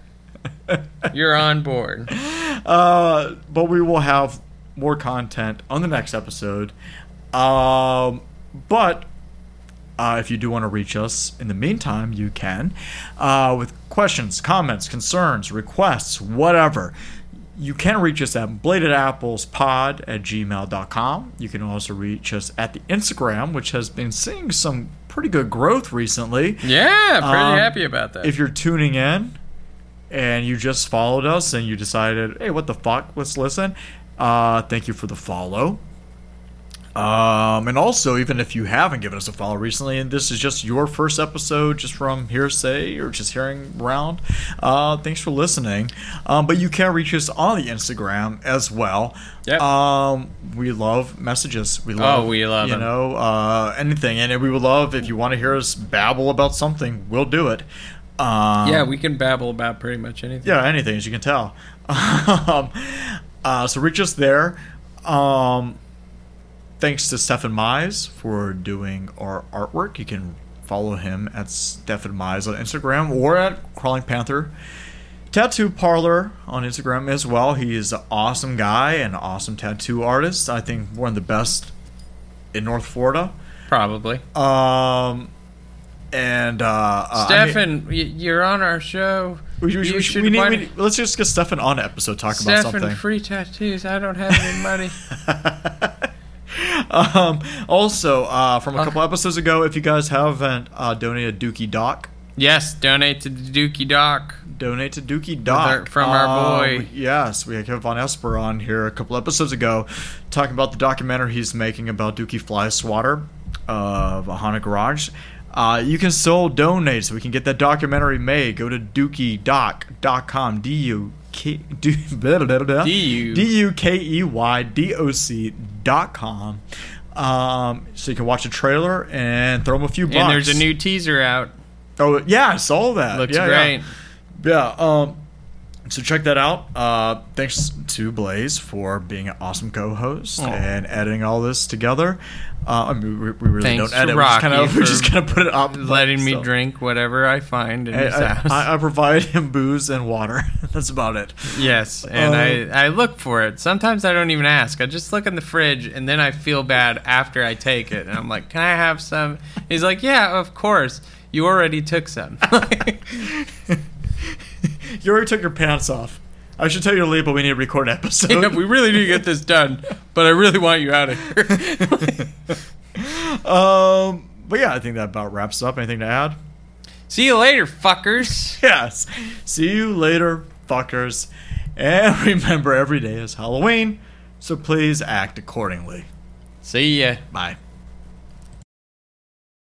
S2: you're on board.
S1: Uh, but we will have more content on the next episode. Um, but uh, if you do want to reach us in the meantime, you can uh, with questions, comments, concerns, requests, whatever. You can reach us at bladedapplespod at gmail.com. You can also reach us at the Instagram, which has been seeing some pretty good growth recently.
S2: Yeah, pretty
S1: Um,
S2: happy about that.
S1: If you're tuning in, and you just followed us and you decided, hey, what the fuck? Let's listen. Uh, thank you for the follow. Um, and also, even if you haven't given us a follow recently, and this is just your first episode, just from hearsay or just hearing around, uh, thanks for listening. Um, but you can reach us on the Instagram as well.
S2: Yep.
S1: Um, we love messages. We love.
S2: Oh, we love
S1: you
S2: them.
S1: know uh, anything, and we would love if you want to hear us babble about something. We'll do it. Um,
S2: yeah, we can babble about pretty much anything.
S1: yeah, anything as you can tell. [laughs] um, uh, so reach us there. Um, thanks to Stefan Mize for doing our artwork. You can follow him at Stefan Mize on Instagram or at Crawling Panther Tattoo Parlor on Instagram as well. He is an awesome guy and an awesome tattoo artist. I think one of the best in North Florida.
S2: Probably.
S1: Um, and uh, uh, I mean-
S2: Stefan, y you're on our show.
S1: we, we-
S2: you
S1: we-
S2: should
S1: we need,
S2: why-
S1: we need- let's just get Stefan on the episode talk about
S2: Stefan
S1: something.
S2: free tattoos. I don't have
S1: [laughs]
S2: any money.
S1: um, also, uh, from a couple episodes ago, if you guys haven't uh, donated Dookie Doc,
S2: yes, donate to the Dookie Doc.
S1: donate to Dookie Doc
S2: our- from our
S1: Um,
S2: boy.
S1: yes, we had Kevin Von Esper on here a couple episodes ago, talking about the documentary he's making about Dookie Fly Swatter of Ahana Garage. Uh, you can still donate so we can get that documentary made. Go to dookiedoc.com. D U K D [laughs] blah, blah, blah, blah.
S2: D-U.
S1: D U K E Y D O C dot com. Um, so you can watch a trailer and throw them a few bucks.
S2: And there's a new teaser out.
S1: Oh yeah, I saw that.
S2: Looks
S1: yeah, yeah.
S2: great.
S1: Yeah. Um, so check that out. Uh, thanks to Blaze for being an awesome co-host and editing all this together. Uh, I mean, we, we really
S2: Thanks
S1: don't edit.
S2: to
S1: we just
S2: Rocky
S1: kind of [laughs] we
S2: for
S1: just kind of put it up, but
S2: Letting me
S1: still.
S2: drink whatever I find in
S1: I,
S2: his house.
S1: I, I provide him booze and water. [laughs] That's about it.
S2: yes, and
S1: Uh,
S2: I, I look for it. Sometimes I don't even ask. I just look in the fridge, and then I feel bad after I take it. And I'm like, "Can I have some?" He's like, "Yeah, of course. You already took some."
S1: [laughs]
S2: [laughs]
S1: You already took your pants off. I should tell your label we need to record an episode.
S2: Yeah, we really need to get this done, but I really want you out of here.
S1: [laughs]
S2: [laughs]
S1: um, but yeah, I think that about wraps up. Anything to add?
S2: See you later, fuckers.
S1: yes. See you later, fuckers. And [laughs] remember, every day is Halloween, so please act accordingly.
S2: See ya.
S1: Bye.